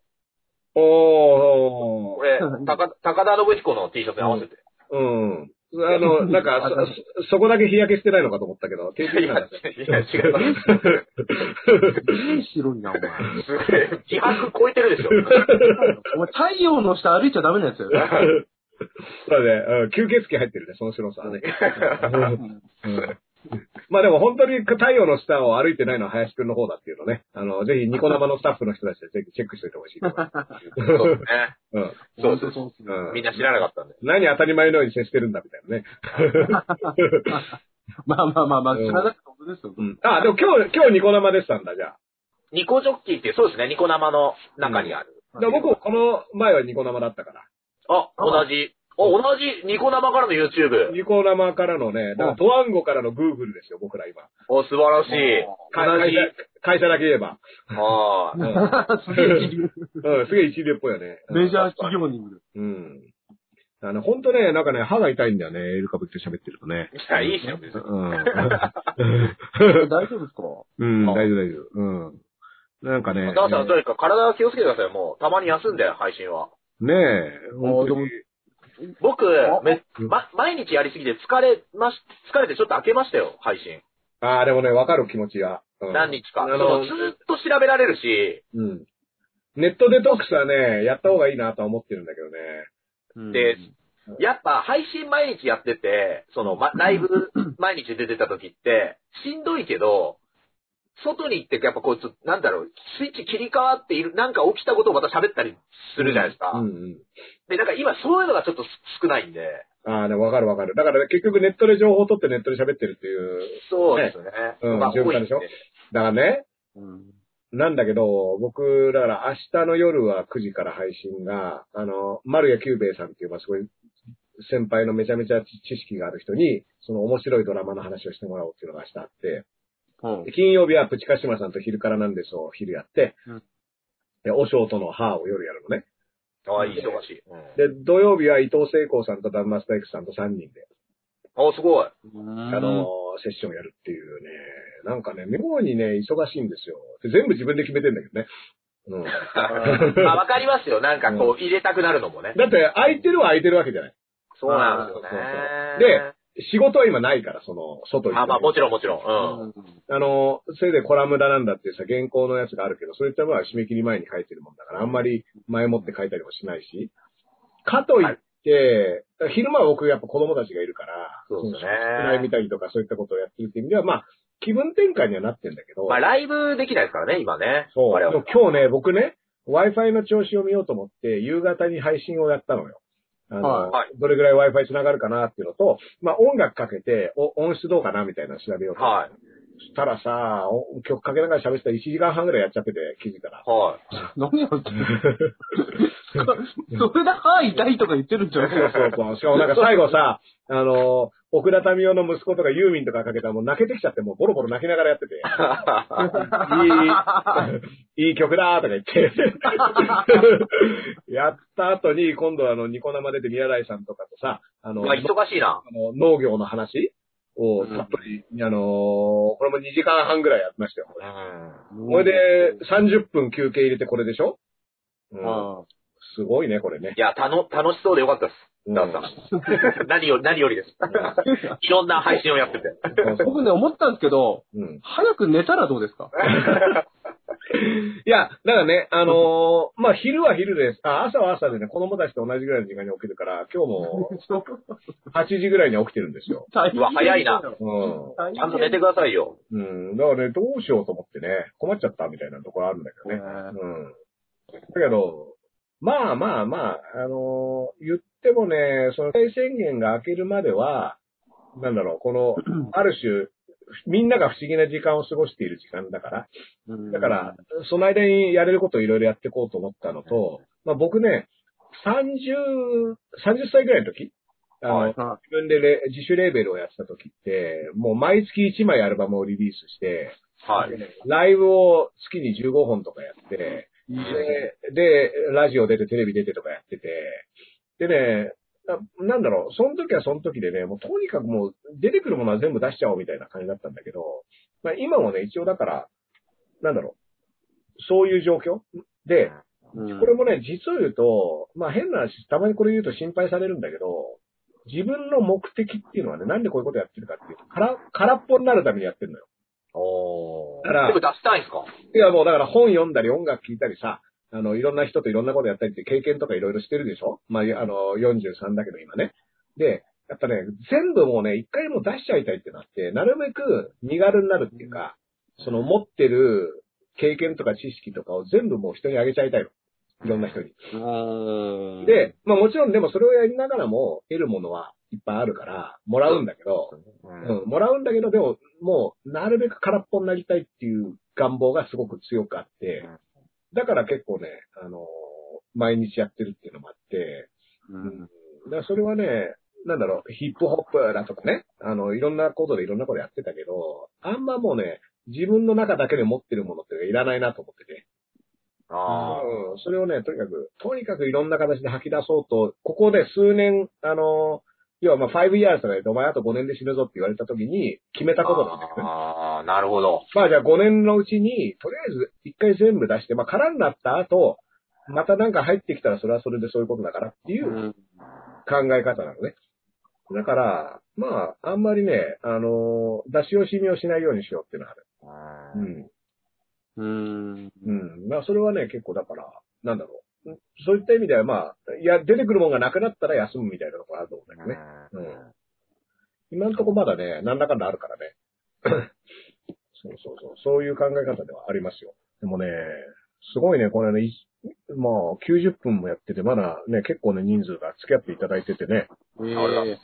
おー。これ、高高田信彦の T シャツに合わせて。うん。あの、(laughs) なんか、そ、そこだけ日焼けしてないのかと思ったけど、い定や、期い的なんだねや、違います。白いな、お前。すごい (laughs) 自白超えてる (laughs) でしょ。お前、太陽の下歩いちゃダメなやつだよね。そうだね、うん吸血鬼入ってるね、その白さはね。うんうんまあでも本当に太陽の下を歩いてないのは林くんの方だっていうのね。あの、ぜひニコ生のスタッフの人たちでぜひチェックしておいてほしいと思います。そうですね。うん。そう本当そう (laughs) ですね。うんみんな知らなかったんで。何当たり前のように接してるんだみたいなね。まあまあまあまあ、うん知らなくてもですよ。うん。あ、でも今日、今日ニコ生でしたんだ、じゃあ。ニコジョッキーって、そうですね、ニコ生の中にある。でも僕もこの前はニコ生だったから。あ、同じ。お、同じ、ニコ生からの YouTube。ニコ生からのね、だからドワンゴからの Google ですよ、僕ら今。お、素晴らしい。会同会じ社。会社だけ言え (laughs) ば。あうあ。ん (laughs) すげえ一流うん、すげえ一流っぽいよね。メジャー企業にいる。うん。あの、ほんとね、なんかね、歯が痛いんだよね、エルカブって喋ってるとね。いや、いいじゃん、別うに。ん。大丈夫ですかうん、あ大丈夫、大丈夫。うん。なんかね、ダーさん、とにかく体は気をつけてください、もう。たまに休んで、配信は。ねえ、あほんでともに僕、めうんま、毎日やりすぎて疲れまし、疲れてちょっと開けましたよ、配信。ああ、でもね、わかる気持ちが。うん何日か。あそののずーっと調べられるし、うん。ネットデトックスはね、やった方がいいなとは思ってるんだけどね。でやっぱ配信毎日やってて、その、ま、ライブ毎日出てた時って、しんどいけど、外に行って、やっぱこう、ちょっとなんだろう、スイッチ切り替わっている、なんか起きたことをまた喋ったりするじゃないですか。うんうん。で、なんか今そういうのがちょっと少ないんで。ああ、でもわかるわかる。だから、結局ネットで情報を取ってネットで喋ってるっていう。そうですね。うんまあ、十多分いなんんででしょだからね、うん。なんだけど、僕、だから明日の夜は9時から配信が、あの、丸谷久兵衛さんっていう、まあ、すごい、先輩のめちゃめちゃ知識がある人に、その面白いドラマの話をしてもらおうっていうのが明日あって、うんで金曜日はプチカシマさんと昼からなんですを昼やって、うんで、お尚との歯を夜やるのね。ああ、忙しい。うんで、土曜日は伊藤聖光さんとダンマスタイクさんと3人で、あ、す (laughs) ごい。うん。あの、セッションやるっていうね、なんかね、妙にね、忙しいんですよ。で全部自分で決めてんだけどね。うん。まあ、わかりますよ。なんかこう、入れたくなるのもね。だって、空いてるは空いてるわけじゃない。そうなんですよねそうそう。仕事は今ないから、その、外に。で、まあまあ、もちろんもちろん。うん。あの、せいでコラムだなんだっていうさ、原稿のやつがあるけど、そういったものは締め切り前に書いてるもんだから、あんまり前もって書いたりもしないし。かといって、昼間は僕やっぱ子供たちがいるから、そうですね宿題見たりとかそういったことをやってるっていう意味では、まあ、気分転換にはなってんだけど、まあ、ライブできないですからね、今ね。そう。我でも々。今日ね、僕ね、Wi-Fi の調子を見ようと思って、夕方に配信をやったのよ。あの、はいはいどれぐらい Wi-Fi 繋がるかなっていうのと、まあ音楽かけて、お音質どうかなみたいなの調べようと。はい。したらさ、お曲かけながら喋ってたら1時間半ぐらいやっちゃってて、気づいたら。はい。何やって (laughs) んのそれで歯痛いとか言ってるんじゃそうないですそかうそう。しかもなんか最後さ、あの、奥田民生の息子とかユーミンとかかけたらもう泣けてきちゃって、もうボロボロ泣きながらやってて、いい、いい曲だーとか言って。 (laughs) やった後に、今度あの、ニコ生出て宮台さんとかとさ、あの、まあ、忙しいな。あの農業の話をたっぷり、あのーこれも2時間半ぐらいやってましたよ。これうんこれで、30分休憩入れてこれでしょ、うんあすごいね、これね。いや、たの、楽しそうでよかったです。うんダンさん。 (laughs) 何より、何よりです。いろんな配信をやってて。そうあそう僕ね、思ったんですけど、うん早く寝たらどうですか (laughs) いや、だからね、あのーまあ、昼は昼です。あ、朝は朝でね、子供たちと同じぐらいの時間に起きるから、今日 (laughs) も8時ぐらいには起きてるんですよ。大変うわ早いなうん。大変ちゃんと寝てくださいよ。うん。だからね、どうしようと思ってね、困っちゃったみたいなところあるんだけどね。うん。だけど、まあまあまあ、あのー言ってもね、その、大宣言が明けるまでは、なんだろう、この、 (laughs) ある種、みんなが不思議な時間を過ごしている時間だから、うんだから、、その間にやれることをいろいろやっていこうと思ったのと、まあ僕ね、30、30歳ぐらいの時、あの、はいあ自分でレ自主レーベルをやってた時って、もう毎月1枚アルバムをリリースして、はい。ライブを月に15本とかやって、いいねで、でラジオ出てテレビ出てとかやってて、でね、ななんだろう、その時はその時でね、もうとにかくもう出てくるものは全部出しちゃおうみたいな感じだったんだけど、まあ今もね、一応だから、なんだろう、そういう状況で、うんこれもね、実を言うと、まあ変な話、たまにこれ言うと心配されるんだけど、自分の目的っていうのはね、なんでこういうことやってるかっていうと、空空っぽになるためにやってるのよ。おー。だから全部出したいんすかいやもうだから本読んだり音楽聴いたりさ、あの、いろんな人といろんなことやったりって経験とかいろいろしてるでしょまあ、あの、43だけど今ね。で、やっぱね、全部もうね、一回もう出しちゃいたいってなって、なるべく身軽になるっていうか、その持ってる経験とか知識とかを全部もう人にあげちゃいたいの。いろんな人に。うんで、まあもちろんでもそれをやりながらも得るものはいっぱいあるから、もらうんだけど、うん、もらうんだけど、でも、もう、なるべく空っぽになりたいっていう願望がすごく強くあってうん、だから結構ね、あのー毎日やってるっていうのもあって、うんだからそれはね、なんだろう、ヒップホップだとかね、あの、いろんなことでいろんなことやってたけど、あんまもうね、自分の中だけで持ってるものっていうのがいらないなと思ってて。ああ。うんそれをね、とにかく、とにかくいろんな形で吐き出そうと、ここで数年、あの、要はまあ5 years とかで、お前あと5年で死ぬぞって言われた時に決めたことなんだよね。ああ、なるほど。まあじゃあ5年のうちに、とりあえず一回全部出して、まあ空になった後、またなんか入ってきたらそれはそれでそういうことだからっていう考え方なのね。だから、まあ、あんまりね、あの、出し惜しみをしないようにしようっていうのはある。ううんん。うん。うん。まあ、それはね、結構だから、なんだろう。うんそういった意味では、まあ、いや、出てくるもんがなくなったら休むみたいなのがあると思うんだけどね。うん今んとこまだね、何らかのあるからね。 (laughs) そうそうそう。そういう考え方ではありますよ。でもね、すごいね、これね、いまあ、90分もやってて、まだね、結構ね、人数が付き合っていただいててね。えあえ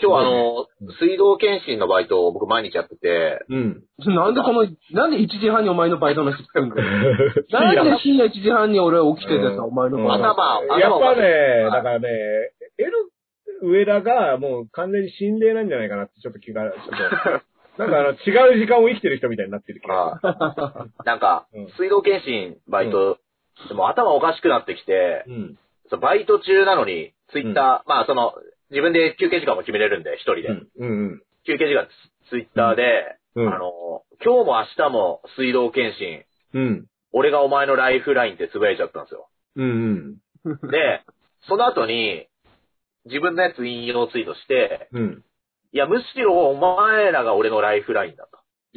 今日あの、水道検診のバイトを僕毎日やってて、うん。うん。なんでこの、なんで1時半にお前のバイトの人来てんだよ。なんで深夜1時半に俺は起きててさ、お前のバイト。頭、や頭っをぱね、だはかいらね、エル、上田がもう完全に心霊なんじゃないかなってちょっと気が、ちょっ (laughs) と、なんかあの違う時間を生きてる人みたいになってる気がはいなんかうん、水道検診バイト、でも頭おかしくなってきてす、る。うん。そうバイト中なのに、ツイッター、まあその、自分で休憩時間も決めれるんで、一人で。うん休憩時間、ツイッターで、うん。うんあ、の、今日も明日も水道検診、うん。俺がお前のライフラインってつぶやいちゃった (laughs) んですよ。うんうん。で、その後に、自分のやつ引用ツイートして、うん。いや、むしろお前らが俺のライフラインだ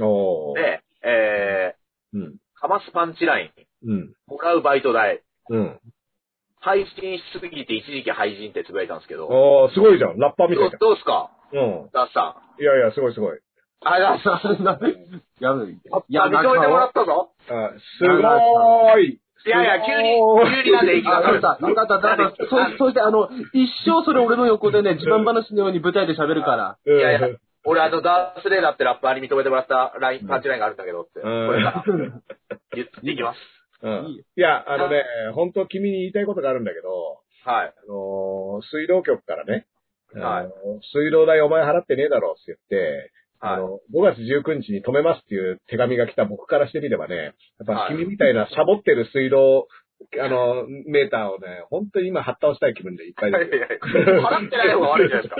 おと。ー。で、えうん。ー、かますパンチライン、うん。もらうバイト代、うん。配信しすぎて一時期廃人ってつぶやいたんですけど、おー、すごいじゃん。ラッパーみたいじどうですかゃん。うん。ダッサン。いやいや、すごいすごい。あ、ダッサン。なんで (laughs) やめいいや、認めてもらったぞ。あ、すごーい。いやいや、急におー、急になんで息があ、かそうる。だ、なんかだ、だ、だ、そ、そしてあの、一生それ俺の横でね、自慢話のように舞台で喋るから。いやいや俺、あの、ダースレーダーってラッパーに認めてもらったライン、パンチラインがあるんだけどって、こうんれから言っていきまうん。いいいや、あのね、本当君に言いたいことがあるんだけど、す。はあい。のー水道局からね、はいあのー水道代お前払ってねえだろって言って、あはい。の、5月19日に止めますっていう手紙が来た僕からしてみればね、やっはぱい君みたいなサボってる水道、あの、メーターをね、本当に今発倒したい気分でいっぱいいでやすいやいや払ってない方が悪いじゃないですか。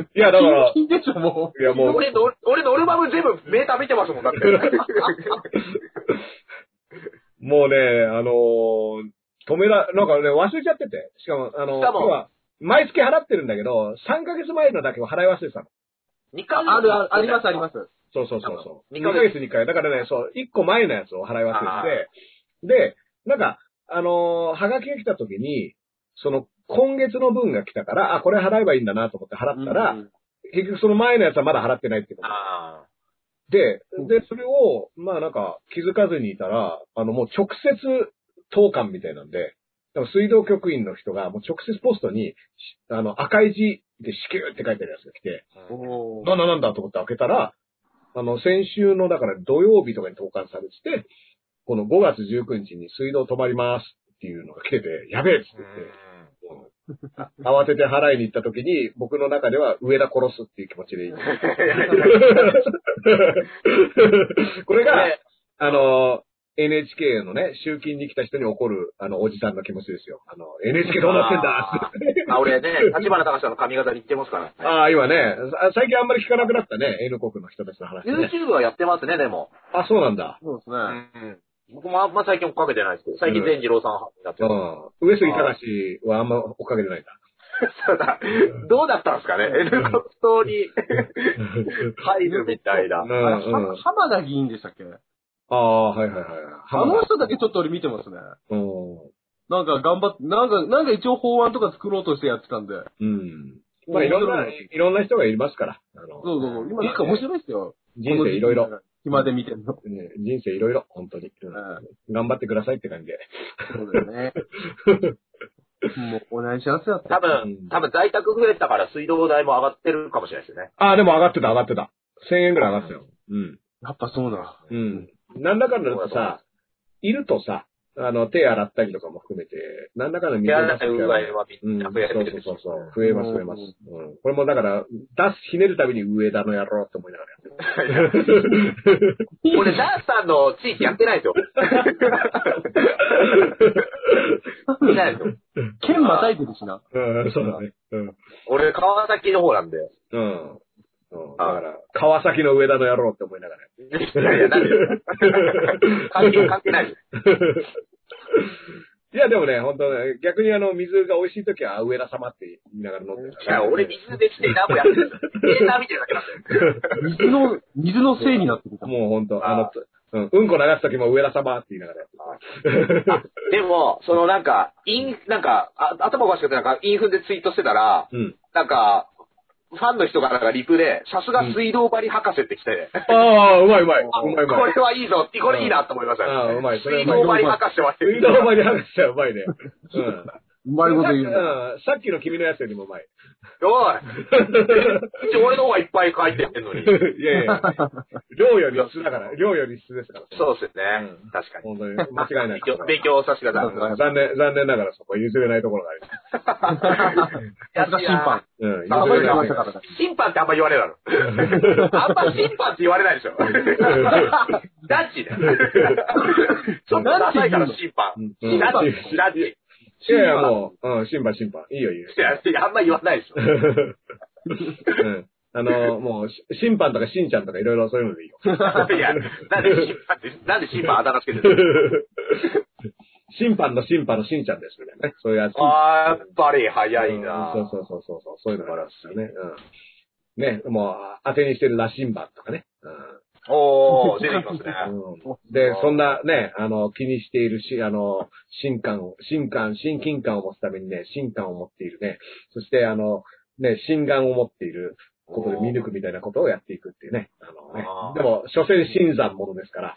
5月い 19? や、だ (laughs) から、い金でしょ、もや (laughs) もう、俺の、俺のオルバム全部メーター見てますも (laughs) ん、だって。もうね、あのー止めら、なんかね、忘れちゃってて。しかも、あの、しかも要は毎月払ってるんだけど、3ヶ月前のだけを払い忘れてたの。 2う。回。ある、あるあります、ありますす。そうそうそうそう。あ2のヶ月に1回。だからね、そう、1個前のやつを払い忘れてて、で、なんか、あのーはがきが来た時に、その、今月の分が来たから、あ、これ払えばいいんだなと思って払ったら、うん結局その前のやつはまだ払ってないってこと。あでうん、で、それを、まあなんか気づかずにいたら、あのもう直接投函みたいなんで、でも水道局員の人がもう直接ポストに、しあの赤い字で支給って書いてあるやつが来て、あ。おーなんだなんだと思って開けたら、あの先週のだから土曜日とかに投函されてて、この5月19日に水道止まりますっていうのが来てて、やべえっつって言って、慌てて払いに行った時に僕の中では上田殺すっていう気持ちでいい。これが、あの、NHK のね、集金に来た人に怒る、あの、おじさんの気持ちですよ。あの、NHK どうなってんだあ、俺ね、立花隆さんの髪型に行ってますからね。ああ、今ね、さ最近あんまり聞かなくなったね、N 国の人たちの話、ね。 YouTube はやってますね、でも。あ、そうなんだ。そうですうね。ん。僕もあんま最近追っかけてないですけど、最近善次郎さんやって (laughs) うます。ん。上杉隆はあんま追っかけてないんだ。ただ、どうだったんですかね ?N コストに入るみたいなう。あれん、うんは。浜田議員でしたっけああ、はいはいはい。あの人だけちょっと俺見てますね。うん。なんか頑張って、なんか、なんか一応法案とか作ろうとしてやってたんで。うん。まあ、いろんな、いろんな人がいますから。あのそうそうそう。今なんか面白いですよ。人生いろいろ。。暇で見てるの。ね人生いろいろ、本当に。うんうん頑張ってくださいって感じで。そうだよね。 (laughs) もう、お願いしますよって。多分、多分在宅増えたから水道代も上がってるかもしれないですよね。ああ、でも上がってた、上がってた。1000円ぐらい上がってたよ。うん。やっぱそうだ。うん。なんだかんだとさ、いるとさ、あの、手洗ったりとかも含めて、何らかの手洗いうがいはうみんん、なそう増やしてる。そうそう。増えます、増えます。うん。これもだから、出す、ひねるたびに上田の野郎って思いながらやってる。俺、ダンスさんの地域やってない (laughs) ですよ。やってないですよ。剣またいでるし (laughs) な。うん、そうだね。うん。俺、川崎の方なんで。うん。うん、だから、川崎の上田の野郎って思いながらやっていやいや、なんで (laughs) 関係、関係ないです。る。 (laughs) いや、でもね、本当ね、逆にあの、水が美味しい時は、あ上田様って言いながら飲んでる。いや、俺、水できて何もやってない。データ見てるだけなんだよ。水の、水のせいになってきた。もう本当、ああの、うん、うんこ流す時も上田様って言いながらやってでも、そのなんか、イン、なんか、あ頭おかしくて、なんか、インフでツイートしてたら、る。 (laughs) うん。なんか、ファンの人がなんかリプで、さすが水道針博士って来て、ああ、うまいうまい。あうこまいうまいれ。はいいぞ、これいいなと思いましたね。ああ、うまい。それは水うまい。道針博士は水道まで話しちゃうまいね。うん。うまいこと言うな。うんさっきの君のやつよりもうまい。おい一応俺の方がいっぱい書いてってんの (laughs) にい。やいや。量より質だから。量より質ですから。そうですねう。ん確かに。本当に。間違いない。勉強させてください。 (laughs) うん残念、残念ながらそこは譲れないところがあります。さすが審判。うん。譲さすがれ審ない判だからだ。審判ってあんま言われな (laughs) いの。あんま審判って言われないでしょ。ダッチね。そんなダサいから審判。うんダッチ、ダッチ。ダッチいやいや、もう、うん、審判審判。いいよいい (laughs) よ。いやあんま言わないでしょ。うん。あの、もう、し審判とかしんちゃんとかいろいろそういうの (laughs) でいいよ。いや、なんで審判って、なんで審判あだ名つけてる審判の審判のしんちゃんですみたいなね。そういうやつ。のあーやっぱり早いなうんそうそうそうそう。そういうのがあるんですよね。うん。ね、もう、当てにしてる羅針盤とかね。うおー、出てきますね。ん。うんで、そんなね、あの、気にしているし、あの、新感を、新感、親近感を持つためにね、新感を持っているね。そして、あの、ね、心眼を持っていることで見抜くみたいなことをやっていくっていうね。あのねあーでも、所詮新山ものですから。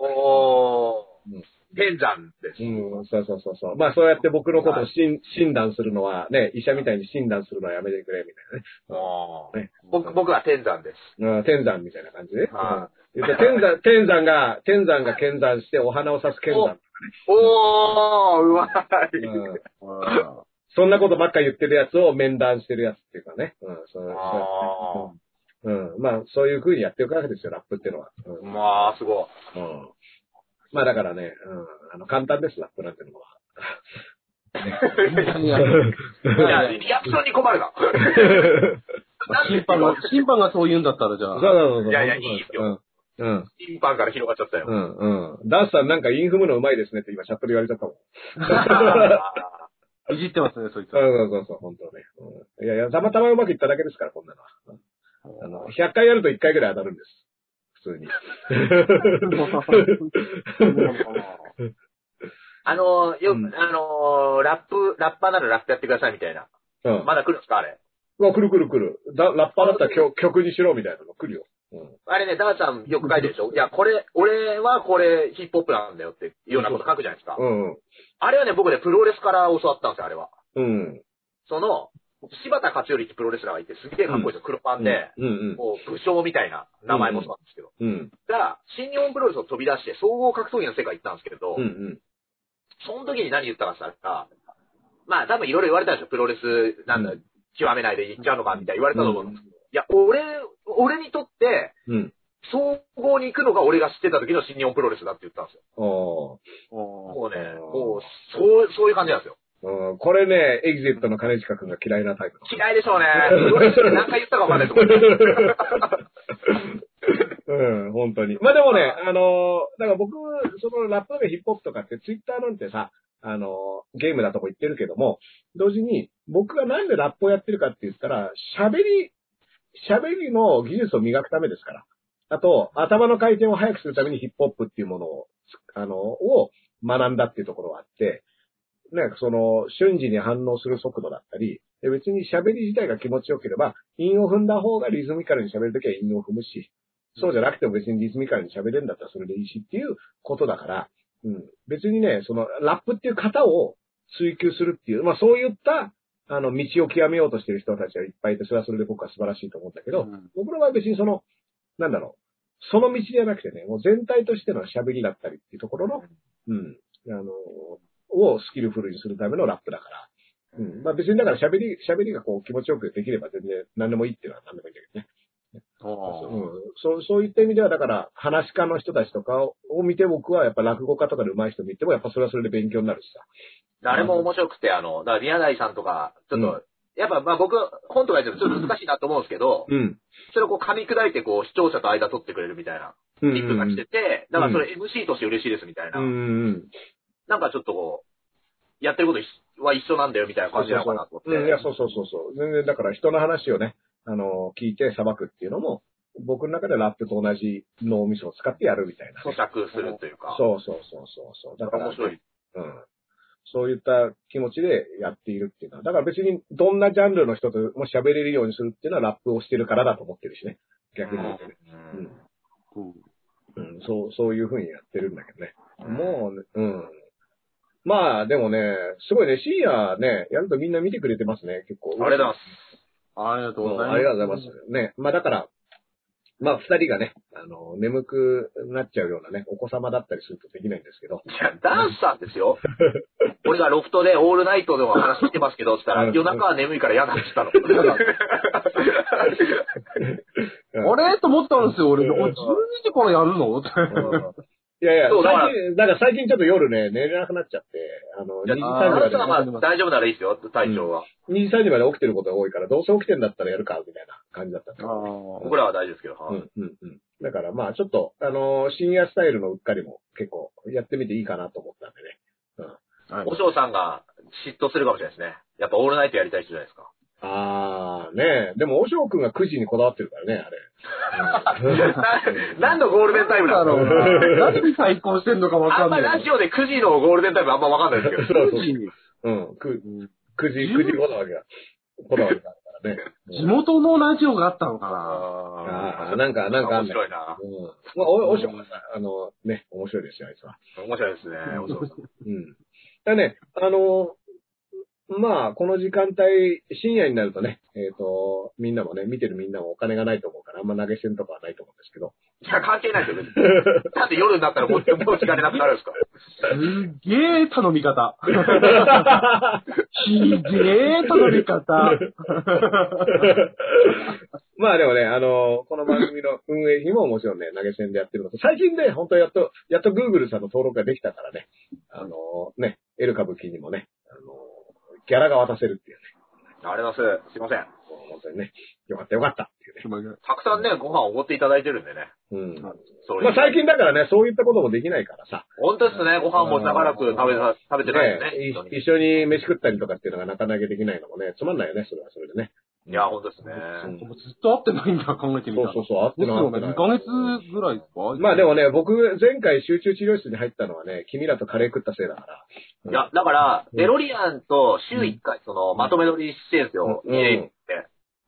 おーうん、天山です。うん、そうそうそうそう。まあ、そうやって僕のことを診診断するのは、ね、医者みたいに診断するのはやめてくれ、みたいなね。おーね僕、僕は天山です。うん、天山みたいな感じで。はうんで天山、天山が、天山が剣山してお花を刺す剣山。おー、うまい。うんうんそんなことばっか言ってるやつを面談してるやつっていうかね。うん、そうそうあうんうん。まあ、そういう風にやっていくわけですよ、ラップってのは。ーうん。まあ、すごうい。んまあ、だからね、うん、あの、簡単です、ラップなんてのは。いやい (laughs) やいや、リアクションに困るな。審判が、審判がそう言うんだったらじゃそうあ、そうそう。いやいやいいよ。うん。うん。審判から広がっちゃったよう。ん、うん。ダンスさんなんかインフムのうまいですねって今チャットで言われちゃったもん。いじってますね、そいつそは。うそうそうそう、本当ね、うん。いやいや、たまたまうまくいっただけですから、こんなのは。あの、100回やると1回ぐらい当たるんです。普 (laughs) 通に。あのー、ようんく、あのー、ラップ、ラッパーならラップやってくださいみたいな。うん。まだ来るんですかあれ。うわ、来る来る来る。だラッパーだったら曲曲にしろみたいなの来るよ。うん。あれね、ダーさんよく書いてるでしょいや、これ、俺はこれヒップホップなんだよっていうようなこと書くじゃないですか。うんあれはね、僕ね、プロレスから教わったんですよ、あれは。うん。その、柴田勝頼ってプロレスラーがいて、すげえかっこいいですよ、黒パうンん。で、うんうん。こう、武将みたいな名前もそうなんですけど。うん。だから、新日本プロレスを飛び出して、総合格闘技の世界行ったんですけれど、うんうん。その時に何言ったかって言ったら、まあ多分いろいろ言われたでしょ、プロレス、なんだ、うん極めないで行っちゃうのか、みたいな言われたと思うんですけど、いや、俺、俺にとって、うん。総合に行くのが俺が知ってた時の新日本プロレスだって言ったんですよ。おーおーもうね、うんもう、そう、そういう感じなんですよ。うん、これね、エグゼットの兼近くんが嫌いなタイプ。嫌いでしょうね。何回言ったかわかんない (laughs) と思う。うん、本当に。まあでもね、あのーだから僕、そのラップとかヒップホップとかってツイッターなんてさ、あのーゲームだとこ言ってるけども、同時に僕がなんでラップをやってるかって言ったら、喋り、喋りの技術を磨くためですから。あと、頭の回転を速くするためにヒップホップっていうものを、あのーを学んだっていうところがあって、なんかその、瞬時に反応する速度だったり、で別に喋り自体が気持ちよければ、韻を踏んだ方がリズミカルに喋るときは韻を踏むし、そうじゃなくても別にリズミカルに喋れるんだったらそれでいいしっていうことだから、うん。別にね、その、ラップっていう型を追求するっていう、まあそういった、あの、道を極めようとしてる人たちがいっぱいいて、それはそれで僕は素晴らしいと思うんだけど、 (laughs) うん僕の場合は別にその、なんだろう、その道じゃなくてね、もう全体としての喋りだったりっていうところの、うん。あの、をスキルフルにするためのラップだから。うん。まあ別にだから喋り、喋りがこう気持ちよくできれば全然何でもいいっていうのは何でもいいんだけどね。あうん。そう、そういった意味ではだから、話し家の人たちとかをを見て僕はやっぱ落語家とかで上手い人見てもやっぱそれはそれで勉強になるしさ。誰も面白くて、あの、だから宮台さんとか、ちょっと、やっぱまあ僕、本とかやってるとちょっと難しいなと思うんですけど、うん。それをこう噛み砕いてこう視聴者と間取ってくれるみたいな、うんリップが来てて、だからそれ MC として嬉しいですみたいな、うんうん。なんかちょっとこう、やってること一は一緒なんだよみたいな感じなのかなと思って。うん、いや、そうそうそうそう。全然だから人の話をね、あの、聞いて裁くっていうのも、僕の中でラップと同じ脳みそを使ってやるみたいな。咀嚼するというか、そうそうそうそうそう。だから、面白い。うん。そういった気持ちでやっているっていうのは、だから別にどんなジャンルの人とも喋れるようにするっていうのはラップをしてるからだと思ってるしね。逆に言うとね。うんうんうんうん、そう、そういうふうにやってるんだけどね。もうね、うん。まあ、でもね、すごいね、深夜ね、やるとみんな見てくれてますね、結構。あれだ、ありがとうございます。ありがとうございます。ね。まあだから、まあ二人がね、あの、眠くなっちゃうようなね、お子様だったりするとできないんですけど。いや、ダンスさんで (laughs) すよ。俺がロフトでオールナイトの話してますけど、つったら、うん夜中は眠いから嫌だって言ったの。いあれと思ったんですよ、俺。うん俺12時からやるのって。 (laughs) いやいや、そうだから最近、だから最近ちょっと夜ね、寝れなくなっちゃって、あの、2や時あーダン3時スさんまはまあ大丈夫ならいいですよ、体調は。で、2時3時まで起きてることが多いから、どうせ起きてんだったらやるか、みたいな感じだったんだけど (laughs) あ僕らは大丈夫ですけど、はういん、うん、うん。だからまあちょっと、あの、深夜スタイルのうっかりも結構やってみていいかなと思ったんでね。あ。お嬢さんが嫉妬するかもしれないですね。やっぱオールナイトやりたい人じゃないです (laughs) か。あー、ねえ。でも、おしょうくんが9時にこだわってるからね、あれ。うん何のゴールデンタイムなだろのうな。何に対抗してんのかわあかんんなまい。ラジオで9時のゴールデンタイムあんまわかんないですけど。そうそう9時 (laughs) うん、く、うんくじ、くじこだわけだ。こだわりだからね。地元のラジオがあったのかなあああ、なんか、なんかあ面んね。白いな。うん。まあ、お、おしょうあの、ね、面白いですよ、あいつは。面白いですね、お嬢さうん。ん。だね、あの、まあ、この時間帯、深夜になるとね、えっ、と、みんなもね、見てるみんなもお金がないと思うから、あんま投げ銭とかはないと思うんですけど。いや、関係ないですよ、別 (laughs) に。なんで夜になったらもう、 (laughs) もう時間なくなるんですかすげえ頼 (laughs) み方。ひげえ頼み方。まあでもね、あの、この番組 (laughs) の運営費ももちろんね、投げ銭でやってるのと、最近ね、本当やっと、やっと Google さんの登録ができたからね、あの、ね、エル歌舞伎にもね、あの、ギャラが渡せるっていうね、あれだす。すいません。もう本当にね、よかったよかったっていうね。たくさんね、ご飯をおごっていただいてるんでね。うん。そうまあ最近だからね、そういったこともできないからさ、本当ですね、ご飯も長らく食べさ食べてないよね。ね本当にい一緒に飯食ったりとかっていうのがなかなかできないのもね、つまんないよね、それはそれでね。いや、本当ですね。うんもうずっと会ってないんだ、考えてみそうたら。そうそう、あってですなよってね、な2いヶ月ぐらいですかまあでもね、僕、前回集中治療室に入ったのはね、君らとカレー食ったせいだから。うんいや、だから、うんデロリアンと週1回、その、まとめ撮りしてるんですよ。うん家に行って。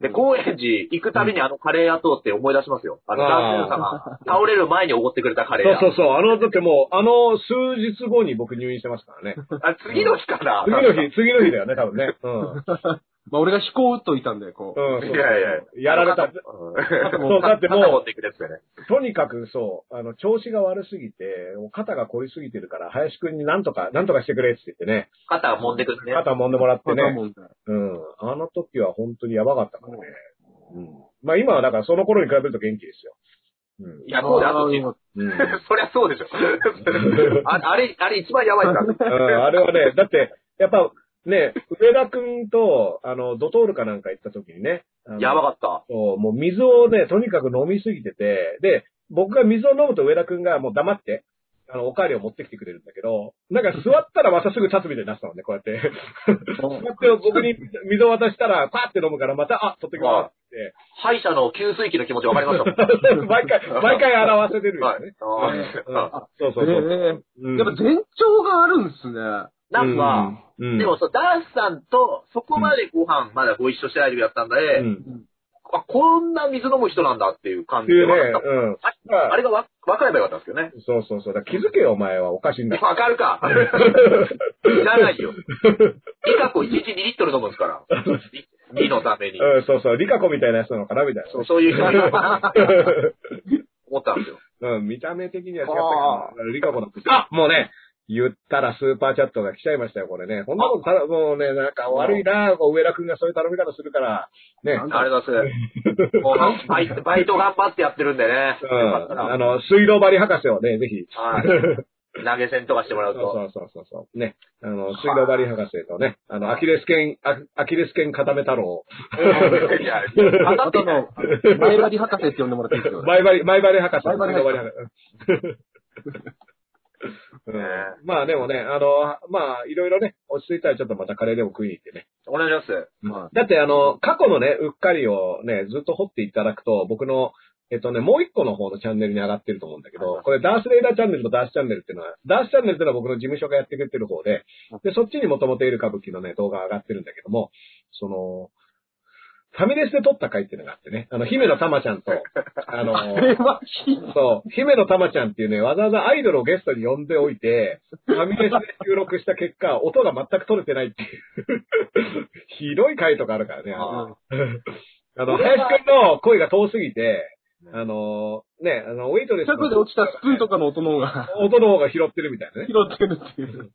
で、高円寺行くたびにあのカレー屋通って思い出しますよ。あの、男性さんが倒れる前におごってくれたカレーそう屋。そうそう、あの、だってもう、あの、数日後に僕入院してますからね。あ次の日かな次の日、次の日だよね、多分ね。うん。まあ俺が飛行打っといたんで、こう。うん、そういやいや。やられた。うんそうだってもう肩持ってくれてね。とにかくそう、あの、調子が悪すぎて、もう肩が凝りすぎてるから、林くんになんとか、なんとかしてくれって言ってね、肩揉んでくるね。肩揉んでもらってね片。もんでうん。あの時は本当にやばかったからね。うん。まあ今はだからその頃に比べると元気ですよ。うんい。や、そうだよ、あの時あうーん。 (laughs) そりゃそうでしょ。ああれ、あれ一番やばいからね。うんあれはね、だって、やっぱね、上田くんと、あの、ドトールかなんか行った時にね、やばっかった。た。そう、もう水をね、とにかく飲みすぎてて、で、僕が水を飲むと上田くんがもう黙って、あの、おかわりを持ってきてくれるんだけど、なんか座ったらまたすぐ立つみたいになってたもんね、こうやって。座って僕に水を渡したら、パーって飲むからまた、あ、取ってきますって。 (laughs) 歯医者の給水器の気持ちわかりましたもん。毎回、毎回表せてるよね。はいうんあそうそうそう。えうえんやっぱ前兆があるんですね。ーなんか、、うんでも、そう、ダンスさんとそこまでご飯まだご一緒してない時だったんで、うん。あ、こんな水飲む人なんだっていう感っじてでいう分かねった。、うん。あれがわ分かればよかったんですけどね。そうそうそう。だから気づけよ、お前は。おかしいんだ。わかる (laughs) か。いらないよ。リカコ1日2リットル飲むん (laughs) ですから。2のために。うん、そうそう。リカコみたいなやつなのかなみたいな。そうそういう人いるのかな (laughs) 思ったんですよ。うん、見た目的には違ったけど、リカコだって。あもうね、言ったらスーパーチャットが来ちゃいましたよ、これね。こんなことただ、もうね、なんか悪いな、上田くんがそういう頼み方するから、ね。ありがとうござい (laughs) ます。もうバイト、バイト頑張ってやってるんでね。うん。あの、水道張り博士をね、ぜひ。はい投げ銭とかしてもらそううと。そうそうそうそう。ね。あの、水道張り博士とね、あの、アキレス腱、アアキレス腱固め太郎。いやいやあとあの、 (laughs) 前張り博士って呼んでもらっていいですよ。前張り、前張り博士。前張り博士士ねうんまあでもね、あの、まあいろいろね、落ち着いたらちょっとまたカレーでも食いに行ってね。お願いします。はいだってあの、過去のね、うっかりをね、ずっと掘っていただくと、僕の、えっとね、もう一個の方のチャンネルに上がってると思うんだけど、これダースレーダーチャンネルとダースチャンネルっていうのは、ダースチャンネルっていうのは僕の事務所がやってくれてる方で、で、そっちにもともといる歌舞伎のね、動画が上がってるんだけども、その、ファミレスで撮った回っていうのがあってね、あの、姫野玉ちゃんと、あの、これは、そう、姫野玉ちゃんっていうね、わざわざアイドルをゲストに呼んでおいて、ファミレスで収録した結果、音が全く取れてないっていう。ひどい回とかあるからね。ああの、林くんの声が遠すぎて、あの、ね、あの、ウェイトレス近くで落ちたスプーンとかの音の方が (laughs) 音の方が拾ってるみたいなね拾。ってるっていう。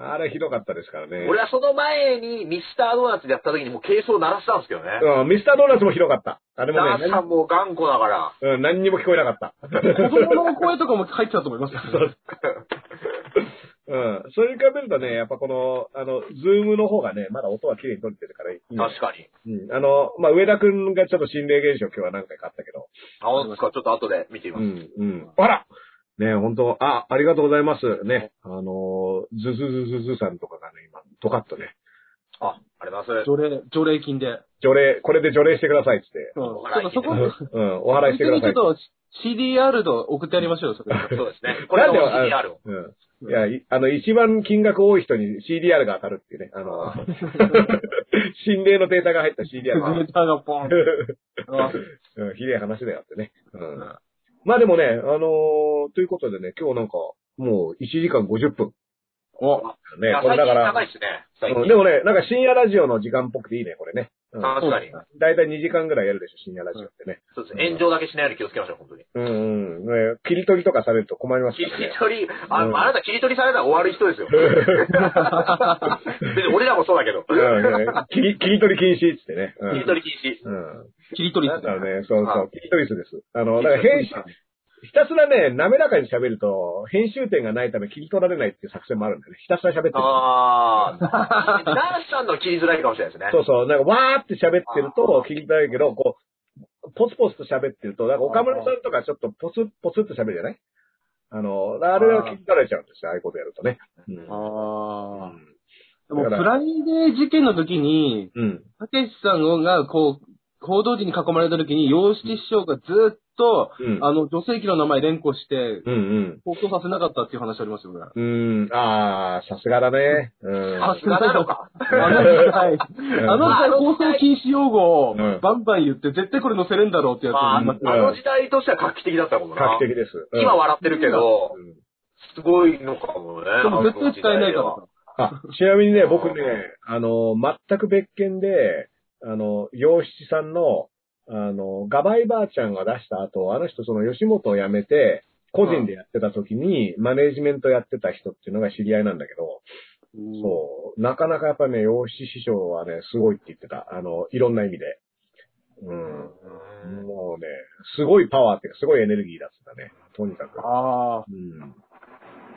あれひどかったですからね。俺はその前にミスタードーナツでやった時にもう軽装鳴らしたんですけどね。うん、ミスタードーナツもひどかった。あれもダね、ースさんも頑固だから。何うん、何にも聞こえなかった。子供の声とかも入ってたと思いますからね。うん。それに比べるとね、やっぱこの、あの、ズームの方がね、まだ音は綺麗に取れてるからいいね、確かに。うん。あの、まあ、上田くんがちょっと心霊現象今日は何回かあったけど。あ、本当ですかちょっと後で見てみうます。ん、うん。あらね本当あ、ありがとうございます。ね。あのー、ズズズズズさんとかがね、今、ドカッとね、あ、ありがとうございます。除霊、除霊金で。うん除霊、これで除霊してくださいっつって。ちょっとそこ、 (laughs) うん、お払いしてくだにちさょいっ。と CDR と送ってやりましょうよ、そ (laughs) れ。そうですね。これでも CDR を。うん。いや、いあの、一番金額多い人に CDR が当たるっていうね。あ (laughs) の、心霊のデータが入った CDR が。ーが (laughs) ポうン。ん、ひでえ話だよってね。うん。まあでもね、あのーということでね、今日なんか、もう1時間50分。お、ねいや、これだか高ら、いですね。最うん近。でもね、なんか深夜ラジオの時間っぽくていいね、これね。うん。だ確かに。いたい2時間ぐらいやるでしょ、深夜ラジオってね。そうですね。炎上だけしないように気をつけましょう、本当に。うんうん。ね切り取りとかされると困ります切かりらね。取り、あうんあなた切り取りされたら終わる人で (laughs) すよ。別に俺らもそうだけど。うんね切り、切り取り禁止っつってね。うん切り取り禁止。うん。切り取りだっすかね。らね、そうそあう、切り取り図です。あの、だから編集、ひたすらね、滑らかに喋ると、編集点がないため切り取られないっていう作戦もあるんだよね。ひたすら喋ってる。ああ。ダンスさんの切りづらいかもしれないですね。そうそう、なんかわーって喋ってると聞きたいけど、こう、ポツポツと喋ってると、なんか岡村さんとかちょっとポツポツって喋るじゃないあの、あれは聞き取られちゃうんですよ、ああいうことやるとね。うんああ。だでも、かプらライデー事件の時に、うん。たけしさんが、こう、報道陣に囲まれた時に、洋七師匠がずっと、うん。あの、女性器の名前連呼して、うんうん。放送させなかったっていう話ありますよね。うん、あー、さすがだね。うん。さすがなのか。あの (laughs) 際、あの際放送禁止用語をうんバンバン言って、絶対これ載せれんだろうってやつまあ、あをのあの時代としては画期的だったもんな。画期的です。うん今笑ってるけど、うんすごいのかもね。でも絶対使えないからさ。あ、ちなみにね、僕ね、あの、全く別件で、あの、洋七さんの、あの、ガバイばあちゃんが出した後、あの人その吉本を辞めて、個人でやってた時に、マネージメントやってた人っていうのが知り合いなんだけど、そう、なかなかやっぱね、洋七師匠はね、すごいって言ってた。あの、いろんな意味で。うん。うんもうね、すごいパワーっていうか、すごいエネルギーだってたね。とにかく。ああ。うん。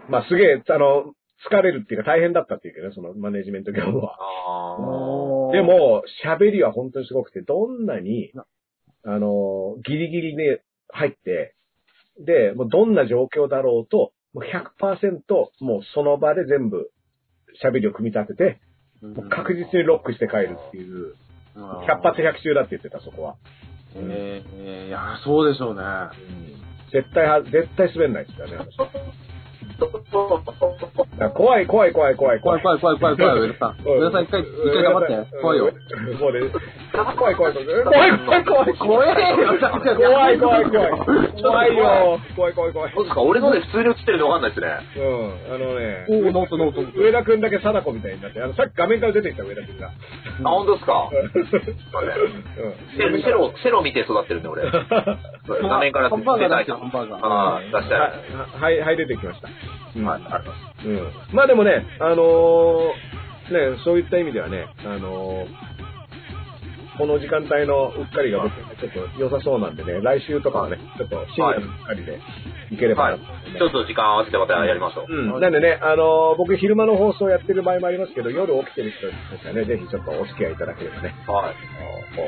まあ、すげえ、あの、疲れるっていうか大変だったっていうけどね、そのマネジメント業務は。あーで、も、喋りは本当にすごくて、どんなにな、あの、ギリギリね、入って、で、もうどんな状況だろうと、もう100%、もうその場で全部、喋りを組み立てて、もう確実にロックして帰るっていう、100発100中だって言ってた、そこは。えーえー、いや、そうでしょうね。絶対は、絶対滑んないって (laughs) 言ってたね。だから怖い、怖い、怖い、怖い、怖い怖い怖い怖い怖い、上田さん。上田さん一回、一回頑張って。怖いよ。。もうね、怖い怖い怖い。怖い怖い怖い。怖えよ、だって怖い怖い怖い。怖いよ。怖い怖い怖いど。うですか俺ので普通に映ってるのわかんないですね。うん、あのね。おーノートノート上田くんだけ貞子みたいになって、あの、さっき画面から出てきた上田くんが。あ、本当です (laughs) かうん。セロ、セロ、セロ見て育ってるんで (laughs) 俺。画面からハ出ンバーガーた出いして、ハンバーガー。ああ、出したい。はい、はい、出てきました。うんまあ、あります。うんまあでもね、あのーね、そういった意味ではね、あのーこの時間帯のうっかりが僕ちょっと良さそうなんでね、来週とかはね、ちょっと深夜のうっかりでいければはなとい思いますね、。ちょっと時間合わせてまたやりましょう。うん、なんでね、あのー僕昼間の放送やってる場合もありますけど、夜起きてる人たちはね、ぜひちょっとお付き合いいただければね、はい。あ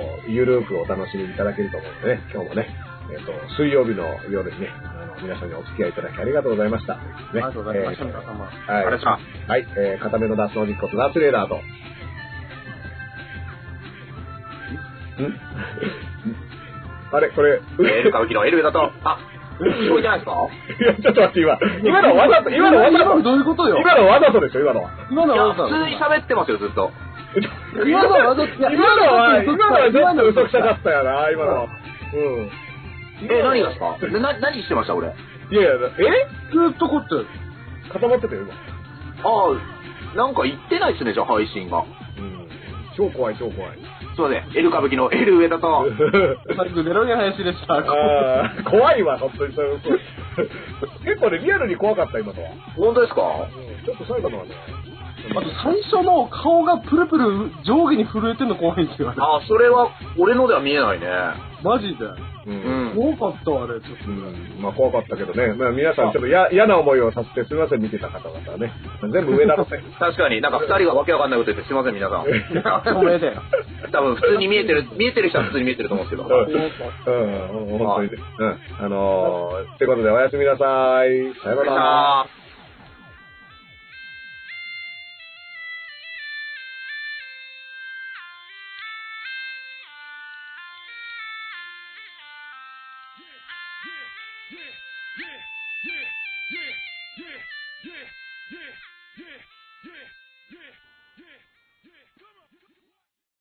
のこう、ゆるーくお楽しみいただけると思うのでね、今日もね、えっ、と、水曜日の夜にね、あの皆さんにお付き合いいただきありがとうございました。ね、ありがとうございます。えー皆様。はいありがとうございます。はい、えー、固めの脱走実行と脱レーダーと。ん (laughs) あれこれ、エル歌舞伎のエルベだと、あ、聞こえてないですか (laughs) いや、ちょっと待って、今、今のわざと、今のわざ今のと、どういうことよ今のわざとでしょ、今のは。今のいやはわ普ざ通に喋ってますよ、ずっと。と今のはわざといや今のは、今のはちょっと嘘くさか今のはったよな、今のは。うん。え、何がですかな、な何してました、俺。あいやいや、えずっとこってる固まってたよ、今。あ、なんか言ってないですね、じゃあ配信が。うん。超怖い、超怖い。 (laughs) すいません、エル歌舞伎のエル上だと、あ最後、デロゲ林でした。あー怖いわ、本当にそれ。そう (laughs) 結構ね、リアルに怖かった、今のは。本当ですかうんちょっと最後のはね。あと最初の顔がプルプル上下に震えてんの怖いんですよ。あ、それは俺のでは見えないね。マジで。ううんん。多かったわ、あれ。ちょっうんまあ怖かったけどね、まあ、皆さんちょっとや嫌な思いをさせてすみません、見てた方々はね。全部上だろって。確かになんか二人がわけわかんないこと言ってすいません、皆さん。(laughs) と。おめえだよ。多分普通に見えてる、見えてる人は普通に見えてると思うんですけど。うんうん、本当にね。うん。あのー、ってことでおやすみなさい。さよなら。あーー